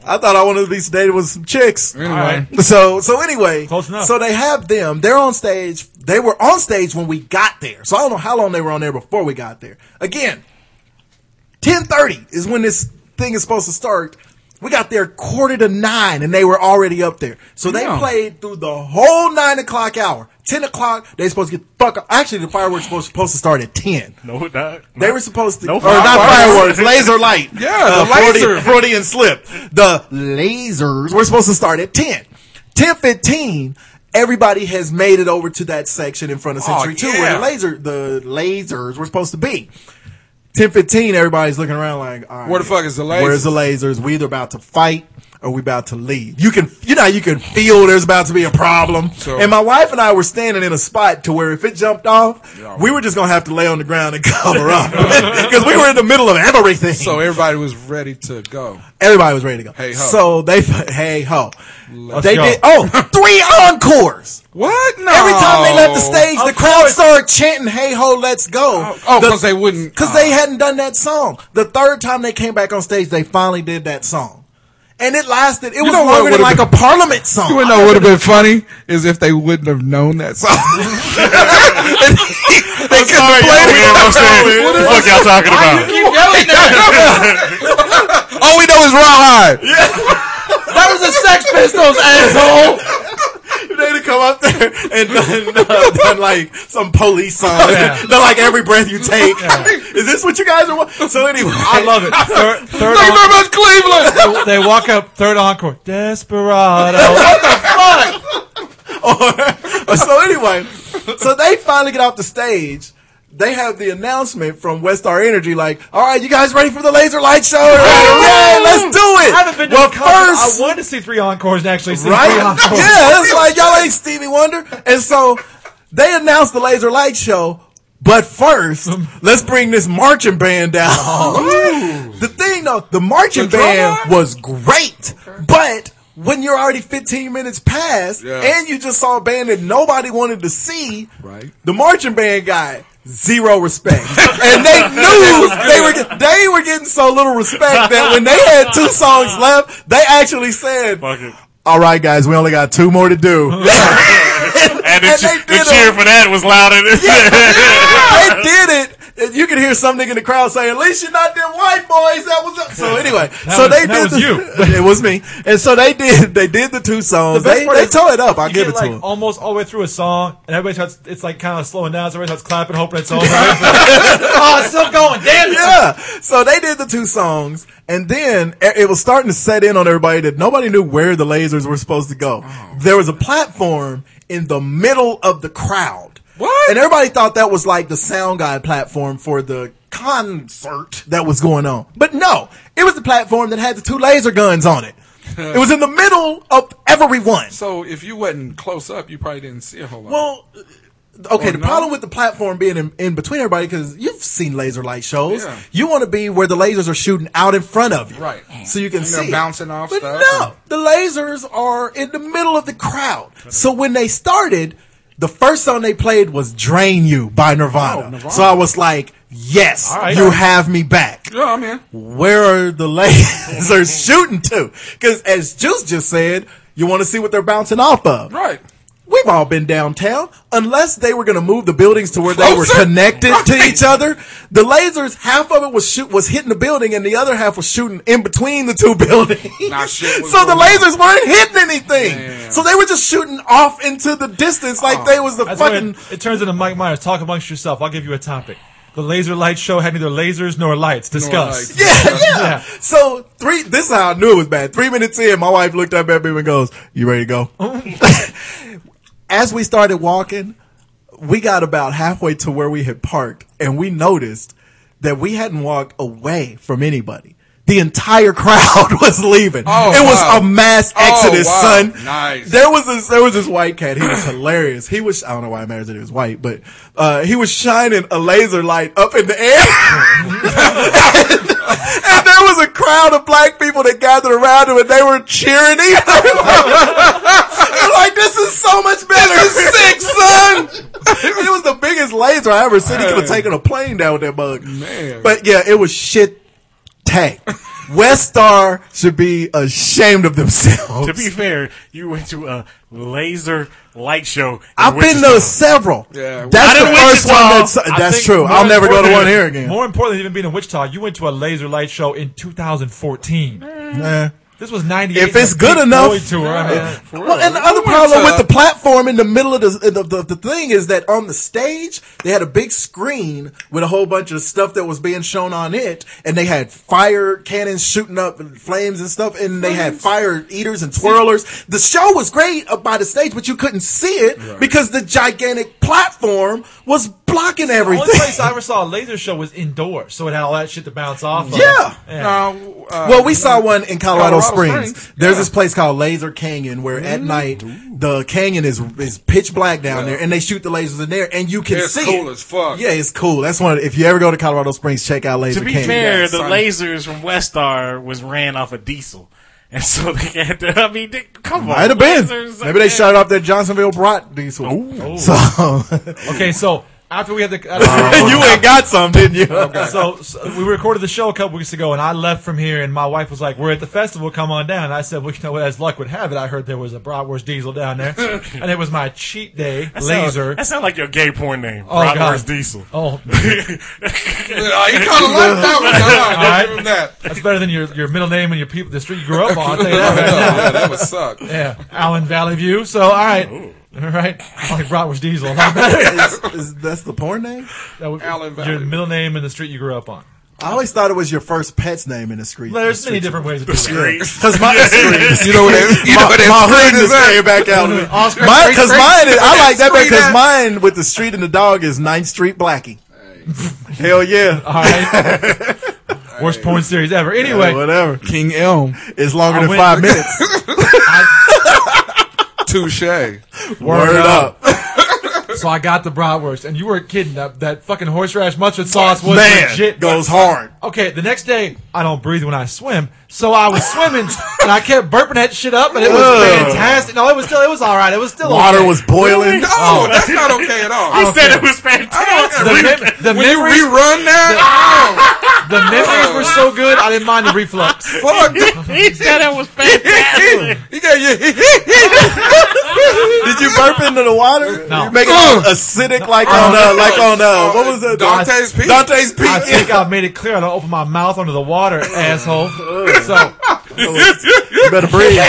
Speaker 9: I thought I wanted to be sedated with some chicks.
Speaker 7: Anyway,
Speaker 10: right.
Speaker 9: So so anyway,
Speaker 10: Close enough.
Speaker 9: so they have them. They're on stage. They were on stage when we got there. So I don't know how long they were on there before we got there. Again, ten thirty is when this thing is supposed to start. We got there quarter to nine, and they were already up there. So they
Speaker 7: Yeah.
Speaker 9: played through the whole nine o'clock hour. Ten o'clock, they supposed to get the fuck. Up. Actually, the fireworks supposed supposed to start at ten.
Speaker 1: No, it not.
Speaker 9: They were supposed to,
Speaker 1: No
Speaker 9: or
Speaker 1: fireworks.
Speaker 9: not fireworks, laser light. Uh,
Speaker 7: Yeah, the laser.
Speaker 9: Freudian slip. The lasers were supposed to start at 10. 10 15, everybody has made it over to that section in front of Century 2 where
Speaker 7: Oh, yeah.
Speaker 9: the laser, the lasers were supposed to be. 10 15, everybody's looking around like, all right,
Speaker 7: Where the fuck is the lasers?
Speaker 9: Where's the lasers? We either about to fight or we about to leave. You can, you know, how you can feel there's about to be a problem.
Speaker 7: So-
Speaker 9: and my wife and I were standing in a spot to where if it jumped off,
Speaker 7: Yeah,
Speaker 9: we were just gonna have to lay on the ground and cover up because we were in the middle of everything.
Speaker 7: so everybody was ready to go.
Speaker 9: Everybody was ready to go.
Speaker 7: Hey, ho.
Speaker 9: So they, f- hey ho, they
Speaker 10: go.
Speaker 9: did. Oh, three encores.
Speaker 7: What? No.
Speaker 9: Every time they left the stage, the
Speaker 10: Of
Speaker 9: crowd
Speaker 10: course.
Speaker 9: started chanting, "Hey ho, let's go!"
Speaker 7: Oh,
Speaker 9: The-
Speaker 7: because they wouldn't. Oh.
Speaker 9: because they hadn't done that song. The third time they came back on stage, they finally did that song, and it lasted. It was
Speaker 7: know what
Speaker 9: longer than
Speaker 7: would've
Speaker 9: like
Speaker 7: been-
Speaker 9: a Parliament song.
Speaker 7: You know what would have been funny is if they wouldn't have known that song. they couldn't
Speaker 1: Sorry, y'all,
Speaker 7: play
Speaker 1: we
Speaker 7: it.
Speaker 1: don't understand what the fuck y'all talking about.
Speaker 7: All we know is Rawhide.
Speaker 10: that was the Sex Pistols asshole.
Speaker 9: They'd have come up there and done, uh, done like some police song.
Speaker 10: Yeah.
Speaker 9: They're like every breath you take. Is this what you guys are? Wa-? So anyway,
Speaker 10: I love it. Third, third
Speaker 7: Thank you very
Speaker 10: encore,
Speaker 7: much, Cleveland.
Speaker 10: they walk up. Third encore. Desperado.
Speaker 9: Uh, or, so anyway, so they finally get off the stage. they have the announcement from Westar Energy, like, all right, you guys ready for the laser light show? Right, okay, let's do it.
Speaker 10: I haven't been to
Speaker 9: well,
Speaker 10: a concert.
Speaker 9: first,
Speaker 10: I wanted to see three encores and actually see
Speaker 9: right?
Speaker 10: three encores.
Speaker 9: yeah, it's like y'all ain't Stevie Wonder. And so they announced the laser light show, but first,
Speaker 7: Um,
Speaker 9: let's bring this marching band down. the thing though, the marching
Speaker 7: Oh. The drummer?
Speaker 9: band was great, but when you're already 15 minutes past
Speaker 7: Yeah.
Speaker 9: and you just saw a band that nobody wanted to see,
Speaker 7: Right.
Speaker 9: the marching band guy zero respect, and they knew they were they were getting so little respect that when they had two songs left, they actually said,
Speaker 1: Fuck it.
Speaker 9: "All right, guys, we only got two more to do."
Speaker 1: And the,
Speaker 9: And
Speaker 1: che-
Speaker 9: they
Speaker 1: the
Speaker 9: did
Speaker 1: cheer
Speaker 9: a-
Speaker 1: for that was louder. Than
Speaker 9: they did it. And you could hear some nigga in the crowd saying, "At least you're not them white boys." That was a-" so anyway. so
Speaker 10: was-
Speaker 9: they
Speaker 10: that
Speaker 9: did
Speaker 10: was
Speaker 9: the,
Speaker 10: you.
Speaker 9: It was me. And so they did. They did the two songs.
Speaker 10: The best
Speaker 9: they
Speaker 10: part
Speaker 9: they
Speaker 10: is
Speaker 9: tore it up. I
Speaker 10: You
Speaker 9: give
Speaker 10: get,
Speaker 9: it
Speaker 10: like,
Speaker 9: to them.
Speaker 10: Almost all the way through a song, and everybody starts. It's like kind of slowing down. So everybody starts clapping, hoping it's over. It's like, oh, it's still going. Damn it!
Speaker 9: Yeah. So they did the two songs, and then e, it it was starting to set in on everybody that nobody knew where the lasers were supposed to go. There was a platform in the middle of the crowd.
Speaker 7: What?
Speaker 9: And everybody thought that was like the sound guy platform for the concert that was going on. But no, it was the platform that had the two laser guns on it. it was in the middle of everyone.
Speaker 7: So if you wasn't close up, you probably didn't see a whole lot.
Speaker 9: Well, okay.
Speaker 7: Or
Speaker 9: the
Speaker 7: no?
Speaker 9: problem with the platform being in, in between everybody because you've seen laser light shows.
Speaker 7: Yeah.
Speaker 9: You want to be where the lasers are shooting out in front of you,
Speaker 7: Right.
Speaker 9: So you can
Speaker 7: And they're
Speaker 9: see it.
Speaker 7: bouncing off
Speaker 9: But
Speaker 7: stuff.
Speaker 9: no, the lasers are in the middle of the crowd. So when they started, the first song they played was "Drain You" by Nirvana.
Speaker 7: Oh, Nirvana.
Speaker 9: So I was like, "Yes,
Speaker 10: right.
Speaker 9: you have me back."
Speaker 7: yeah, man.
Speaker 9: where are the lasers shooting to? Because as Juice just said, you want to see what they're bouncing off of.
Speaker 7: Right.
Speaker 9: We've all been downtown. Unless they were going to move the buildings to where they were
Speaker 7: Closer?
Speaker 9: connected to
Speaker 7: Right.
Speaker 9: each other, the lasers half of it was shoot was hitting the building, and the other half was shooting in between the two buildings.
Speaker 7: Nah, shit was
Speaker 9: so the
Speaker 7: going on.
Speaker 9: lasers weren't hitting anything.
Speaker 7: Damn.
Speaker 9: So they were just shooting off into the distance
Speaker 7: Oh.
Speaker 9: like they was the
Speaker 10: That's
Speaker 9: fucking.
Speaker 10: when it turns into Mike Myers. Talk amongst yourself. I'll give you a topic. The laser light show had neither lasers nor lights. Discuss.
Speaker 7: lights.
Speaker 9: Yeah, yeah.
Speaker 10: Yeah.
Speaker 9: So three. This is how I knew it was bad. Three minutes in, my wife looked up at me and goes, "You ready to go?" As we started walking, we got about halfway to where we had parked, and we noticed that we hadn't walked away from anybody. The entire crowd was leaving.
Speaker 7: Oh,
Speaker 9: it was
Speaker 7: wow. Oh,
Speaker 9: a mass exodus,
Speaker 7: wow.
Speaker 9: son.
Speaker 7: Nice.
Speaker 9: There was this, there was this white cat. He was hilarious. He was I don't know why it matters that he was white, but uh, he was shining a laser light up in the air. and there was a crowd of black people that gathered around him and they were cheering him. They're like, this is so much better. This is sick, son. it was the biggest laser I ever seen. He could have taken a plane down with that bug.
Speaker 7: Man.
Speaker 9: But yeah, it was shit tank. West Star should be ashamed of themselves.
Speaker 1: to be fair, you went to a laser light show. in
Speaker 9: I've been
Speaker 1: Wichita.
Speaker 9: to several.
Speaker 7: Yeah.
Speaker 9: that's
Speaker 1: Not
Speaker 9: the
Speaker 1: in
Speaker 9: first
Speaker 1: Wichita.
Speaker 9: one. That's,
Speaker 10: I
Speaker 9: that's
Speaker 10: think
Speaker 9: true.
Speaker 10: more
Speaker 9: I'll never go to
Speaker 10: importantly-
Speaker 9: one here again.
Speaker 10: More importantly, than even being in Wichita, you went to a laser light show in 2014.
Speaker 9: Nah.
Speaker 10: This was 98.
Speaker 9: If it's
Speaker 10: when
Speaker 9: good
Speaker 10: Pink
Speaker 9: enough-
Speaker 10: Floyd tour, I mean,
Speaker 9: Well, and the other problem with the platform in the middle of the, the, the the thing is that on the stage they had a big screen with a whole bunch of stuff that was being shown on it, and they had fire cannons shooting up and flames and stuff, and they had fire eaters and twirlers. The show was great up by the stage, but you couldn't see it because the gigantic platform was blocking
Speaker 10: the
Speaker 9: everything.
Speaker 10: only place I ever saw a laser show was indoors, so it had all that shit to bounce off. of.
Speaker 9: Yeah.
Speaker 7: Now, uh,
Speaker 9: Well, we saw one in Colorado,
Speaker 7: Colorado
Speaker 9: Springs.
Speaker 7: Springs. Mm-hmm.
Speaker 9: There's this place called Laser Canyon where at night the canyon is is pitch black down there, and they shoot the lasers in there, and you can
Speaker 7: It's
Speaker 9: see. it.
Speaker 7: cool as fuck.
Speaker 9: Yeah, it's cool. That's one. Of, the- if you ever go to Colorado Springs, check out Laser
Speaker 1: To be
Speaker 9: Canyon.
Speaker 1: fair, the
Speaker 7: son.
Speaker 1: lasers from Westar was ran off a diesel, and so they had to. I mean, they, come on,
Speaker 9: Might have been.
Speaker 1: lasers, Oh.
Speaker 9: Maybe they
Speaker 1: man.
Speaker 9: shot it off that Johnsonville brought diesel. So
Speaker 10: Okay, so after we had the.
Speaker 9: you ain't got some, didn't you?
Speaker 10: so, so we recorded the show a couple weeks ago, and I left from here, and my wife was like, "We're at the festival, come on down." And I said, "Well, you know, as luck would have it, I heard there was a bratwurst diesel down there, and it was my cheat day
Speaker 1: That sound-
Speaker 10: laser."
Speaker 1: that sound like your gay porn name,
Speaker 10: Oh, God.
Speaker 1: Bratwurst Diesel.
Speaker 10: Oh,
Speaker 7: Yeah, he kind of liked that one.
Speaker 10: All
Speaker 7: Nah,
Speaker 10: right.
Speaker 7: I'll give him that.
Speaker 10: that's better than your, your middle name and your people, the street you grew up on. I'll tell you
Speaker 7: Yeah,
Speaker 10: that right now.
Speaker 7: yeah, that would suck.
Speaker 10: Yeah, Allen Valley View. So, all right, all right. I like bratwurst diesel. a lot better.
Speaker 9: Is- is- that's the porn name.
Speaker 10: That would-
Speaker 7: Allen Valley
Speaker 10: Your
Speaker 7: View.
Speaker 10: middle name and the street you grew up on.
Speaker 9: I always thought it was your first pet's name in the street.
Speaker 10: There's many different ways to do that.
Speaker 9: Because my
Speaker 7: You know what that, you know what
Speaker 9: my
Speaker 7: that
Speaker 9: hood
Speaker 7: screen is
Speaker 9: just
Speaker 7: at.
Speaker 9: came back out.
Speaker 10: Oscar,
Speaker 9: Mine, because
Speaker 7: great,
Speaker 9: mine is, I
Speaker 7: great
Speaker 9: like that
Speaker 7: street
Speaker 9: because
Speaker 7: at.
Speaker 9: mine with the street and the dog is 9th Street Blackie. Hell yeah.
Speaker 10: All right. Worst porn series ever. Anyway,
Speaker 9: Yeah, whatever.
Speaker 7: King Elm
Speaker 9: is longer
Speaker 10: I
Speaker 9: than
Speaker 10: went-
Speaker 9: five minutes.
Speaker 7: Touche. Word,
Speaker 9: Word up.
Speaker 10: so I got the bratwurst, and you were kidding. That, that fucking horseradish mustard sauce was
Speaker 9: Man,
Speaker 10: legit.
Speaker 9: goes hard.
Speaker 10: Okay, the next day I don't breathe when I swim, so I was swimming and I kept burping that shit up, and it was
Speaker 9: Ugh.
Speaker 10: fantastic. No, it was still it was all right. It was still
Speaker 9: Water
Speaker 10: okay.
Speaker 9: was boiling.
Speaker 7: No, Oh, that's not okay at all.
Speaker 1: He said it was fantastic.
Speaker 10: the, mem- the
Speaker 7: when you
Speaker 10: memories
Speaker 7: rerun that,
Speaker 10: the memories were so good I didn't mind the reflux.
Speaker 7: oh, fuck.
Speaker 1: He said it was fantastic.
Speaker 7: You got your
Speaker 9: Did you burp into the water?
Speaker 10: No.
Speaker 9: You make
Speaker 7: Ugh.
Speaker 9: it acidic like on uh, like on uh, what was that?
Speaker 7: Dante's Peak.
Speaker 9: Dante's Peak.
Speaker 10: I think I made it clear I don't open my mouth under the water, asshole. So
Speaker 9: You better breathe.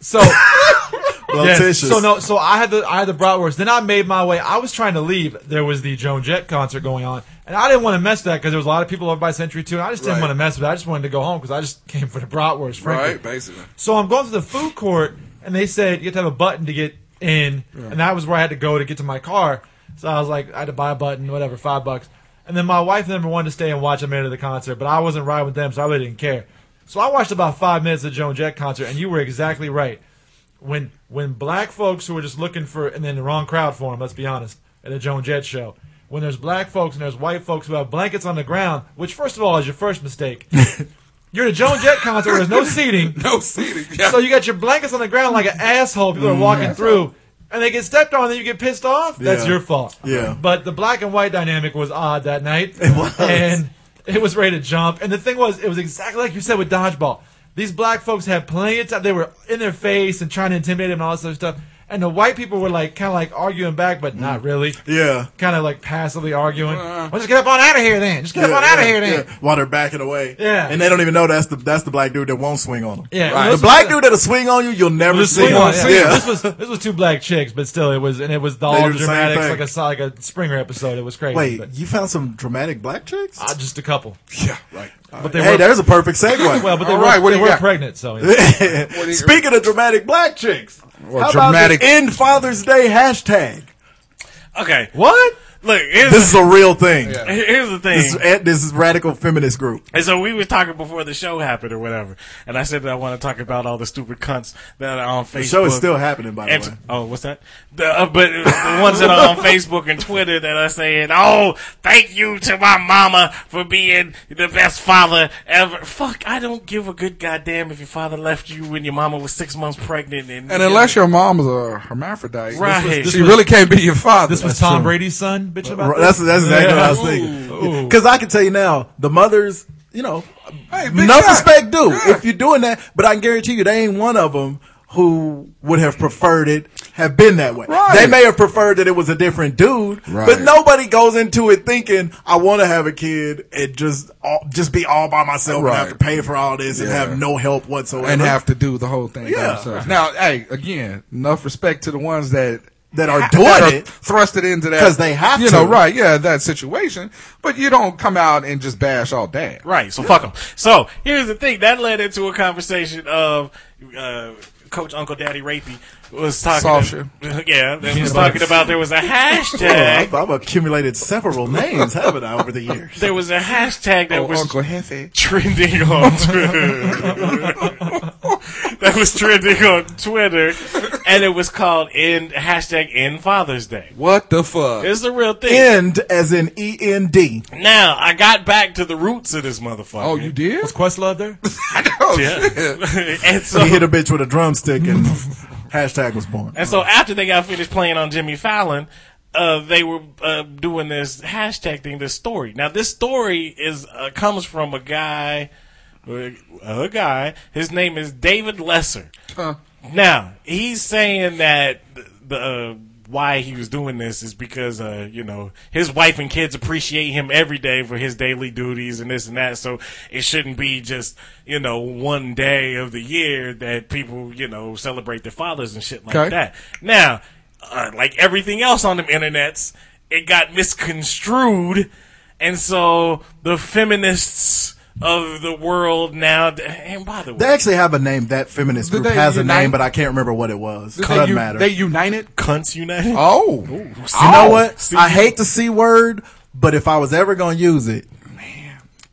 Speaker 10: so Yes.
Speaker 9: Blotitious.
Speaker 10: So no, so I had the I had the bratwurst. Then I made my way. I was trying to leave. There was the Joan Jett concert going on, and I didn't want to mess with that because there was a lot of people over by Century Two, and I just didn't
Speaker 7: Right.
Speaker 10: want to mess with. it. I just wanted to go home because I just came for the bratwurst, frankly.
Speaker 7: Right, basically.
Speaker 10: So I'm going to the food court, and they said you have to have a button to get in, and that was where I had to go to get to my car. So I was like, I had to buy a button, whatever, five bucks. And then my wife and them wanted to stay and watch a minute of the concert, but I wasn't riding with them, so I really didn't care. So I watched about five minutes of the Joan Jett concert, and you were exactly right. When when black folks who are just looking for and then the wrong crowd for them, let's be honest, at a Joan Jett show. When there's black folks and there's white folks who have blankets on the ground, which first of all is your first mistake. You're at a Joan Jett concert where there's no seating.
Speaker 7: No seating. Oh, Yeah.
Speaker 10: So you got your blankets on the ground like an asshole. People are
Speaker 9: Mm-hmm.
Speaker 10: walking through, and they get stepped on, and you get pissed off. That's
Speaker 9: Yeah.
Speaker 10: your fault.
Speaker 9: Yeah.
Speaker 10: But the black and white dynamic was odd that night. It
Speaker 9: was.
Speaker 10: And it was ready to jump. And the thing was, it was exactly like you said with dodgeball. These black folks had plenty of time. They were in their face and trying to intimidate them and all this other stuff. And the white people were like kind of like arguing back, but
Speaker 9: Mm.
Speaker 10: not really.
Speaker 9: yeah.
Speaker 10: Kind of like passively arguing. well, just get up on out of here then. Just get up on out of here then.
Speaker 9: Uh-huh. yeah. While they're backing away,
Speaker 10: Yeah.
Speaker 9: and they don't even know that's the that's the black dude that won't swing on them.
Speaker 10: Yeah.
Speaker 9: Right.
Speaker 10: This
Speaker 9: the
Speaker 10: was-
Speaker 9: black dude that'll swing on you, you'll never
Speaker 10: This
Speaker 9: see.
Speaker 10: was,
Speaker 9: him.
Speaker 10: yeah. this was this was two black chicks, but still, it was and it was the all
Speaker 9: do the same
Speaker 10: dramatics
Speaker 9: thing.
Speaker 10: like a so- like a Springer episode. It was crazy.
Speaker 9: Wait,
Speaker 10: but,
Speaker 9: you found some dramatic black chicks?
Speaker 10: uh, just a couple.
Speaker 9: yeah, right.
Speaker 10: But they
Speaker 9: hey,
Speaker 10: were
Speaker 9: there's a perfect segue.
Speaker 10: well, but they
Speaker 7: All
Speaker 10: were,
Speaker 7: right, what do
Speaker 10: they
Speaker 7: you
Speaker 10: were
Speaker 7: got?
Speaker 10: pregnant. So yeah.
Speaker 9: Speaking of dramatic black chicks, how about
Speaker 7: dramatic-
Speaker 9: the end Father's Day hashtag?
Speaker 1: Okay,
Speaker 10: what?
Speaker 1: look, here's,
Speaker 9: This is a real thing.
Speaker 1: here's the thing.
Speaker 9: This, is, this is radical feminist group.
Speaker 1: And so we were talking before the show happened or whatever, and I said that I want to talk about all the stupid cunts that are on Facebook.
Speaker 9: The show is still happening, by the
Speaker 1: And-
Speaker 9: way.
Speaker 1: oh, what's that? The, uh, but the ones that are on Facebook and Twitter that are saying, "Oh, thank you to my mama for being the best father ever." Fuck, I don't give a good goddamn if your father left you when your mama was six months pregnant, and,
Speaker 7: And unless your mom's a hermaphrodite,
Speaker 1: Right.
Speaker 7: this was-
Speaker 1: This
Speaker 7: she really can't be your father.
Speaker 10: This was Tom Brady's son, bitch. About
Speaker 9: Right,
Speaker 10: this?
Speaker 9: That's that's exactly what I was thinking. Because I can tell you now, the mothers, you know,
Speaker 7: Hey, big
Speaker 9: no
Speaker 7: shot.
Speaker 9: respect due
Speaker 7: Yeah.
Speaker 9: if you're doing that. But I guarantee you, they ain't one of them who would have preferred it have been that way.
Speaker 7: Right.
Speaker 9: They may have preferred that it was a different dude,
Speaker 7: Right.
Speaker 9: but nobody goes into it thinking I want to have a kid and just all, just be all by myself
Speaker 7: Right.
Speaker 9: and have to pay for all this and
Speaker 7: Yeah.
Speaker 9: have no help whatsoever
Speaker 7: and have to do the whole thing by
Speaker 9: Yeah.
Speaker 7: themselves. Now, hey, again, enough respect to the ones that
Speaker 9: that are doing
Speaker 7: that are
Speaker 9: it.
Speaker 7: thrusted into that
Speaker 9: 'Cause they have
Speaker 7: you know,
Speaker 9: to.
Speaker 7: right? Yeah, that situation. But you don't come out and just bash all day.
Speaker 1: Right. So fuck 'em. So here's the thing that led into a conversation of uh, Coach Uncle Daddy Rapey was talking.
Speaker 7: Soft shoe.
Speaker 1: yeah, they was talking about there was a
Speaker 9: I've,
Speaker 1: hashtag.
Speaker 9: I've accumulated several names, haven't I, over the years?
Speaker 1: There was a hashtag that
Speaker 7: Oh,
Speaker 1: was
Speaker 7: Uncle Hefe.
Speaker 1: trending on Twitter. that was trending on Twitter, and it was called "End hashtag End Father's Day."
Speaker 7: What the fuck?
Speaker 1: It's the real thing.
Speaker 9: End as in E N D.
Speaker 1: Now I got back to the roots of this motherfucker.
Speaker 7: oh, you did?
Speaker 10: was Questlove there?
Speaker 7: Oh,
Speaker 1: Yeah.
Speaker 7: shit.
Speaker 1: and so
Speaker 9: He hit a bitch with a drumstick and hashtag was born.
Speaker 1: And so after they got finished playing on Jimmy Fallon, uh, they were uh, doing this hashtag thing, this story. Now this story is uh, comes from a guy, uh, a guy. His name is David Lesser. Now he's saying that the, the uh, why he was doing this is because uh, you know his wife and kids appreciate him every day for his daily duties and this and that. So it shouldn't be just you know one day of the year that people you know celebrate their fathers and shit like
Speaker 7: Okay.
Speaker 1: that. Now, uh, like everything else on the internets, it got misconstrued, and so the feminists of the world now. And by the way,
Speaker 9: They actually have a name. That feminist
Speaker 7: Did
Speaker 9: group
Speaker 7: they
Speaker 9: has a
Speaker 7: unite?
Speaker 9: name, but I can't remember what it was.
Speaker 7: Did
Speaker 9: Doesn't
Speaker 7: u-
Speaker 9: matter.
Speaker 7: They united.
Speaker 1: cunts united.
Speaker 7: Oh,
Speaker 9: You know what? I hate the C word, but if I was ever going to use it,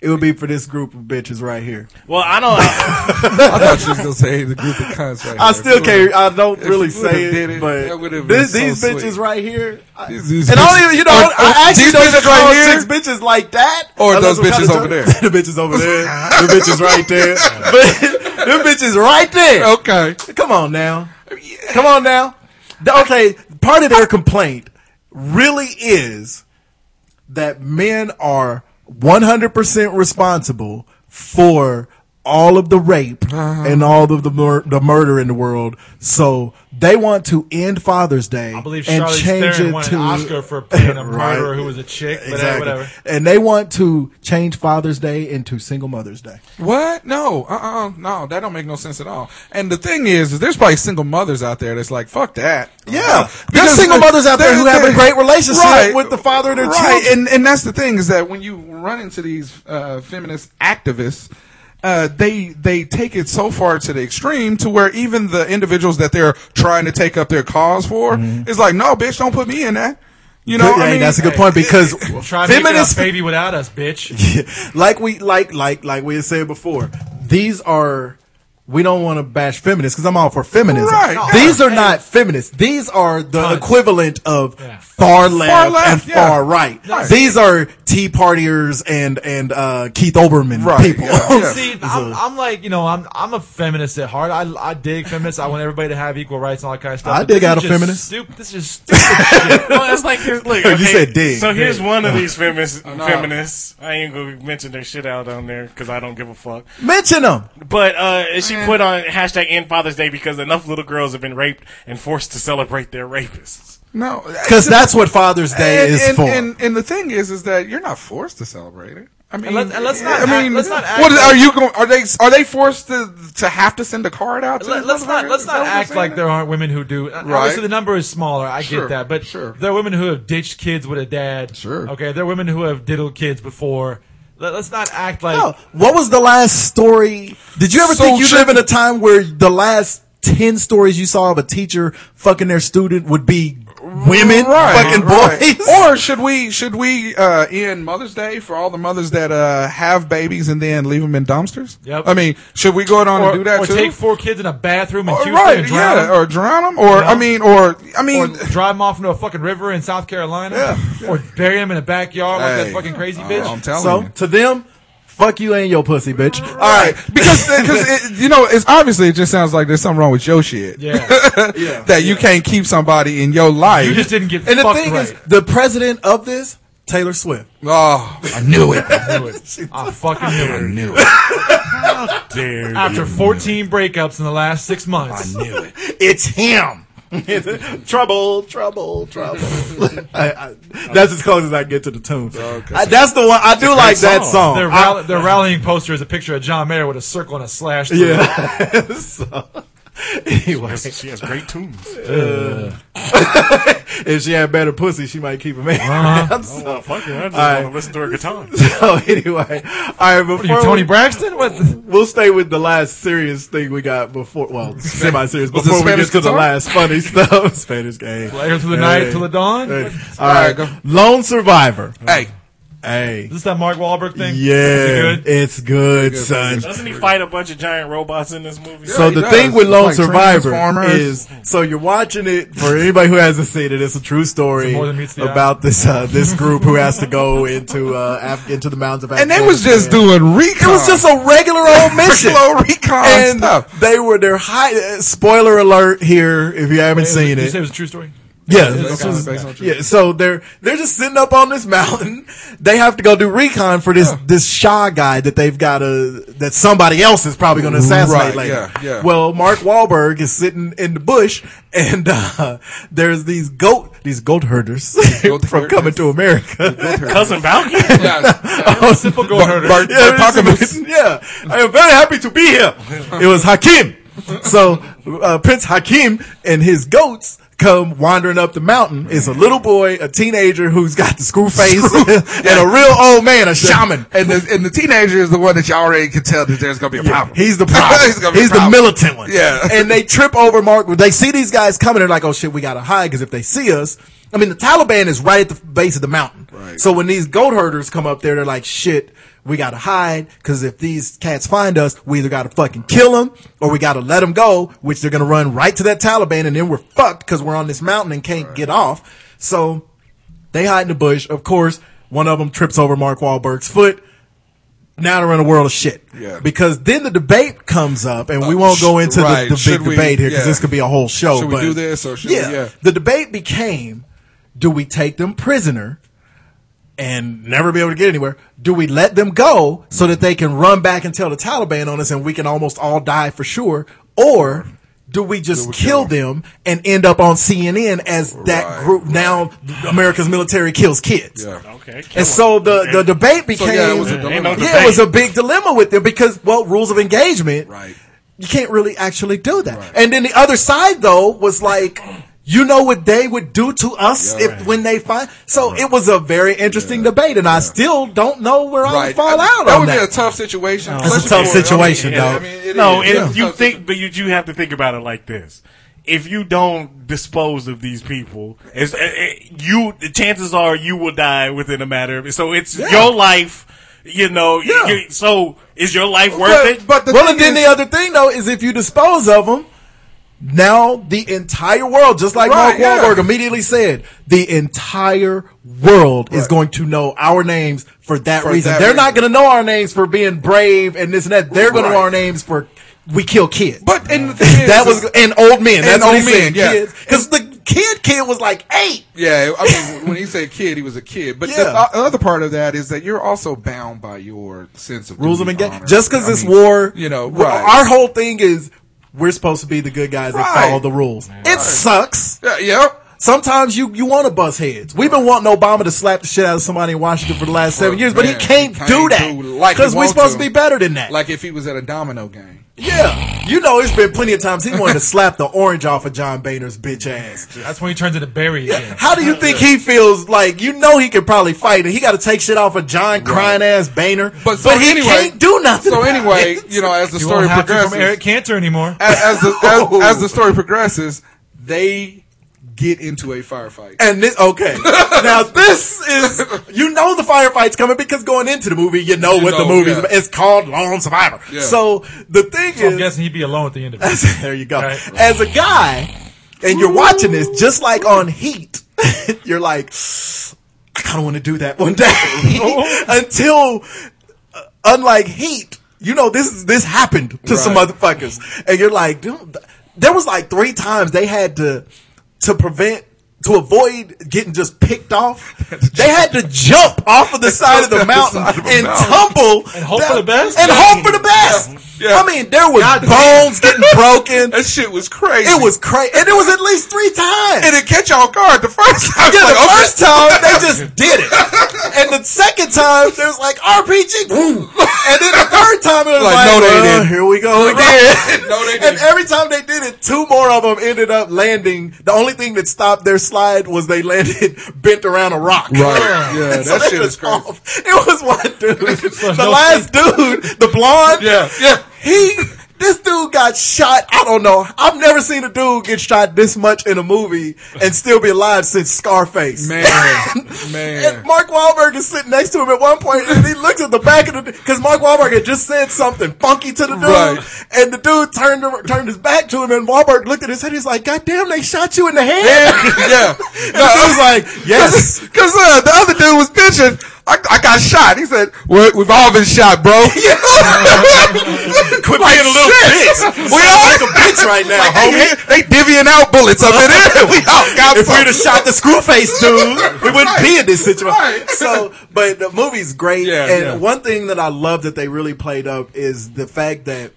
Speaker 9: it would be for this group of bitches right here.
Speaker 1: Well, I don't.
Speaker 7: I thought you was gonna say the group of cunts. Right
Speaker 9: I
Speaker 7: there.
Speaker 9: still can't, I don't
Speaker 7: you
Speaker 9: really
Speaker 7: would've
Speaker 9: say it,
Speaker 7: did it, that would've
Speaker 9: but
Speaker 7: been
Speaker 9: this,
Speaker 7: so
Speaker 9: these bitches
Speaker 7: sweet.
Speaker 9: right here. I-
Speaker 7: These- these
Speaker 9: and I don't
Speaker 7: bitches-
Speaker 9: even, you know,
Speaker 7: Or- or
Speaker 9: I actually
Speaker 7: these
Speaker 9: don't
Speaker 7: bitches
Speaker 9: even
Speaker 7: right
Speaker 9: call
Speaker 7: here?
Speaker 9: chicks bitches like that.
Speaker 7: Or
Speaker 9: Unless
Speaker 7: those
Speaker 9: I'm kinda
Speaker 7: bitches over
Speaker 9: drunk.
Speaker 7: there?
Speaker 9: the bitches over there. The bitches right there. But the bitches right there.
Speaker 7: Okay.
Speaker 9: Come on now. Come on now. The- Okay, part of their complaint really is that men are 100% responsible for all of the rape
Speaker 10: Uh-huh.
Speaker 9: and all of the mur- the murder in the world. So they want to end Father's Day
Speaker 10: I believe
Speaker 9: and
Speaker 10: Charlize
Speaker 9: change
Speaker 10: Theron
Speaker 9: it
Speaker 10: won
Speaker 9: to
Speaker 10: an Oscar for playing a
Speaker 9: Right.
Speaker 10: murderer who was a chick, but hey,
Speaker 9: Exactly.
Speaker 10: whatever.
Speaker 9: And they want to change Father's Day into Single Mother's Day.
Speaker 7: What? No. Uh. uh No. That don't make no sense at all. And the thing is, is there's probably single mothers out there that's like, fuck that. Uh,
Speaker 9: Yeah, there's
Speaker 7: Because
Speaker 9: single
Speaker 7: the-
Speaker 9: mothers out there who
Speaker 7: the
Speaker 9: have a
Speaker 7: thing-
Speaker 9: great relationship
Speaker 7: Right.
Speaker 9: with the father of their
Speaker 7: right.
Speaker 9: children.
Speaker 7: And and that's the thing is that when you run into these uh, feminist activists, uh, they they take it so far to the extreme to where even the individuals that they're trying to take up their cause for is like, no, bitch, don't put me in that. You know,
Speaker 9: Good-
Speaker 7: I
Speaker 9: Mm-hmm. hey,
Speaker 7: mean,
Speaker 9: that's a good point because
Speaker 10: Try to make
Speaker 9: feminists,
Speaker 10: a baby without us, bitch.
Speaker 9: like we like like like we had said before, these are. We don't want to bash feminists because I'm all for feminism.
Speaker 7: Right. No.
Speaker 9: These are not feminists. These are the
Speaker 10: Cunts.
Speaker 9: equivalent of
Speaker 10: Yeah.
Speaker 9: far, left
Speaker 7: left,
Speaker 9: and
Speaker 7: yeah.
Speaker 9: far right. These are Tea Partiers and and uh, Keith Olbermann
Speaker 7: Right,
Speaker 9: people.
Speaker 7: yeah, yeah.
Speaker 10: See, I'm, I'm like, you know, I'm I'm a feminist at heart. I, I dig feminists. I want everybody to have equal rights and all that kind of stuff.
Speaker 9: I
Speaker 10: But this
Speaker 9: dig
Speaker 10: is
Speaker 9: out a
Speaker 10: just
Speaker 9: feminist.
Speaker 10: Stupid. This is just stupid.
Speaker 1: well, it's like here's- look.
Speaker 9: You
Speaker 1: okay,
Speaker 9: said dig.
Speaker 1: So here's one of these feminists. Feminists. I ain't gonna mention their shit out on there because I don't give a fuck.
Speaker 9: Mention them.
Speaker 1: But uh, she put on hashtag End Father's Day because enough little girls have been raped and forced to celebrate their rapists.
Speaker 7: no,
Speaker 9: Because that's what Father's Day
Speaker 7: and,
Speaker 9: is
Speaker 7: and,
Speaker 9: for.
Speaker 7: And, and the thing is, is that you're not forced to celebrate it. I mean,
Speaker 10: And let's- and let's not
Speaker 7: I
Speaker 10: act-
Speaker 7: mean,
Speaker 10: let's not act
Speaker 7: what
Speaker 10: like-
Speaker 7: are you going? Are they are they forced to to have to send a card out? To
Speaker 10: Let,
Speaker 7: these
Speaker 10: us not
Speaker 7: motherfuckers?
Speaker 10: let's
Speaker 7: Is
Speaker 10: not
Speaker 7: that what you're
Speaker 10: act like
Speaker 7: saying?
Speaker 10: there aren't women who do. Right. Obviously, the number is smaller. I
Speaker 7: Sure,
Speaker 10: get that, but
Speaker 7: sure.
Speaker 10: there are women who have ditched kids with a dad.
Speaker 7: Sure.
Speaker 10: Okay, there are women who have diddled kids before. Let, us not act like.
Speaker 9: Oh, what was the last story? Did you ever
Speaker 7: So
Speaker 9: think you
Speaker 7: should-
Speaker 9: live in a time where the last 10 stories you saw of a teacher fucking their student would be women fucking boys?
Speaker 7: Or should we should we uh, end Mother's Day for all the mothers that uh, have babies and then leave them in dumpsters?
Speaker 10: Yep.
Speaker 7: I mean, should we go on
Speaker 10: Or,
Speaker 7: and do that
Speaker 10: or
Speaker 7: too?
Speaker 10: take four kids in a bathroom in
Speaker 7: Or-
Speaker 10: Houston
Speaker 7: right?
Speaker 10: and drown
Speaker 7: yeah,
Speaker 10: them.
Speaker 7: or drown them, or I mean, or I
Speaker 10: or
Speaker 7: mean,
Speaker 10: drive them off into a fucking river in South Carolina, or bury them in a backyard like that
Speaker 7: Hey.
Speaker 10: fucking crazy
Speaker 7: Oh,
Speaker 10: bitch.
Speaker 7: I'm telling
Speaker 9: so,
Speaker 7: you.
Speaker 9: to them, fuck you and your pussy, bitch. Uh, All
Speaker 7: All
Speaker 9: right.
Speaker 7: right, because because you know it's obviously it just sounds like there's something wrong with your shit.
Speaker 10: Yeah.
Speaker 7: that you can't keep somebody in your life.
Speaker 10: you just didn't get
Speaker 9: And the
Speaker 10: fucked
Speaker 9: thing
Speaker 10: right.
Speaker 9: is, the president of this, Taylor Swift.
Speaker 7: oh, I knew it. I
Speaker 10: I knew it. I fucking knew it.
Speaker 7: knew it.
Speaker 10: After 14 breakups in the last six months,
Speaker 7: knew it.
Speaker 9: It's him. trouble, trouble, trouble. I, I, that's as close as I get to the tune. I- that's the one I do like that song.
Speaker 10: their,
Speaker 9: Oh, I-
Speaker 10: rally, their rallying poster is a picture of John Mayer with a circle and a slash. Through it.
Speaker 9: Yeah. so, anyway,
Speaker 1: She has great tunes.
Speaker 9: if she had better pussy, she might keep him in.
Speaker 10: Uh-huh.
Speaker 9: so,
Speaker 1: Oh, Fuck it, I just
Speaker 9: Alright.
Speaker 1: want to listen to her guitar.
Speaker 9: so anyway, all right. Before
Speaker 10: What are you, Tony
Speaker 9: we,
Speaker 10: Braxton? What? The,
Speaker 9: we'll stay with the last serious thing we got before. Well, semi-serious
Speaker 7: Was it
Speaker 9: before we get
Speaker 7: Spanish
Speaker 9: to the
Speaker 7: guitar?
Speaker 9: last funny stuff. Spanish game.
Speaker 10: later through the night, till the dawn.
Speaker 9: Hey.
Speaker 10: Is
Speaker 9: All right,
Speaker 7: go.
Speaker 9: Lone Survivor.
Speaker 7: Hey,
Speaker 9: Hey,
Speaker 10: this that Mark Wahlberg thing? Is it
Speaker 9: yeah,
Speaker 10: good?
Speaker 9: it's good, son.
Speaker 1: Doesn't he fight a bunch of giant robots in this movie?
Speaker 9: So
Speaker 7: he
Speaker 9: the
Speaker 7: does.
Speaker 9: thing with
Speaker 7: It's
Speaker 9: Lone
Speaker 7: like
Speaker 9: Survivor
Speaker 7: Transformers.
Speaker 9: is, so you're watching it for anybody who hasn't seen it. It's a true story
Speaker 10: It's more than meets the eye.
Speaker 9: about this uh, this group who has to go into uh, Af- into the mountains of
Speaker 7: and
Speaker 9: Afghanistan.
Speaker 7: they was just doing
Speaker 9: it
Speaker 7: recon.
Speaker 9: was just a regular old mission.
Speaker 7: slow recon
Speaker 9: and
Speaker 7: stuff.
Speaker 9: they were their high. Uh, spoiler alert here if you haven't
Speaker 10: Did
Speaker 9: seen
Speaker 10: you say it
Speaker 9: it.
Speaker 10: was a true story?
Speaker 9: Yeah,
Speaker 10: Based
Speaker 9: this
Speaker 10: on-
Speaker 9: was-
Speaker 7: based on true.
Speaker 9: yeah. So they're they're just sitting up on this mountain. They have to go do recon for this this Shaw guy that they've got to that somebody else is probably going to assassinate
Speaker 7: Right,
Speaker 9: later.
Speaker 7: yeah, yeah.
Speaker 9: Well, Mark Wahlberg is sitting in the bush, and uh, there's these goat these goat herders
Speaker 7: goat
Speaker 9: from
Speaker 7: herders.
Speaker 9: coming to America.
Speaker 1: Cousin Balky?
Speaker 10: Simple gold herder.
Speaker 7: Bart-
Speaker 9: Yeah,
Speaker 7: Bart
Speaker 9: it's-
Speaker 7: Parkamus.
Speaker 9: yeah. I am very happy to be here. It was Hakim. So uh, Prince Hakim and his goats come wandering up the mountain is a little boy, a teenager who's got the screw face, and a real old man, a shaman.
Speaker 7: And the, and the teenager is the one that you already can tell that there's going to be a problem.
Speaker 9: He's the problem.
Speaker 7: He's
Speaker 9: he's
Speaker 7: gonna be a
Speaker 9: the
Speaker 7: problem.
Speaker 9: militant one.
Speaker 7: Yeah.
Speaker 9: And they trip over Mark. They see these guys coming. They're like, oh shit, we gotta hide because if they see us, I mean, the Taliban is right at the base of the mountain.
Speaker 7: Right.
Speaker 9: So when these goat herders come up there, they're like, shit, we gotta hide because if these cats find us, we either gotta fucking kill them or we gotta let them go, which they're gonna run right to that Taliban and then we're fucked because we're on this mountain and can't get off. So they hide in the bush. Of course, one of them trips over Mark Wahlberg's foot. Now they're in a world of shit.
Speaker 7: Yeah.
Speaker 9: Because then the debate comes up, and we won't go into
Speaker 7: right.
Speaker 9: the, the
Speaker 7: Should
Speaker 9: big
Speaker 7: we-
Speaker 9: debate here because
Speaker 7: yeah.
Speaker 9: this could be a whole show.
Speaker 7: Should we
Speaker 9: but-
Speaker 7: do this or should we- yeah.
Speaker 9: The debate became: Do we take them prisoner and never be able to get anywhere? Do we let them go so that they can run back and tell the Taliban on us, and we can almost all die for sure, or do we just kill, them and end up on CNN as that
Speaker 7: Right,
Speaker 9: group? Now America's military kills kids.
Speaker 7: Yeah.
Speaker 1: Okay. kill
Speaker 9: And
Speaker 1: 'em.
Speaker 9: so the, the debate became
Speaker 7: yeah, it was a
Speaker 1: Ain't no
Speaker 7: dilemma.
Speaker 1: debate.
Speaker 9: yeah, it was a big dilemma with them because, well, rules of engagement.
Speaker 7: Right.
Speaker 9: You can't really actually do that. And then the other side, though, was like, you know what they would do to us
Speaker 7: Yeah.
Speaker 9: if when they find. So it was a very interesting debate, and I still don't know where I would
Speaker 7: Right.
Speaker 9: fall out
Speaker 7: that
Speaker 9: on
Speaker 7: would
Speaker 9: that.
Speaker 7: be a tough situation.
Speaker 9: a
Speaker 7: especially
Speaker 9: tough
Speaker 7: for- I mean,
Speaker 9: situation,
Speaker 7: yeah,
Speaker 9: dog.
Speaker 7: I mean, it
Speaker 1: no,
Speaker 7: is.
Speaker 1: and
Speaker 7: It's a
Speaker 1: you
Speaker 7: tough
Speaker 1: think, but you do have to think about it like this. If you don't dispose of these people, it's, it- it- you the chances are you will die within a matter of. So it's your life, you know.
Speaker 9: Yeah.
Speaker 1: you- so is your life worth
Speaker 7: But,
Speaker 1: it?
Speaker 7: but the
Speaker 9: well,
Speaker 7: thing
Speaker 9: and then
Speaker 7: is-
Speaker 9: the other thing though is if you dispose of them, now the entire world, just like
Speaker 7: Right,
Speaker 9: Mark Wahlberg
Speaker 7: yeah.
Speaker 9: immediately said, the entire world is going to know our names for that
Speaker 7: For
Speaker 9: reason.
Speaker 7: that
Speaker 9: They're not
Speaker 7: reason.
Speaker 9: going to know our names for being brave and this and that. They're going to know
Speaker 7: Right.
Speaker 9: our names for we kill kids.
Speaker 7: But and the thing is,
Speaker 9: that was
Speaker 7: is-
Speaker 9: and old men. That's
Speaker 7: old
Speaker 9: what he
Speaker 7: men,
Speaker 9: said.
Speaker 7: yeah.
Speaker 9: because the kid kid was like eight.
Speaker 7: yeah. I mean, when he said kid, he was a kid. But the
Speaker 9: Yeah.
Speaker 7: o- other part of that is that you're also bound by your sense of
Speaker 9: rules of
Speaker 7: duty, honor.
Speaker 9: engagement. Just because
Speaker 7: I
Speaker 9: this
Speaker 7: mean,
Speaker 9: war,
Speaker 7: you know,
Speaker 9: w-
Speaker 7: right.
Speaker 9: our whole thing is we're supposed to be the good guys that
Speaker 7: Right.
Speaker 9: follow the rules. It sucks.
Speaker 7: Yeah, yep.
Speaker 9: Sometimes you, you want to bust heads. We've been wanting Obama to slap the shit out of somebody in Washington for the last seven years, but he
Speaker 7: man,
Speaker 9: can't,
Speaker 7: he can't
Speaker 9: do
Speaker 7: do
Speaker 9: that
Speaker 7: like he
Speaker 9: because we're
Speaker 7: want
Speaker 9: supposed
Speaker 7: to.
Speaker 9: to. be better than that.
Speaker 7: Like if he was at a domino game.
Speaker 9: yeah, you know, it's been plenty of times he wanted to slap the orange off of John Boehner's bitch ass.
Speaker 10: That's when he turns into Barry again.
Speaker 9: How do you think he feels? Like you know, he could probably fight, and he got to take shit off of John crying ass Boehner,
Speaker 7: But so
Speaker 9: he
Speaker 7: anyway,
Speaker 9: can't do nothing.
Speaker 7: So
Speaker 9: about
Speaker 7: anyway,
Speaker 9: it.
Speaker 7: you know, as the
Speaker 10: You
Speaker 7: story
Speaker 10: won't have to
Speaker 7: progresses,
Speaker 10: from Eric Cantor anymore.
Speaker 7: as, as the,
Speaker 9: Oh.
Speaker 7: as, as the story progresses, they get into a firefight.
Speaker 9: And this, okay. now this is, you know the firefight's coming because going into the movie, you know
Speaker 7: You
Speaker 9: what the
Speaker 7: know,
Speaker 9: movie's,
Speaker 7: yeah.
Speaker 9: it's called Lone Survivor.
Speaker 7: Yeah.
Speaker 9: So the thing
Speaker 10: So I'm
Speaker 9: is,
Speaker 10: guessing he'd be alone at the end of it.
Speaker 9: there you go.
Speaker 10: Right.
Speaker 9: As a guy, and you're watching this, just like on Heat, you're like, I kind of want to do that one day. Until, uh, unlike Heat, you know this is this happened to some
Speaker 7: Right.
Speaker 9: motherfuckers, and you're like, dude, th- there was like three times they had to to prevent. To avoid getting just picked off, they had to jump off of the side of the
Speaker 7: Jump off
Speaker 9: mountain
Speaker 7: the side of the
Speaker 9: and
Speaker 7: mountain.
Speaker 9: tumble
Speaker 10: And hope for the best?
Speaker 9: And hope for the best.
Speaker 7: Yeah.
Speaker 9: I mean, there was bones getting broken.
Speaker 7: That shit was crazy.
Speaker 9: It was crazy, and it was at least three times.
Speaker 7: and it catch you off guard the first time.
Speaker 9: yeah,
Speaker 7: Like,
Speaker 9: the
Speaker 7: okay.
Speaker 9: first time they just did it, and the second time there's like RPG, woo. and then the third time it was like,
Speaker 7: Like, no, they
Speaker 9: "Well,
Speaker 7: didn't."
Speaker 9: Here we go again.
Speaker 7: No, they
Speaker 9: And
Speaker 7: didn't.
Speaker 9: every time they did it, two more of them ended up landing. The only thing that stopped their slide was they landed bent around a rock.
Speaker 7: Right. Yeah,
Speaker 9: So
Speaker 7: that
Speaker 9: they
Speaker 7: shit
Speaker 9: was
Speaker 7: is crazy.
Speaker 9: off. It was one dude.
Speaker 10: So
Speaker 9: the
Speaker 10: no
Speaker 9: last dude, the blonde.
Speaker 7: Yeah, yeah.
Speaker 9: He, this dude got shot. I don't know. I've never seen a dude get shot this much in a movie and still be alive since Scarface.
Speaker 7: Man, man.
Speaker 9: And Mark Wahlberg is sitting next to him at one point, and he looks at the back of the because Mark Wahlberg had just said something funky to the dude,
Speaker 7: Right.
Speaker 9: and the dude turned turned his back to him, and Wahlberg looked at his head. He's like, "God damn, they shot you in the head."
Speaker 7: yeah.
Speaker 9: And the dude's like, "Yes."
Speaker 7: Because uh, the other dude was bitching. I, I got shot. He said, "We're- We've all been shot, bro.
Speaker 9: Quit
Speaker 7: Like,
Speaker 9: being a little
Speaker 7: shit.
Speaker 9: bitch.
Speaker 7: We
Speaker 9: We
Speaker 7: all-
Speaker 9: all like a bitch right now, homie.
Speaker 7: They, they divvying out bullets up in there. We all got
Speaker 9: if we'd
Speaker 7: some.
Speaker 9: have shot the Screwface dude, we wouldn't be in this situation.
Speaker 7: Right.
Speaker 9: So, but the movie's great.
Speaker 7: Yeah,
Speaker 9: and
Speaker 7: yeah.
Speaker 9: one thing that I love that they really played up is the fact that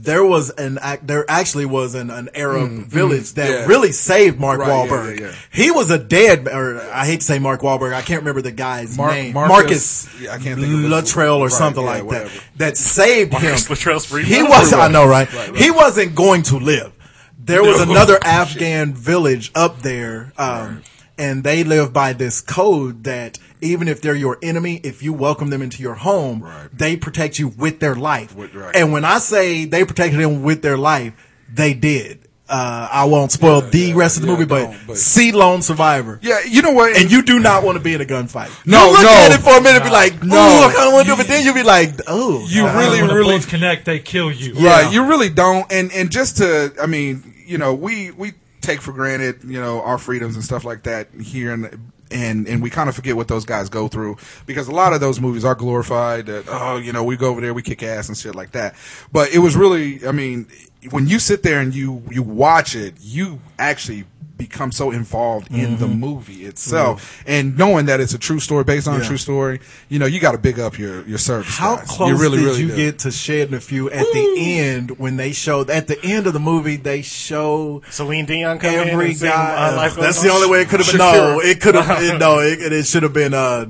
Speaker 9: there was an act, there actually was an, an Arab village that
Speaker 7: Mm, yeah.
Speaker 9: really saved Mark
Speaker 7: Right, yeah,
Speaker 9: Wahlberg.
Speaker 7: yeah, yeah.
Speaker 9: He was a dead, or I hate to say Mark Wahlberg, I can't remember the guy's
Speaker 7: Mar-
Speaker 9: name.
Speaker 7: Marcus-
Speaker 9: Marcus,
Speaker 7: yeah, I can't think of his-
Speaker 9: Luttrell or
Speaker 7: right,
Speaker 9: something
Speaker 7: yeah,
Speaker 9: like
Speaker 7: whatever.
Speaker 9: that. That saved him.
Speaker 1: Marcus Luttrell's free.
Speaker 9: He was, I know, right?
Speaker 7: Right, right.
Speaker 9: He wasn't going to live. there was another Afghan village up there, um, and they live by this code that even if they're your enemy, if you welcome them into your home, they protect you with their life.
Speaker 12: With- right.
Speaker 9: And when I say they protected them with their life, they did. Uh, I won't spoil the rest of the movie, but,
Speaker 12: don't, but-
Speaker 9: see Lone Survivor.
Speaker 7: Yeah, you know what?
Speaker 9: And you do not want to be in a gunfight.
Speaker 7: No,
Speaker 9: you look
Speaker 7: no.
Speaker 9: at it for a minute, and be like, no,
Speaker 7: No.
Speaker 9: I kind of want to do it, but then you'll be like, oh,
Speaker 7: You really,
Speaker 10: Uh, When the
Speaker 7: really
Speaker 10: bullets connect, they kill you.
Speaker 7: Right. You really don't. And and just to, I mean, you know, we we take for granted, you know, our freedoms and stuff like that here and. And, and we kind of forget what those guys go through because a lot of those movies are glorified that, oh, you know, we go over there, we kick ass and shit like that. But it was really, I mean, when you sit there and you, you watch it, you actually become so involved in the
Speaker 9: Mm-hmm.
Speaker 7: movie itself. And knowing that it's a true story based on a
Speaker 9: Yeah.
Speaker 7: true story, you know, you got to big up your, your service.
Speaker 9: How
Speaker 7: guys.
Speaker 9: close
Speaker 7: you really,
Speaker 9: did
Speaker 7: really
Speaker 9: you
Speaker 7: do.
Speaker 9: get to shedding a few at the end when they showed at the end of the movie they show
Speaker 1: Celine Dion come in
Speaker 9: every
Speaker 1: and sing,
Speaker 9: guy.
Speaker 1: uh, Life Goes
Speaker 9: That's
Speaker 1: On?
Speaker 9: the only way it could have been. No,
Speaker 7: Shakira.
Speaker 9: it could have. it- No, it, it should have been uh,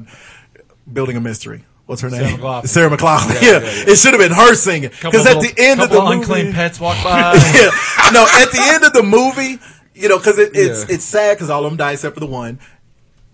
Speaker 9: building a mystery. What's her name?
Speaker 10: McLachlan.
Speaker 9: Sarah McLaughlin. Yeah, it should have been her singing because at the end of the
Speaker 10: couple
Speaker 9: movie,
Speaker 10: unclaimed pets walk by.
Speaker 9: yeah. No, at the end of the movie, you know, because it, it's
Speaker 7: Yeah.
Speaker 9: it's sad because all of them die except for the one.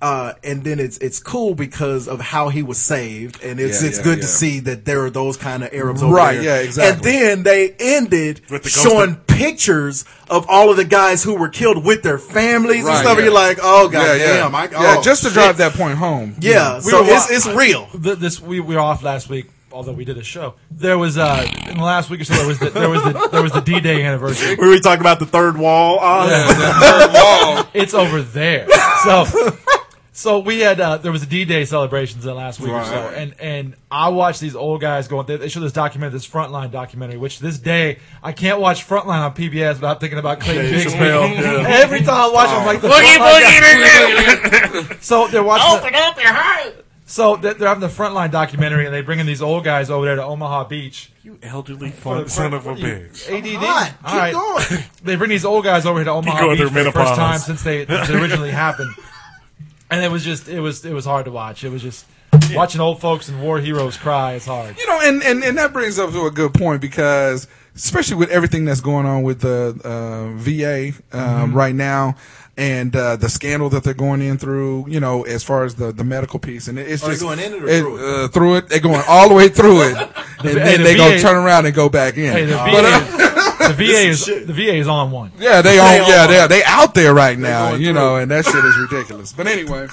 Speaker 9: Uh, and then it's it's cool because of how he was saved, and it's
Speaker 7: Yeah,
Speaker 9: it's
Speaker 7: yeah,
Speaker 9: good to
Speaker 7: yeah.
Speaker 9: see that there are those kind of Arabs over
Speaker 7: Right,
Speaker 9: there.
Speaker 7: yeah, exactly.
Speaker 9: And then they ended
Speaker 1: With the ghost
Speaker 9: showing pictures of all of the guys who were killed with their families and
Speaker 7: Right,
Speaker 9: stuff. And
Speaker 7: yeah.
Speaker 9: you're like, oh god
Speaker 7: yeah, yeah.
Speaker 9: damn, I,
Speaker 7: yeah,
Speaker 9: oh,
Speaker 7: just to
Speaker 9: shit.
Speaker 7: drive that point home.
Speaker 9: Yeah,
Speaker 10: We
Speaker 9: so
Speaker 10: were
Speaker 9: it's
Speaker 10: wa-
Speaker 9: it's real.
Speaker 10: Th- this we, we were off last week, although we did a show. There was uh in the last week or so there was the, there was the there was the D Day anniversary.
Speaker 9: We were talking about the third wall. uh, Oz.
Speaker 10: Yeah, it's over there. So, so we had uh, there was a D Day celebrations in last week or so, and and I watched these old guys going. They, they showed this documentary, this Frontline documentary, which this day I can't watch Frontline on PBS without thinking about Clayton
Speaker 9: Yeah,
Speaker 10: Bigsby.
Speaker 9: Chappelle, yeah.
Speaker 10: Every time I watch, it, I'm like, the
Speaker 1: Boogie, Oh,
Speaker 10: Frontline guy-
Speaker 1: boogie, boogie.
Speaker 10: so they're watching. the-
Speaker 1: Open up your heart.
Speaker 10: so they're, they're having the Frontline documentary, and they bringing these old guys over there to Omaha Beach.
Speaker 1: You elderly fuck son of a bitch.
Speaker 10: ADD.
Speaker 9: Keep going.
Speaker 10: they bring these old guys over here to Omaha
Speaker 1: going
Speaker 10: Beach
Speaker 1: through
Speaker 10: for the
Speaker 1: menopause.
Speaker 10: first time since they since it originally happened, and it was just it was it was hard to watch. It was just watching old folks and war heroes cry is hard.
Speaker 7: You know, and, and, and that brings up to a good point because, especially with everything that's going on with the uh, VA um,
Speaker 9: Mm-hmm.
Speaker 7: right now and uh, the scandal that they're going in through, you know, as far as the, the medical piece. And it- it's
Speaker 9: Are Oh, they
Speaker 7: just
Speaker 9: going in it or through it?
Speaker 7: Uh, through it. They're going all the way through it. and
Speaker 10: hey,
Speaker 7: then
Speaker 10: the
Speaker 7: they're going
Speaker 10: VA
Speaker 7: to turn around and go back in.
Speaker 10: Hey, the
Speaker 7: But, uh,
Speaker 10: VA, the VA is
Speaker 9: shit.
Speaker 10: the VA is on one.
Speaker 7: yeah, they on,
Speaker 9: on
Speaker 7: yeah,
Speaker 9: one.
Speaker 7: they they out there right now,
Speaker 9: going
Speaker 7: you know, and that shit is ridiculous. But anyway,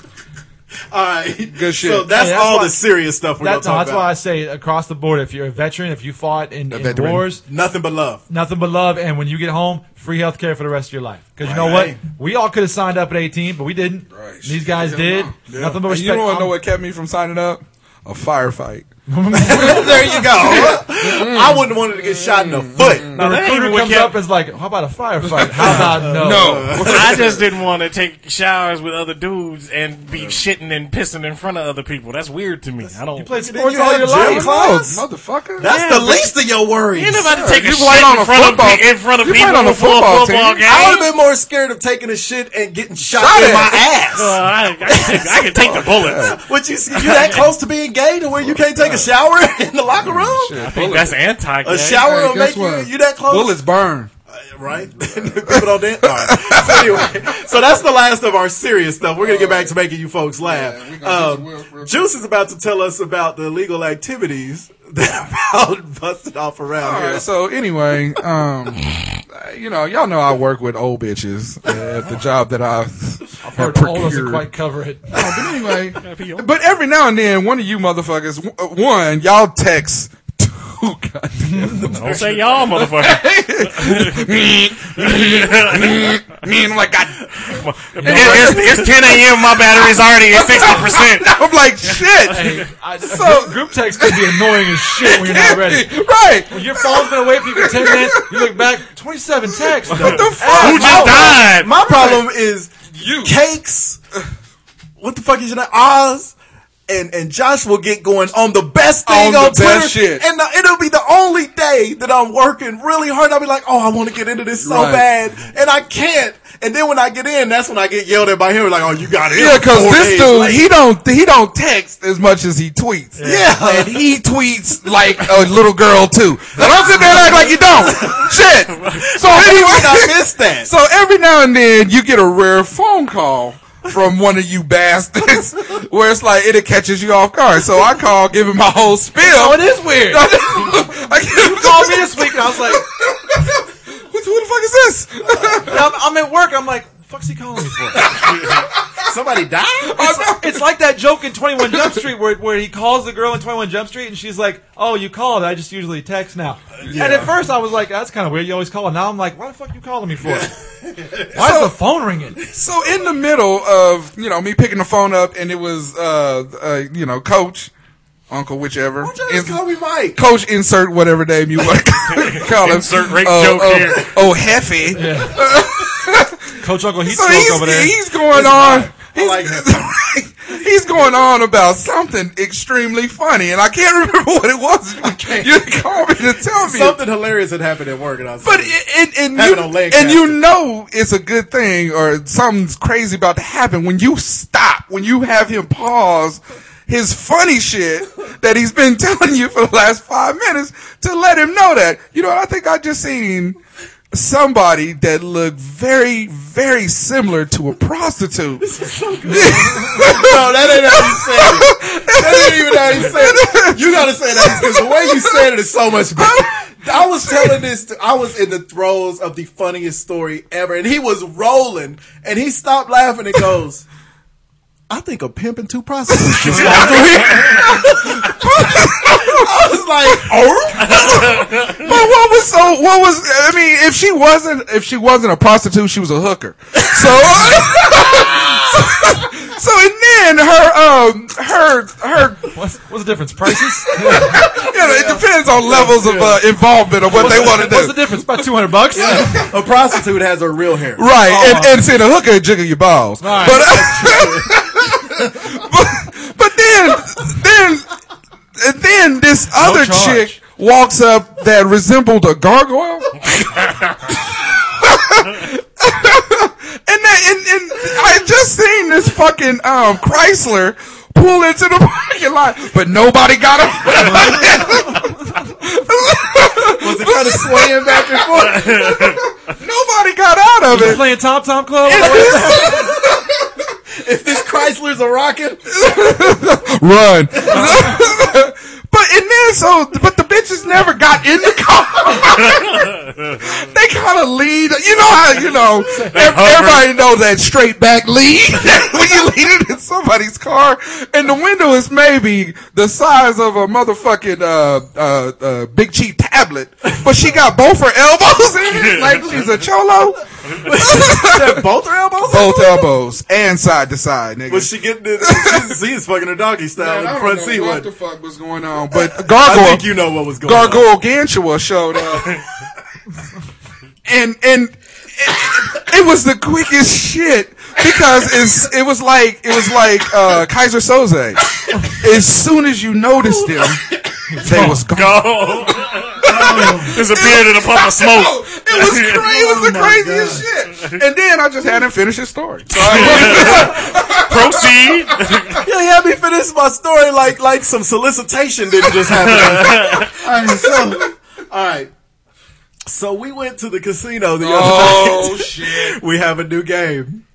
Speaker 9: All right,
Speaker 7: Good shit.
Speaker 9: So
Speaker 10: Hey,
Speaker 9: that's,
Speaker 10: that's
Speaker 9: all
Speaker 10: why-
Speaker 9: the serious stuff we're
Speaker 10: That, no,
Speaker 9: gonna talk
Speaker 10: that's why I
Speaker 9: about.
Speaker 10: say across the board, if you're a veteran, if you fought in, in
Speaker 7: veteran.
Speaker 10: wars,
Speaker 9: Nothing but love.
Speaker 10: nothing but love, and when you get home, free health care for the rest of your life. Because you know what,
Speaker 9: Right.
Speaker 10: we all could have signed up at 18, but we didn't.
Speaker 7: Right.
Speaker 10: These guys
Speaker 7: Hell
Speaker 10: did.
Speaker 7: no.
Speaker 10: Nothing but
Speaker 7: and
Speaker 10: respect.
Speaker 7: you want
Speaker 10: I'm-
Speaker 7: to know what kept me from signing up? A firefight.
Speaker 9: there you go. I wouldn't want it to get shot in the
Speaker 7: Mm-hmm.
Speaker 9: foot.
Speaker 10: The
Speaker 1: that ain't
Speaker 10: recruiter
Speaker 1: what
Speaker 10: comes
Speaker 1: kept-
Speaker 10: up and is like, "How about a firefight? How about no?
Speaker 1: I just didn't want to take showers with other dudes and be shitting and pissing in front of other people. That's weird to me. I don't.
Speaker 10: You played sports
Speaker 9: you
Speaker 10: all
Speaker 9: had
Speaker 10: your
Speaker 9: gym
Speaker 10: life.
Speaker 9: class? Clothes.
Speaker 7: motherfucker.
Speaker 9: That's
Speaker 1: Yeah,
Speaker 9: the
Speaker 1: but-
Speaker 9: least of your worries.
Speaker 1: Ain't nobody take a
Speaker 7: you
Speaker 1: shit
Speaker 7: played on
Speaker 1: in
Speaker 7: a
Speaker 1: front, of,
Speaker 7: football-
Speaker 1: pe- in front of
Speaker 7: you played
Speaker 1: people
Speaker 7: on a
Speaker 1: before a
Speaker 7: football
Speaker 1: football,
Speaker 7: team.
Speaker 1: game.
Speaker 9: I would have been more scared of taking a shit and getting shot
Speaker 7: Shot
Speaker 9: in
Speaker 7: at.
Speaker 9: my ass.
Speaker 1: Uh, I, I, can take, I can take the bullets.
Speaker 9: what you see? You that close to being gay to where you can't
Speaker 7: Uh.
Speaker 9: take a shower in the locker room?
Speaker 1: I think that's anti.
Speaker 9: A shower
Speaker 7: Hey,
Speaker 9: will
Speaker 7: guess
Speaker 9: make
Speaker 7: what?
Speaker 9: you you that close. Uh,
Speaker 7: Bullets burn.
Speaker 9: right? People don't dance. All right. So anyway, so that's the last of our serious stuff. We're gonna get back to making you folks laugh.
Speaker 7: Yeah, we gonna
Speaker 9: Um,
Speaker 7: do some real- real-
Speaker 9: Juice is about to tell us about the illegal activities that are about busted off around
Speaker 7: All
Speaker 9: here.
Speaker 7: right. So anyway, um, you know, y'all know I work with old bitches at the job that I have
Speaker 10: Heard all doesn't
Speaker 7: procured.
Speaker 10: quite cover it.
Speaker 7: But anyway, but every now and then, one of you motherfuckers, w- uh, one y'all text. two guys.
Speaker 1: Don't say y'all, motherfucker.
Speaker 7: Me and I'm like, God,
Speaker 1: it's, it's 10 a.m. My battery's already at 60 percent.
Speaker 7: I'm like, shit.
Speaker 10: Hey, I,
Speaker 7: So-
Speaker 10: group text can be annoying as shit when you're not ready.
Speaker 7: right?
Speaker 10: When your phone's been away for you for ten minutes, you look back, twenty-seven texts. What the
Speaker 1: Who just died?
Speaker 9: My problem is you cakes. What the fuck is your name? Oz. and and Josh will get going on the best thing
Speaker 7: On
Speaker 9: on,
Speaker 7: the
Speaker 9: Twitter,
Speaker 7: best shit.
Speaker 9: and the- it'll be the only day that I'm working really hard. I'll be like, oh, I want to get into this so
Speaker 7: Right.
Speaker 9: bad, and I can't. And then when I get in, that's when I get yelled at by him, like, oh, you got in.
Speaker 7: Yeah, because
Speaker 9: four
Speaker 7: this
Speaker 9: days
Speaker 7: dude,
Speaker 9: late.
Speaker 7: he don't he don't text as much as he tweets.
Speaker 9: Yeah.
Speaker 7: and he tweets like a little girl too. And I'm sitting there acting like you don't. Shit. So anyway,
Speaker 9: And I missed that.
Speaker 7: So every now and then you get a rare phone call from one of you bastards where it's like it catches you off guard. So I call, give him my whole spiel.
Speaker 10: Oh, it is weird.
Speaker 7: I give him-
Speaker 10: called me this week, and I was like,
Speaker 7: What- Who the fuck is this?
Speaker 10: I'm, I'm at work. I'm like, the fuck's he calling me for?
Speaker 9: Somebody died.
Speaker 10: It's, it's like that joke in 21 Jump Street where, where he calls the girl in 21 Jump Street and she's like, oh, you called. I just usually text now. And at first I was like, that's kind of weird. You always call. Now I'm like, why the fuck you calling me for? Why is the phone ringing?
Speaker 7: So in the middle of you know me picking the phone up, and it was uh, uh you know Coach, Uncle, whichever.
Speaker 9: Why don't you just
Speaker 7: In-
Speaker 9: call me Mike?
Speaker 7: Coach, insert whatever name you want to call him.
Speaker 1: Insert rape
Speaker 7: Oh,
Speaker 1: joke
Speaker 7: oh,
Speaker 1: here.
Speaker 7: Oh, Heffy.
Speaker 10: Coach Uncle Heat
Speaker 7: So
Speaker 10: Smoke
Speaker 7: he's,
Speaker 10: over there.
Speaker 7: he's going on. He's,
Speaker 9: like
Speaker 7: he's going on about something extremely funny, and I can't remember what it was. You called me to tell me.
Speaker 9: Something hilarious had happened at work, and I was
Speaker 7: But
Speaker 9: like,
Speaker 7: it, and,
Speaker 9: Have
Speaker 7: you,
Speaker 9: it on leg
Speaker 7: and you
Speaker 9: captain.
Speaker 7: know it's a good thing or something's crazy about to happen when you stop, when you have him pause his funny shit that he's been telling you for the last five minutes to let him know that. You know, I think I just seen somebody that looked very, very similar to a prostitute.
Speaker 9: no, that ain't how you said it. That ain't even how you said it. You gotta say that because the way you said it is so much better. I was telling this. To, I was in the throes of the funniest story ever, and he was rolling, and he stopped laughing and goes, "I think a pimp and two prostitutes." just walked through here." I was like,
Speaker 7: But what was so? What was? I mean, if she wasn't, if she wasn't a prostitute, she was a hooker. So, so, and then her, um, her, her.
Speaker 10: What's, what's the difference? Prices?
Speaker 7: You know, it depends on levels of uh, involvement of what they want to
Speaker 10: What's the
Speaker 7: do.
Speaker 10: difference? About 200 bucks?
Speaker 9: "Oh, "A prostitute has her real hair."
Speaker 7: Right, and, and seeing a hooker jiggle your balls,
Speaker 10: Right.
Speaker 7: but, but but then then and then this other
Speaker 10: charge.
Speaker 7: chick walks up that resembled a gargoyle. And that, and, and I had just seen this fucking um, Chrysler pull into the parking lot, but nobody got him.
Speaker 9: Was it kind of swaying back and forth?
Speaker 7: nobody got out of
Speaker 10: You
Speaker 7: it.
Speaker 10: playing Tom Tom Club?
Speaker 9: If this Chrysler's a rocket,
Speaker 7: Run. but and then so, but the bitches never got in the car. they kind of lead. You know how you know ev- everybody know that straight back lead when you lead it in somebody's car, and the window is maybe the size of a motherfucking uh, uh, uh, big cheap tablet, but she got both her elbows in it like she's a cholo.
Speaker 9: both her elbows.
Speaker 7: both elbows and side to side, nigga.
Speaker 9: Was she getting the? She's, she's fucking her doggy style in the front seat.
Speaker 7: what
Speaker 9: wasn't
Speaker 7: the fuck was going on, but
Speaker 9: I
Speaker 7: Gargoyle,
Speaker 9: think you know what was going on.
Speaker 7: Gargoyle Gantua showed up, and and it, it was the quickest shit because it's it was like it was like uh, Kaiser Soze. As soon as you noticed him, they was gone.
Speaker 1: Go. Disappeared in a puff of
Speaker 7: No,
Speaker 9: Oh.
Speaker 1: smoke.
Speaker 7: Oh, it was crazy. It was the craziest shit. And then I just had him finish his story. So I-
Speaker 1: Proceed.
Speaker 9: Yeah, he had me finish my story like like some solicitation didn't just happen. all right, so all right. So we went to the casino the
Speaker 7: oh
Speaker 9: other night.
Speaker 7: shit!
Speaker 9: We have a new game.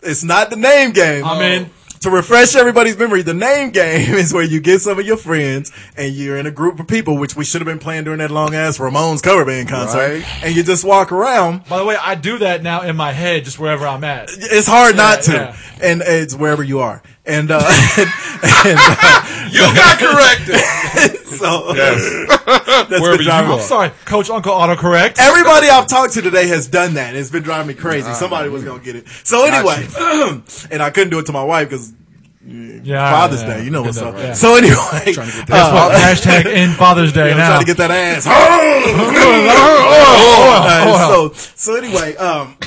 Speaker 9: It's not the name game.
Speaker 10: I'm in.
Speaker 9: To refresh everybody's memory, the name game is where you get some of your friends and you're in a group of people, which we should have been playing during that long ass Ramones cover band concert,
Speaker 7: Right.
Speaker 9: and you just walk around
Speaker 10: By the way, I do that now in my head, just wherever I'm at.
Speaker 9: it's hard not to,
Speaker 10: yeah.
Speaker 9: and it's wherever you are, and uh, and, uh,
Speaker 7: You got corrected.
Speaker 9: so that's
Speaker 10: Wherever
Speaker 9: been
Speaker 10: you
Speaker 9: driving.
Speaker 10: are. I'm sorry, Coach Uncle Autocorrect.
Speaker 9: Everybody I've talked to today has done that. and It's been driving me crazy.
Speaker 10: Uh,
Speaker 9: Somebody was gonna get it. So anyway, and I couldn't do it to my wife because
Speaker 10: Yeah,
Speaker 9: Father's
Speaker 10: Ah, yeah,
Speaker 9: Day, you know what's
Speaker 10: yeah.
Speaker 9: up. So anyway, trying to get that,
Speaker 10: Well, Uh, hashtag in Father's Day now. Oh,
Speaker 9: trying to get that ass. Uh, so so anyway, um,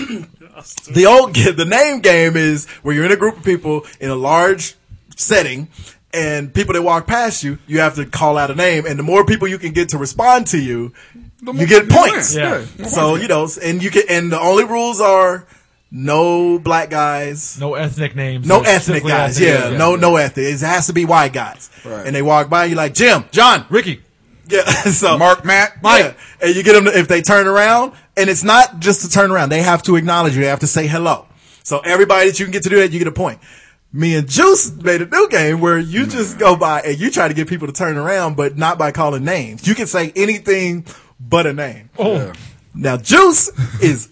Speaker 9: the old ga- the name game is where you're in a group of people in a large setting. and people that walk past you, you have to call out a name, and the more people you can get to respond to you, you get points.
Speaker 10: Yeah.
Speaker 9: So you know, and you can, and the only rules are no black guys,
Speaker 10: No ethnic names.
Speaker 9: no
Speaker 10: It's
Speaker 9: ethnic
Speaker 10: simply
Speaker 9: guys.
Speaker 10: ethnic.
Speaker 9: Yeah, no, no ethnic. It has to be white guys.
Speaker 7: Right.
Speaker 9: And they walk by, you like Jim, John,
Speaker 10: Ricky.
Speaker 9: yeah. So
Speaker 7: Mark Matt.
Speaker 9: Mike. And you get them to, if they turn around, and it's not just to turn around. They have to acknowledge you. They have to say hello. So everybody that you can get to do that, you get a point. Me and Juice made a new game where you just go by and you try to get people to turn around, but not by calling names. You can say anything but a name.
Speaker 10: Oh.
Speaker 9: Now Juice is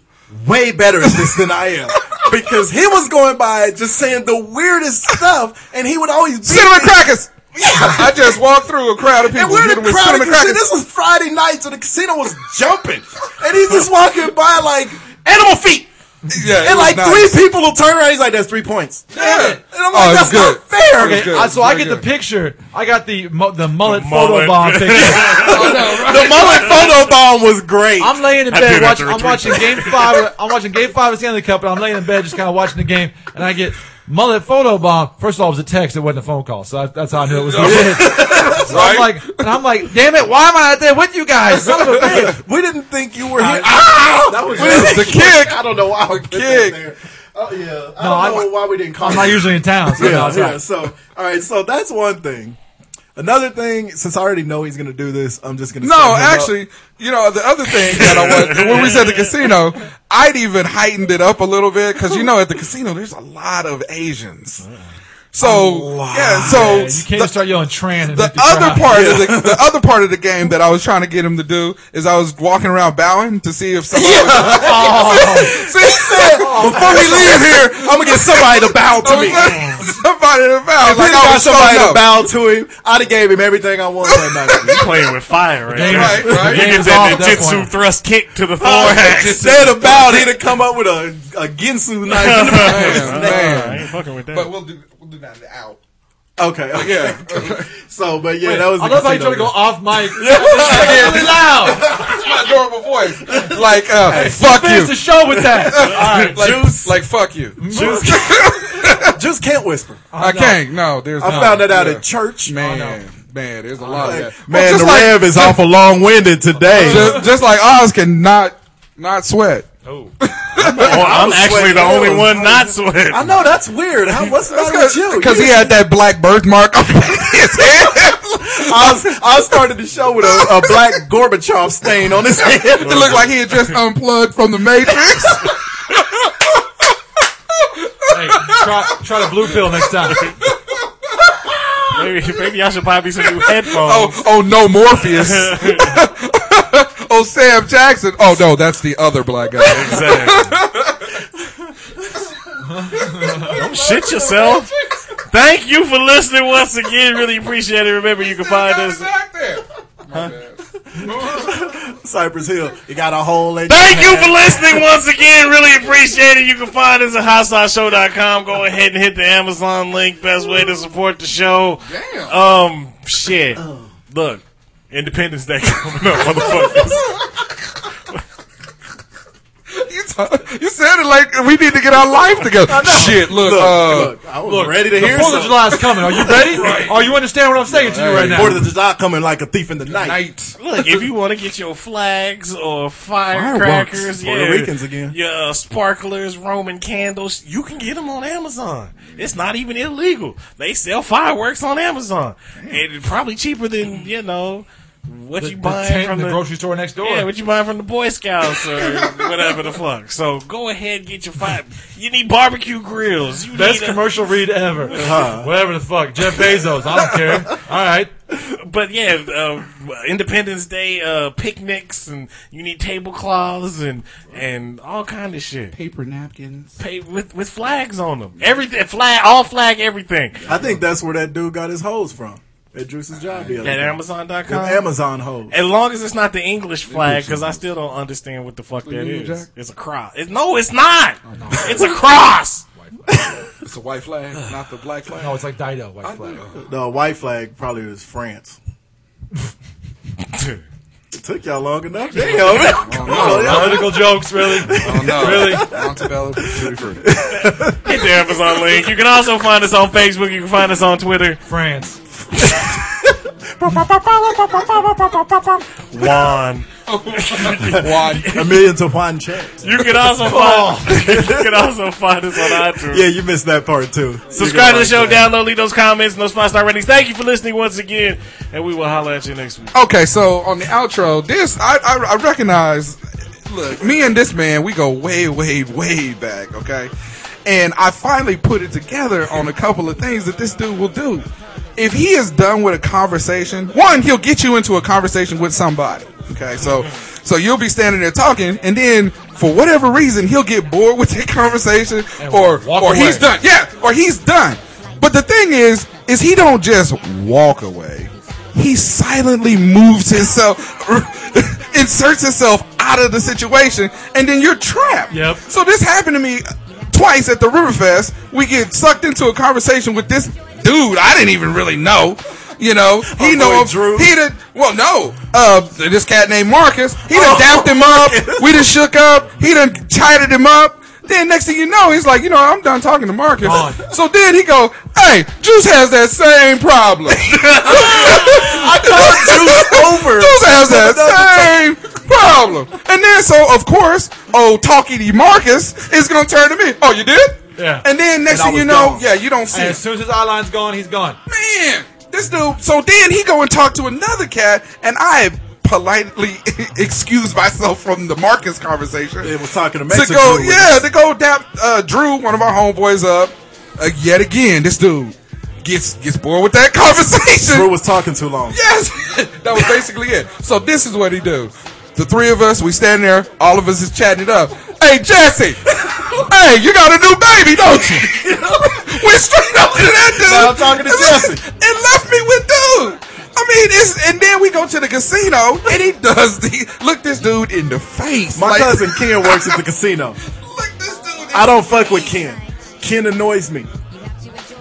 Speaker 9: way better at this than I am because he was going by just saying the weirdest stuff, and he would always beat
Speaker 7: Cinnamon
Speaker 9: me.
Speaker 7: crackers. I just walked through a crowd of people
Speaker 9: And we're
Speaker 7: hit
Speaker 9: in
Speaker 7: 'em
Speaker 9: the
Speaker 7: with
Speaker 9: crowd of
Speaker 7: cinnamon
Speaker 9: casino.
Speaker 7: crackers.
Speaker 9: This was Friday night, so the casino was jumping. And he's just walking by like animal feet.
Speaker 7: yeah, it
Speaker 9: And
Speaker 7: was
Speaker 9: like
Speaker 7: nice.
Speaker 9: three people will turn around. He's like, that's three points. And
Speaker 7: Yeah.
Speaker 9: I'm
Speaker 7: Oh,
Speaker 9: like,
Speaker 7: it was
Speaker 9: that's
Speaker 7: good.
Speaker 9: not fair.
Speaker 10: Okay,
Speaker 7: good.
Speaker 10: I- so I
Speaker 7: Very
Speaker 10: get the
Speaker 7: good.
Speaker 10: picture. I got the mu- the mullet,
Speaker 1: mullet.
Speaker 10: photo bomb picture.
Speaker 9: The mullet photo bomb was great.
Speaker 10: I'm laying in
Speaker 1: I did
Speaker 10: bed
Speaker 1: have to
Speaker 10: watching. I'm
Speaker 1: retweet
Speaker 10: watching Game Five. I'm watching Game Five of the Stanley Cup, and I'm laying in bed just kind of watching the game, and I get mullet photo bomb. First of all, it was a text. It wasn't a phone call, so I, that's how I knew it was. legit. so I'm like, and I'm like, damn it, why am I not there with you guys? Son of a bitch.
Speaker 9: we didn't think you were here. that was
Speaker 7: The kick.
Speaker 9: I don't know why we
Speaker 7: Kick.
Speaker 9: there. Oh, yeah. I
Speaker 10: No, I'm-
Speaker 9: why we didn't call
Speaker 10: I'm not usually in town. So
Speaker 9: yeah,
Speaker 10: no, it's
Speaker 9: yeah.
Speaker 10: all right.
Speaker 9: So, all right. So that's one thing. Another thing, since I already know he's going to do this, I'm just going to
Speaker 7: No, actually, you know the other thing that I was when we said the casino, I'd even heightened it up a little bit because you know at the casino there's a lot of Asians. So yeah, so
Speaker 10: Yeah, you can't just start yelling "tran." and
Speaker 7: the
Speaker 10: make
Speaker 7: other
Speaker 10: crowd-
Speaker 7: part of the, the other part of the game that I was trying to get him to do is I was walking around bowing to see if somebody.
Speaker 9: Oh.
Speaker 7: see, he said, "Before we leave here,
Speaker 9: I'm going to get somebody to bow to
Speaker 7: I'm
Speaker 9: me.
Speaker 7: gonna-
Speaker 9: Oh.
Speaker 7: somebody to bow."
Speaker 9: If he
Speaker 7: Like I
Speaker 9: got
Speaker 7: was
Speaker 9: somebody
Speaker 7: somebody
Speaker 9: to bow to him, I'd have gave him everything I wanted that night.
Speaker 1: You're playing with fire right
Speaker 10: Damn.
Speaker 1: there.
Speaker 7: Right, right.
Speaker 1: You
Speaker 10: Game
Speaker 1: get
Speaker 10: is
Speaker 1: that
Speaker 10: off
Speaker 1: Oh,
Speaker 10: at that
Speaker 1: ninjutsu
Speaker 10: point.
Speaker 1: thrust kick to the forehead.
Speaker 9: Instead of bow, he'd have come up with a, a Ginsu knife. in the
Speaker 7: Man,
Speaker 1: I
Speaker 7: man.
Speaker 1: ain't fucking with that.
Speaker 7: But we'll do we'll do that out.
Speaker 9: Okay, okay. So, but yeah, that was.
Speaker 10: I
Speaker 9: the
Speaker 10: love how you try
Speaker 9: casino
Speaker 10: to go
Speaker 9: game.
Speaker 10: off mic. It's really loud.
Speaker 7: It's my adorable voice. Like uh, fuck
Speaker 10: Finish
Speaker 7: you.
Speaker 10: the show with that.
Speaker 7: like,
Speaker 9: Juice.
Speaker 7: like fuck you.
Speaker 9: Just can't whisper.
Speaker 7: I can't. No, there's.
Speaker 9: I
Speaker 7: no.
Speaker 9: found that out
Speaker 7: Yeah.
Speaker 9: at church.
Speaker 7: Man, man, there's a lot of
Speaker 9: Like,
Speaker 7: that.
Speaker 9: man,
Speaker 7: Well,
Speaker 9: the
Speaker 7: just like-
Speaker 9: rev is
Speaker 7: just-
Speaker 9: awful long winded today.
Speaker 7: Just, just like Oz can not not sweat.
Speaker 1: Oh, I'm actually the
Speaker 9: sweating.
Speaker 1: only one not sweating.
Speaker 9: I know that's weird. How, what's the matter with you?
Speaker 7: Because he had that black birthmark on his head.
Speaker 9: I, was- I started the show with a, a black Gorbachev stain on his head.
Speaker 7: it looked like he had just unplugged from the Matrix.
Speaker 10: Hey, try, try the blue pill next time.
Speaker 1: Maybe, maybe I should buy me some new headphones.
Speaker 7: oh, oh no, Morpheus. oh, Sam Jackson. Oh no, that's the other black guy.
Speaker 1: Exactly. Don't shit yourself. Thank you for listening once again. Really appreciate it. Remember, you can find us.
Speaker 7: Back there. My bad.
Speaker 9: Cypress Hill. You got a whole.
Speaker 1: Thank you for listening once again. Really appreciate it. You can find us at HotSauceShow.com. Go ahead and hit the Amazon link. Best way to support the show.
Speaker 7: Damn.
Speaker 1: Um, shit. Look, Independence Day coming up, motherfuckers.
Speaker 7: You, t- you sounded like we need to get our life together. Shit, look, uh,
Speaker 9: Look, I was ready to hear
Speaker 10: Fourth of
Speaker 9: something.
Speaker 10: July is coming. Are you ready? Are you understand what I'm saying to you right now?
Speaker 9: Fourth of July coming like a thief in the night.
Speaker 7: night.
Speaker 1: Look, if you want to get your flags or firecrackers,
Speaker 9: Fireworks.
Speaker 1: yeah,
Speaker 9: Puerto Ricans again.
Speaker 1: your uh, sparklers, Roman candles, you can get them on Amazon. It's not even illegal. They sell fireworks on Amazon, and it's probably cheaper than you know what
Speaker 10: The,
Speaker 1: you
Speaker 10: the
Speaker 1: buy
Speaker 10: tent
Speaker 1: from
Speaker 10: in the grocery store next door.
Speaker 1: yeah, what you buying from the Boy Scouts or whatever the fuck. So go ahead, and get your fire. You need barbecue grills. You
Speaker 10: Best
Speaker 1: need a-
Speaker 10: commercial read ever.
Speaker 9: Uh-huh.
Speaker 10: Whatever the fuck. Jeff Bezos. I don't care. All right.
Speaker 1: but yeah, uh, Independence Day uh, picnics, and you need tablecloths and and all kind of shit.
Speaker 11: Paper napkins.
Speaker 1: pay with with flags on them. Everything flag, all flag, everything.
Speaker 9: I think that's where that dude got his hose from. At Juice's job the other
Speaker 1: At
Speaker 9: day.
Speaker 1: Amazon.com.
Speaker 9: Them Amazon hose.
Speaker 1: As long as it's not the English flag, because I still don't understand what the fuck that
Speaker 7: Union
Speaker 1: is.
Speaker 7: Jack?
Speaker 1: It's a cross. It, no, it's not. It's a cross.
Speaker 7: It's a white flag, not the black flag.
Speaker 10: No, it's like Dido. White flag.
Speaker 9: The white flag probably was France. took y'all long enough. Damn. Oh,
Speaker 7: no.
Speaker 10: Political jokes, really.
Speaker 7: Oh no.
Speaker 10: Really?
Speaker 7: Montebello Duty Free.
Speaker 1: Hit the Amazon link. You can also find us on Facebook. You can find us on Twitter.
Speaker 10: France.
Speaker 1: Juan.
Speaker 7: Why?
Speaker 9: A million to one chance.
Speaker 1: You can also find you can also find us on iTunes.
Speaker 9: Yeah, you missed that part too.
Speaker 1: Subscribe to the show, download, leave those comments, and those five star ratings. Thank you for listening once again, and we will holler at you next week.
Speaker 7: Okay, so on the outro, this I, I I recognize. Look, me and this man, we go way, way, way back. Okay, and I finally put it together on a couple of things that this dude will do. If he is done with a conversation, one, he'll get you into a conversation with somebody. Okay, so so you'll be standing there talking, and then for whatever reason, he'll get bored with that conversation, or
Speaker 10: walk
Speaker 7: or
Speaker 10: away.
Speaker 7: he's done. Yeah, or he's done. But the thing is, is he don't just walk away. He silently moves himself, inserts himself out of the situation, and then you're trapped.
Speaker 10: Yep.
Speaker 7: So this happened to me twice at the Riverfest. We get sucked into a conversation with this dude I didn't even really know. You know, he
Speaker 9: Homeboy
Speaker 7: know him.
Speaker 9: Drew.
Speaker 7: He did well. No, uh, this cat named Marcus. He
Speaker 9: Oh.
Speaker 7: done dapped him up. We done shook up. He done chatted him up. Then next thing you know, he's like, you know, I'm done talking to Marcus.
Speaker 10: Gone.
Speaker 7: So then he go, hey, Juice has that same problem.
Speaker 9: over.
Speaker 7: Juice has that same problem. And then so of course, old talky D Marcus is gonna turn to me. Oh, you did?
Speaker 10: Yeah.
Speaker 7: And then next
Speaker 9: And I
Speaker 7: thing
Speaker 9: was
Speaker 7: you know,
Speaker 9: gone.
Speaker 7: yeah, you don't see.
Speaker 10: And
Speaker 7: him.
Speaker 10: as soon as his eyeline's gone, he's gone.
Speaker 7: man, this dude. So then he go and talk to another cat, and I politely excuse myself from the Marcus conversation
Speaker 9: It was talking to
Speaker 7: to
Speaker 9: Mexico.
Speaker 7: go, yeah, to go dap uh, Drew, one of our homeboys, up uh, yet again. This dude gets gets bored with that conversation.
Speaker 9: Drew was talking too long.
Speaker 7: Yes, that was basically it. So this is what he do. The three of us, we stand there. All of us is chatting it up. Hey Jesse, hey, you got a new baby, don't you? Went straight up to that dude.
Speaker 9: Now I'm talking to
Speaker 7: And
Speaker 9: Jesse.
Speaker 7: left- And left me with dude. I mean, it's and then we go to the casino and he does the look this dude in the face.
Speaker 9: My
Speaker 7: like-
Speaker 9: cousin Ken works at the casino.
Speaker 7: Look this dude. in
Speaker 9: I don't fuck with Ken. Ken annoys me.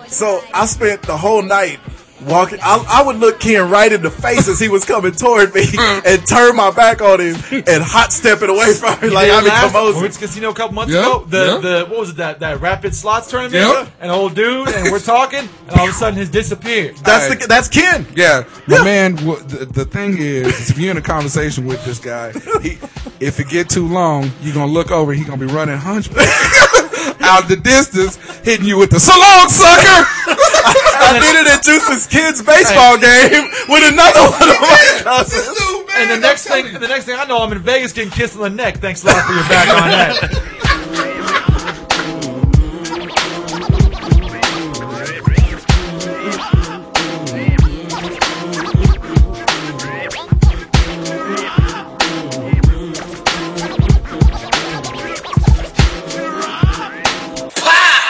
Speaker 9: So I spent the whole night walking. I, I would look Ken right in the face as he was coming toward me and turn my back on him and hot stepping away from him like
Speaker 10: Yeah,
Speaker 9: I'm in
Speaker 10: last- We went
Speaker 9: Kamosi.
Speaker 10: to casino a couple months
Speaker 7: Yeah,
Speaker 10: ago. The
Speaker 7: yeah.
Speaker 10: the what was it that that rapid slots tournament?
Speaker 7: Yeah.
Speaker 10: An old dude, and we're talking, and all of a sudden he's disappeared.
Speaker 9: That's the, that's Ken.
Speaker 7: Yeah, my man. wha- The, the thing is, is if you're in a conversation with this guy, he, if it get too long, you're gonna look over. He's gonna be running hunchback out the distance, hitting you with the "so long, sucker."
Speaker 9: I did it at Juice's kids baseball game with another one of my cousins.
Speaker 7: This dude, man,
Speaker 10: And the
Speaker 7: I'm
Speaker 10: next
Speaker 7: telling
Speaker 10: thing,
Speaker 7: you.
Speaker 10: the next thing I know, I'm in Vegas getting kissed on the neck. Thanks a lot for your back on that.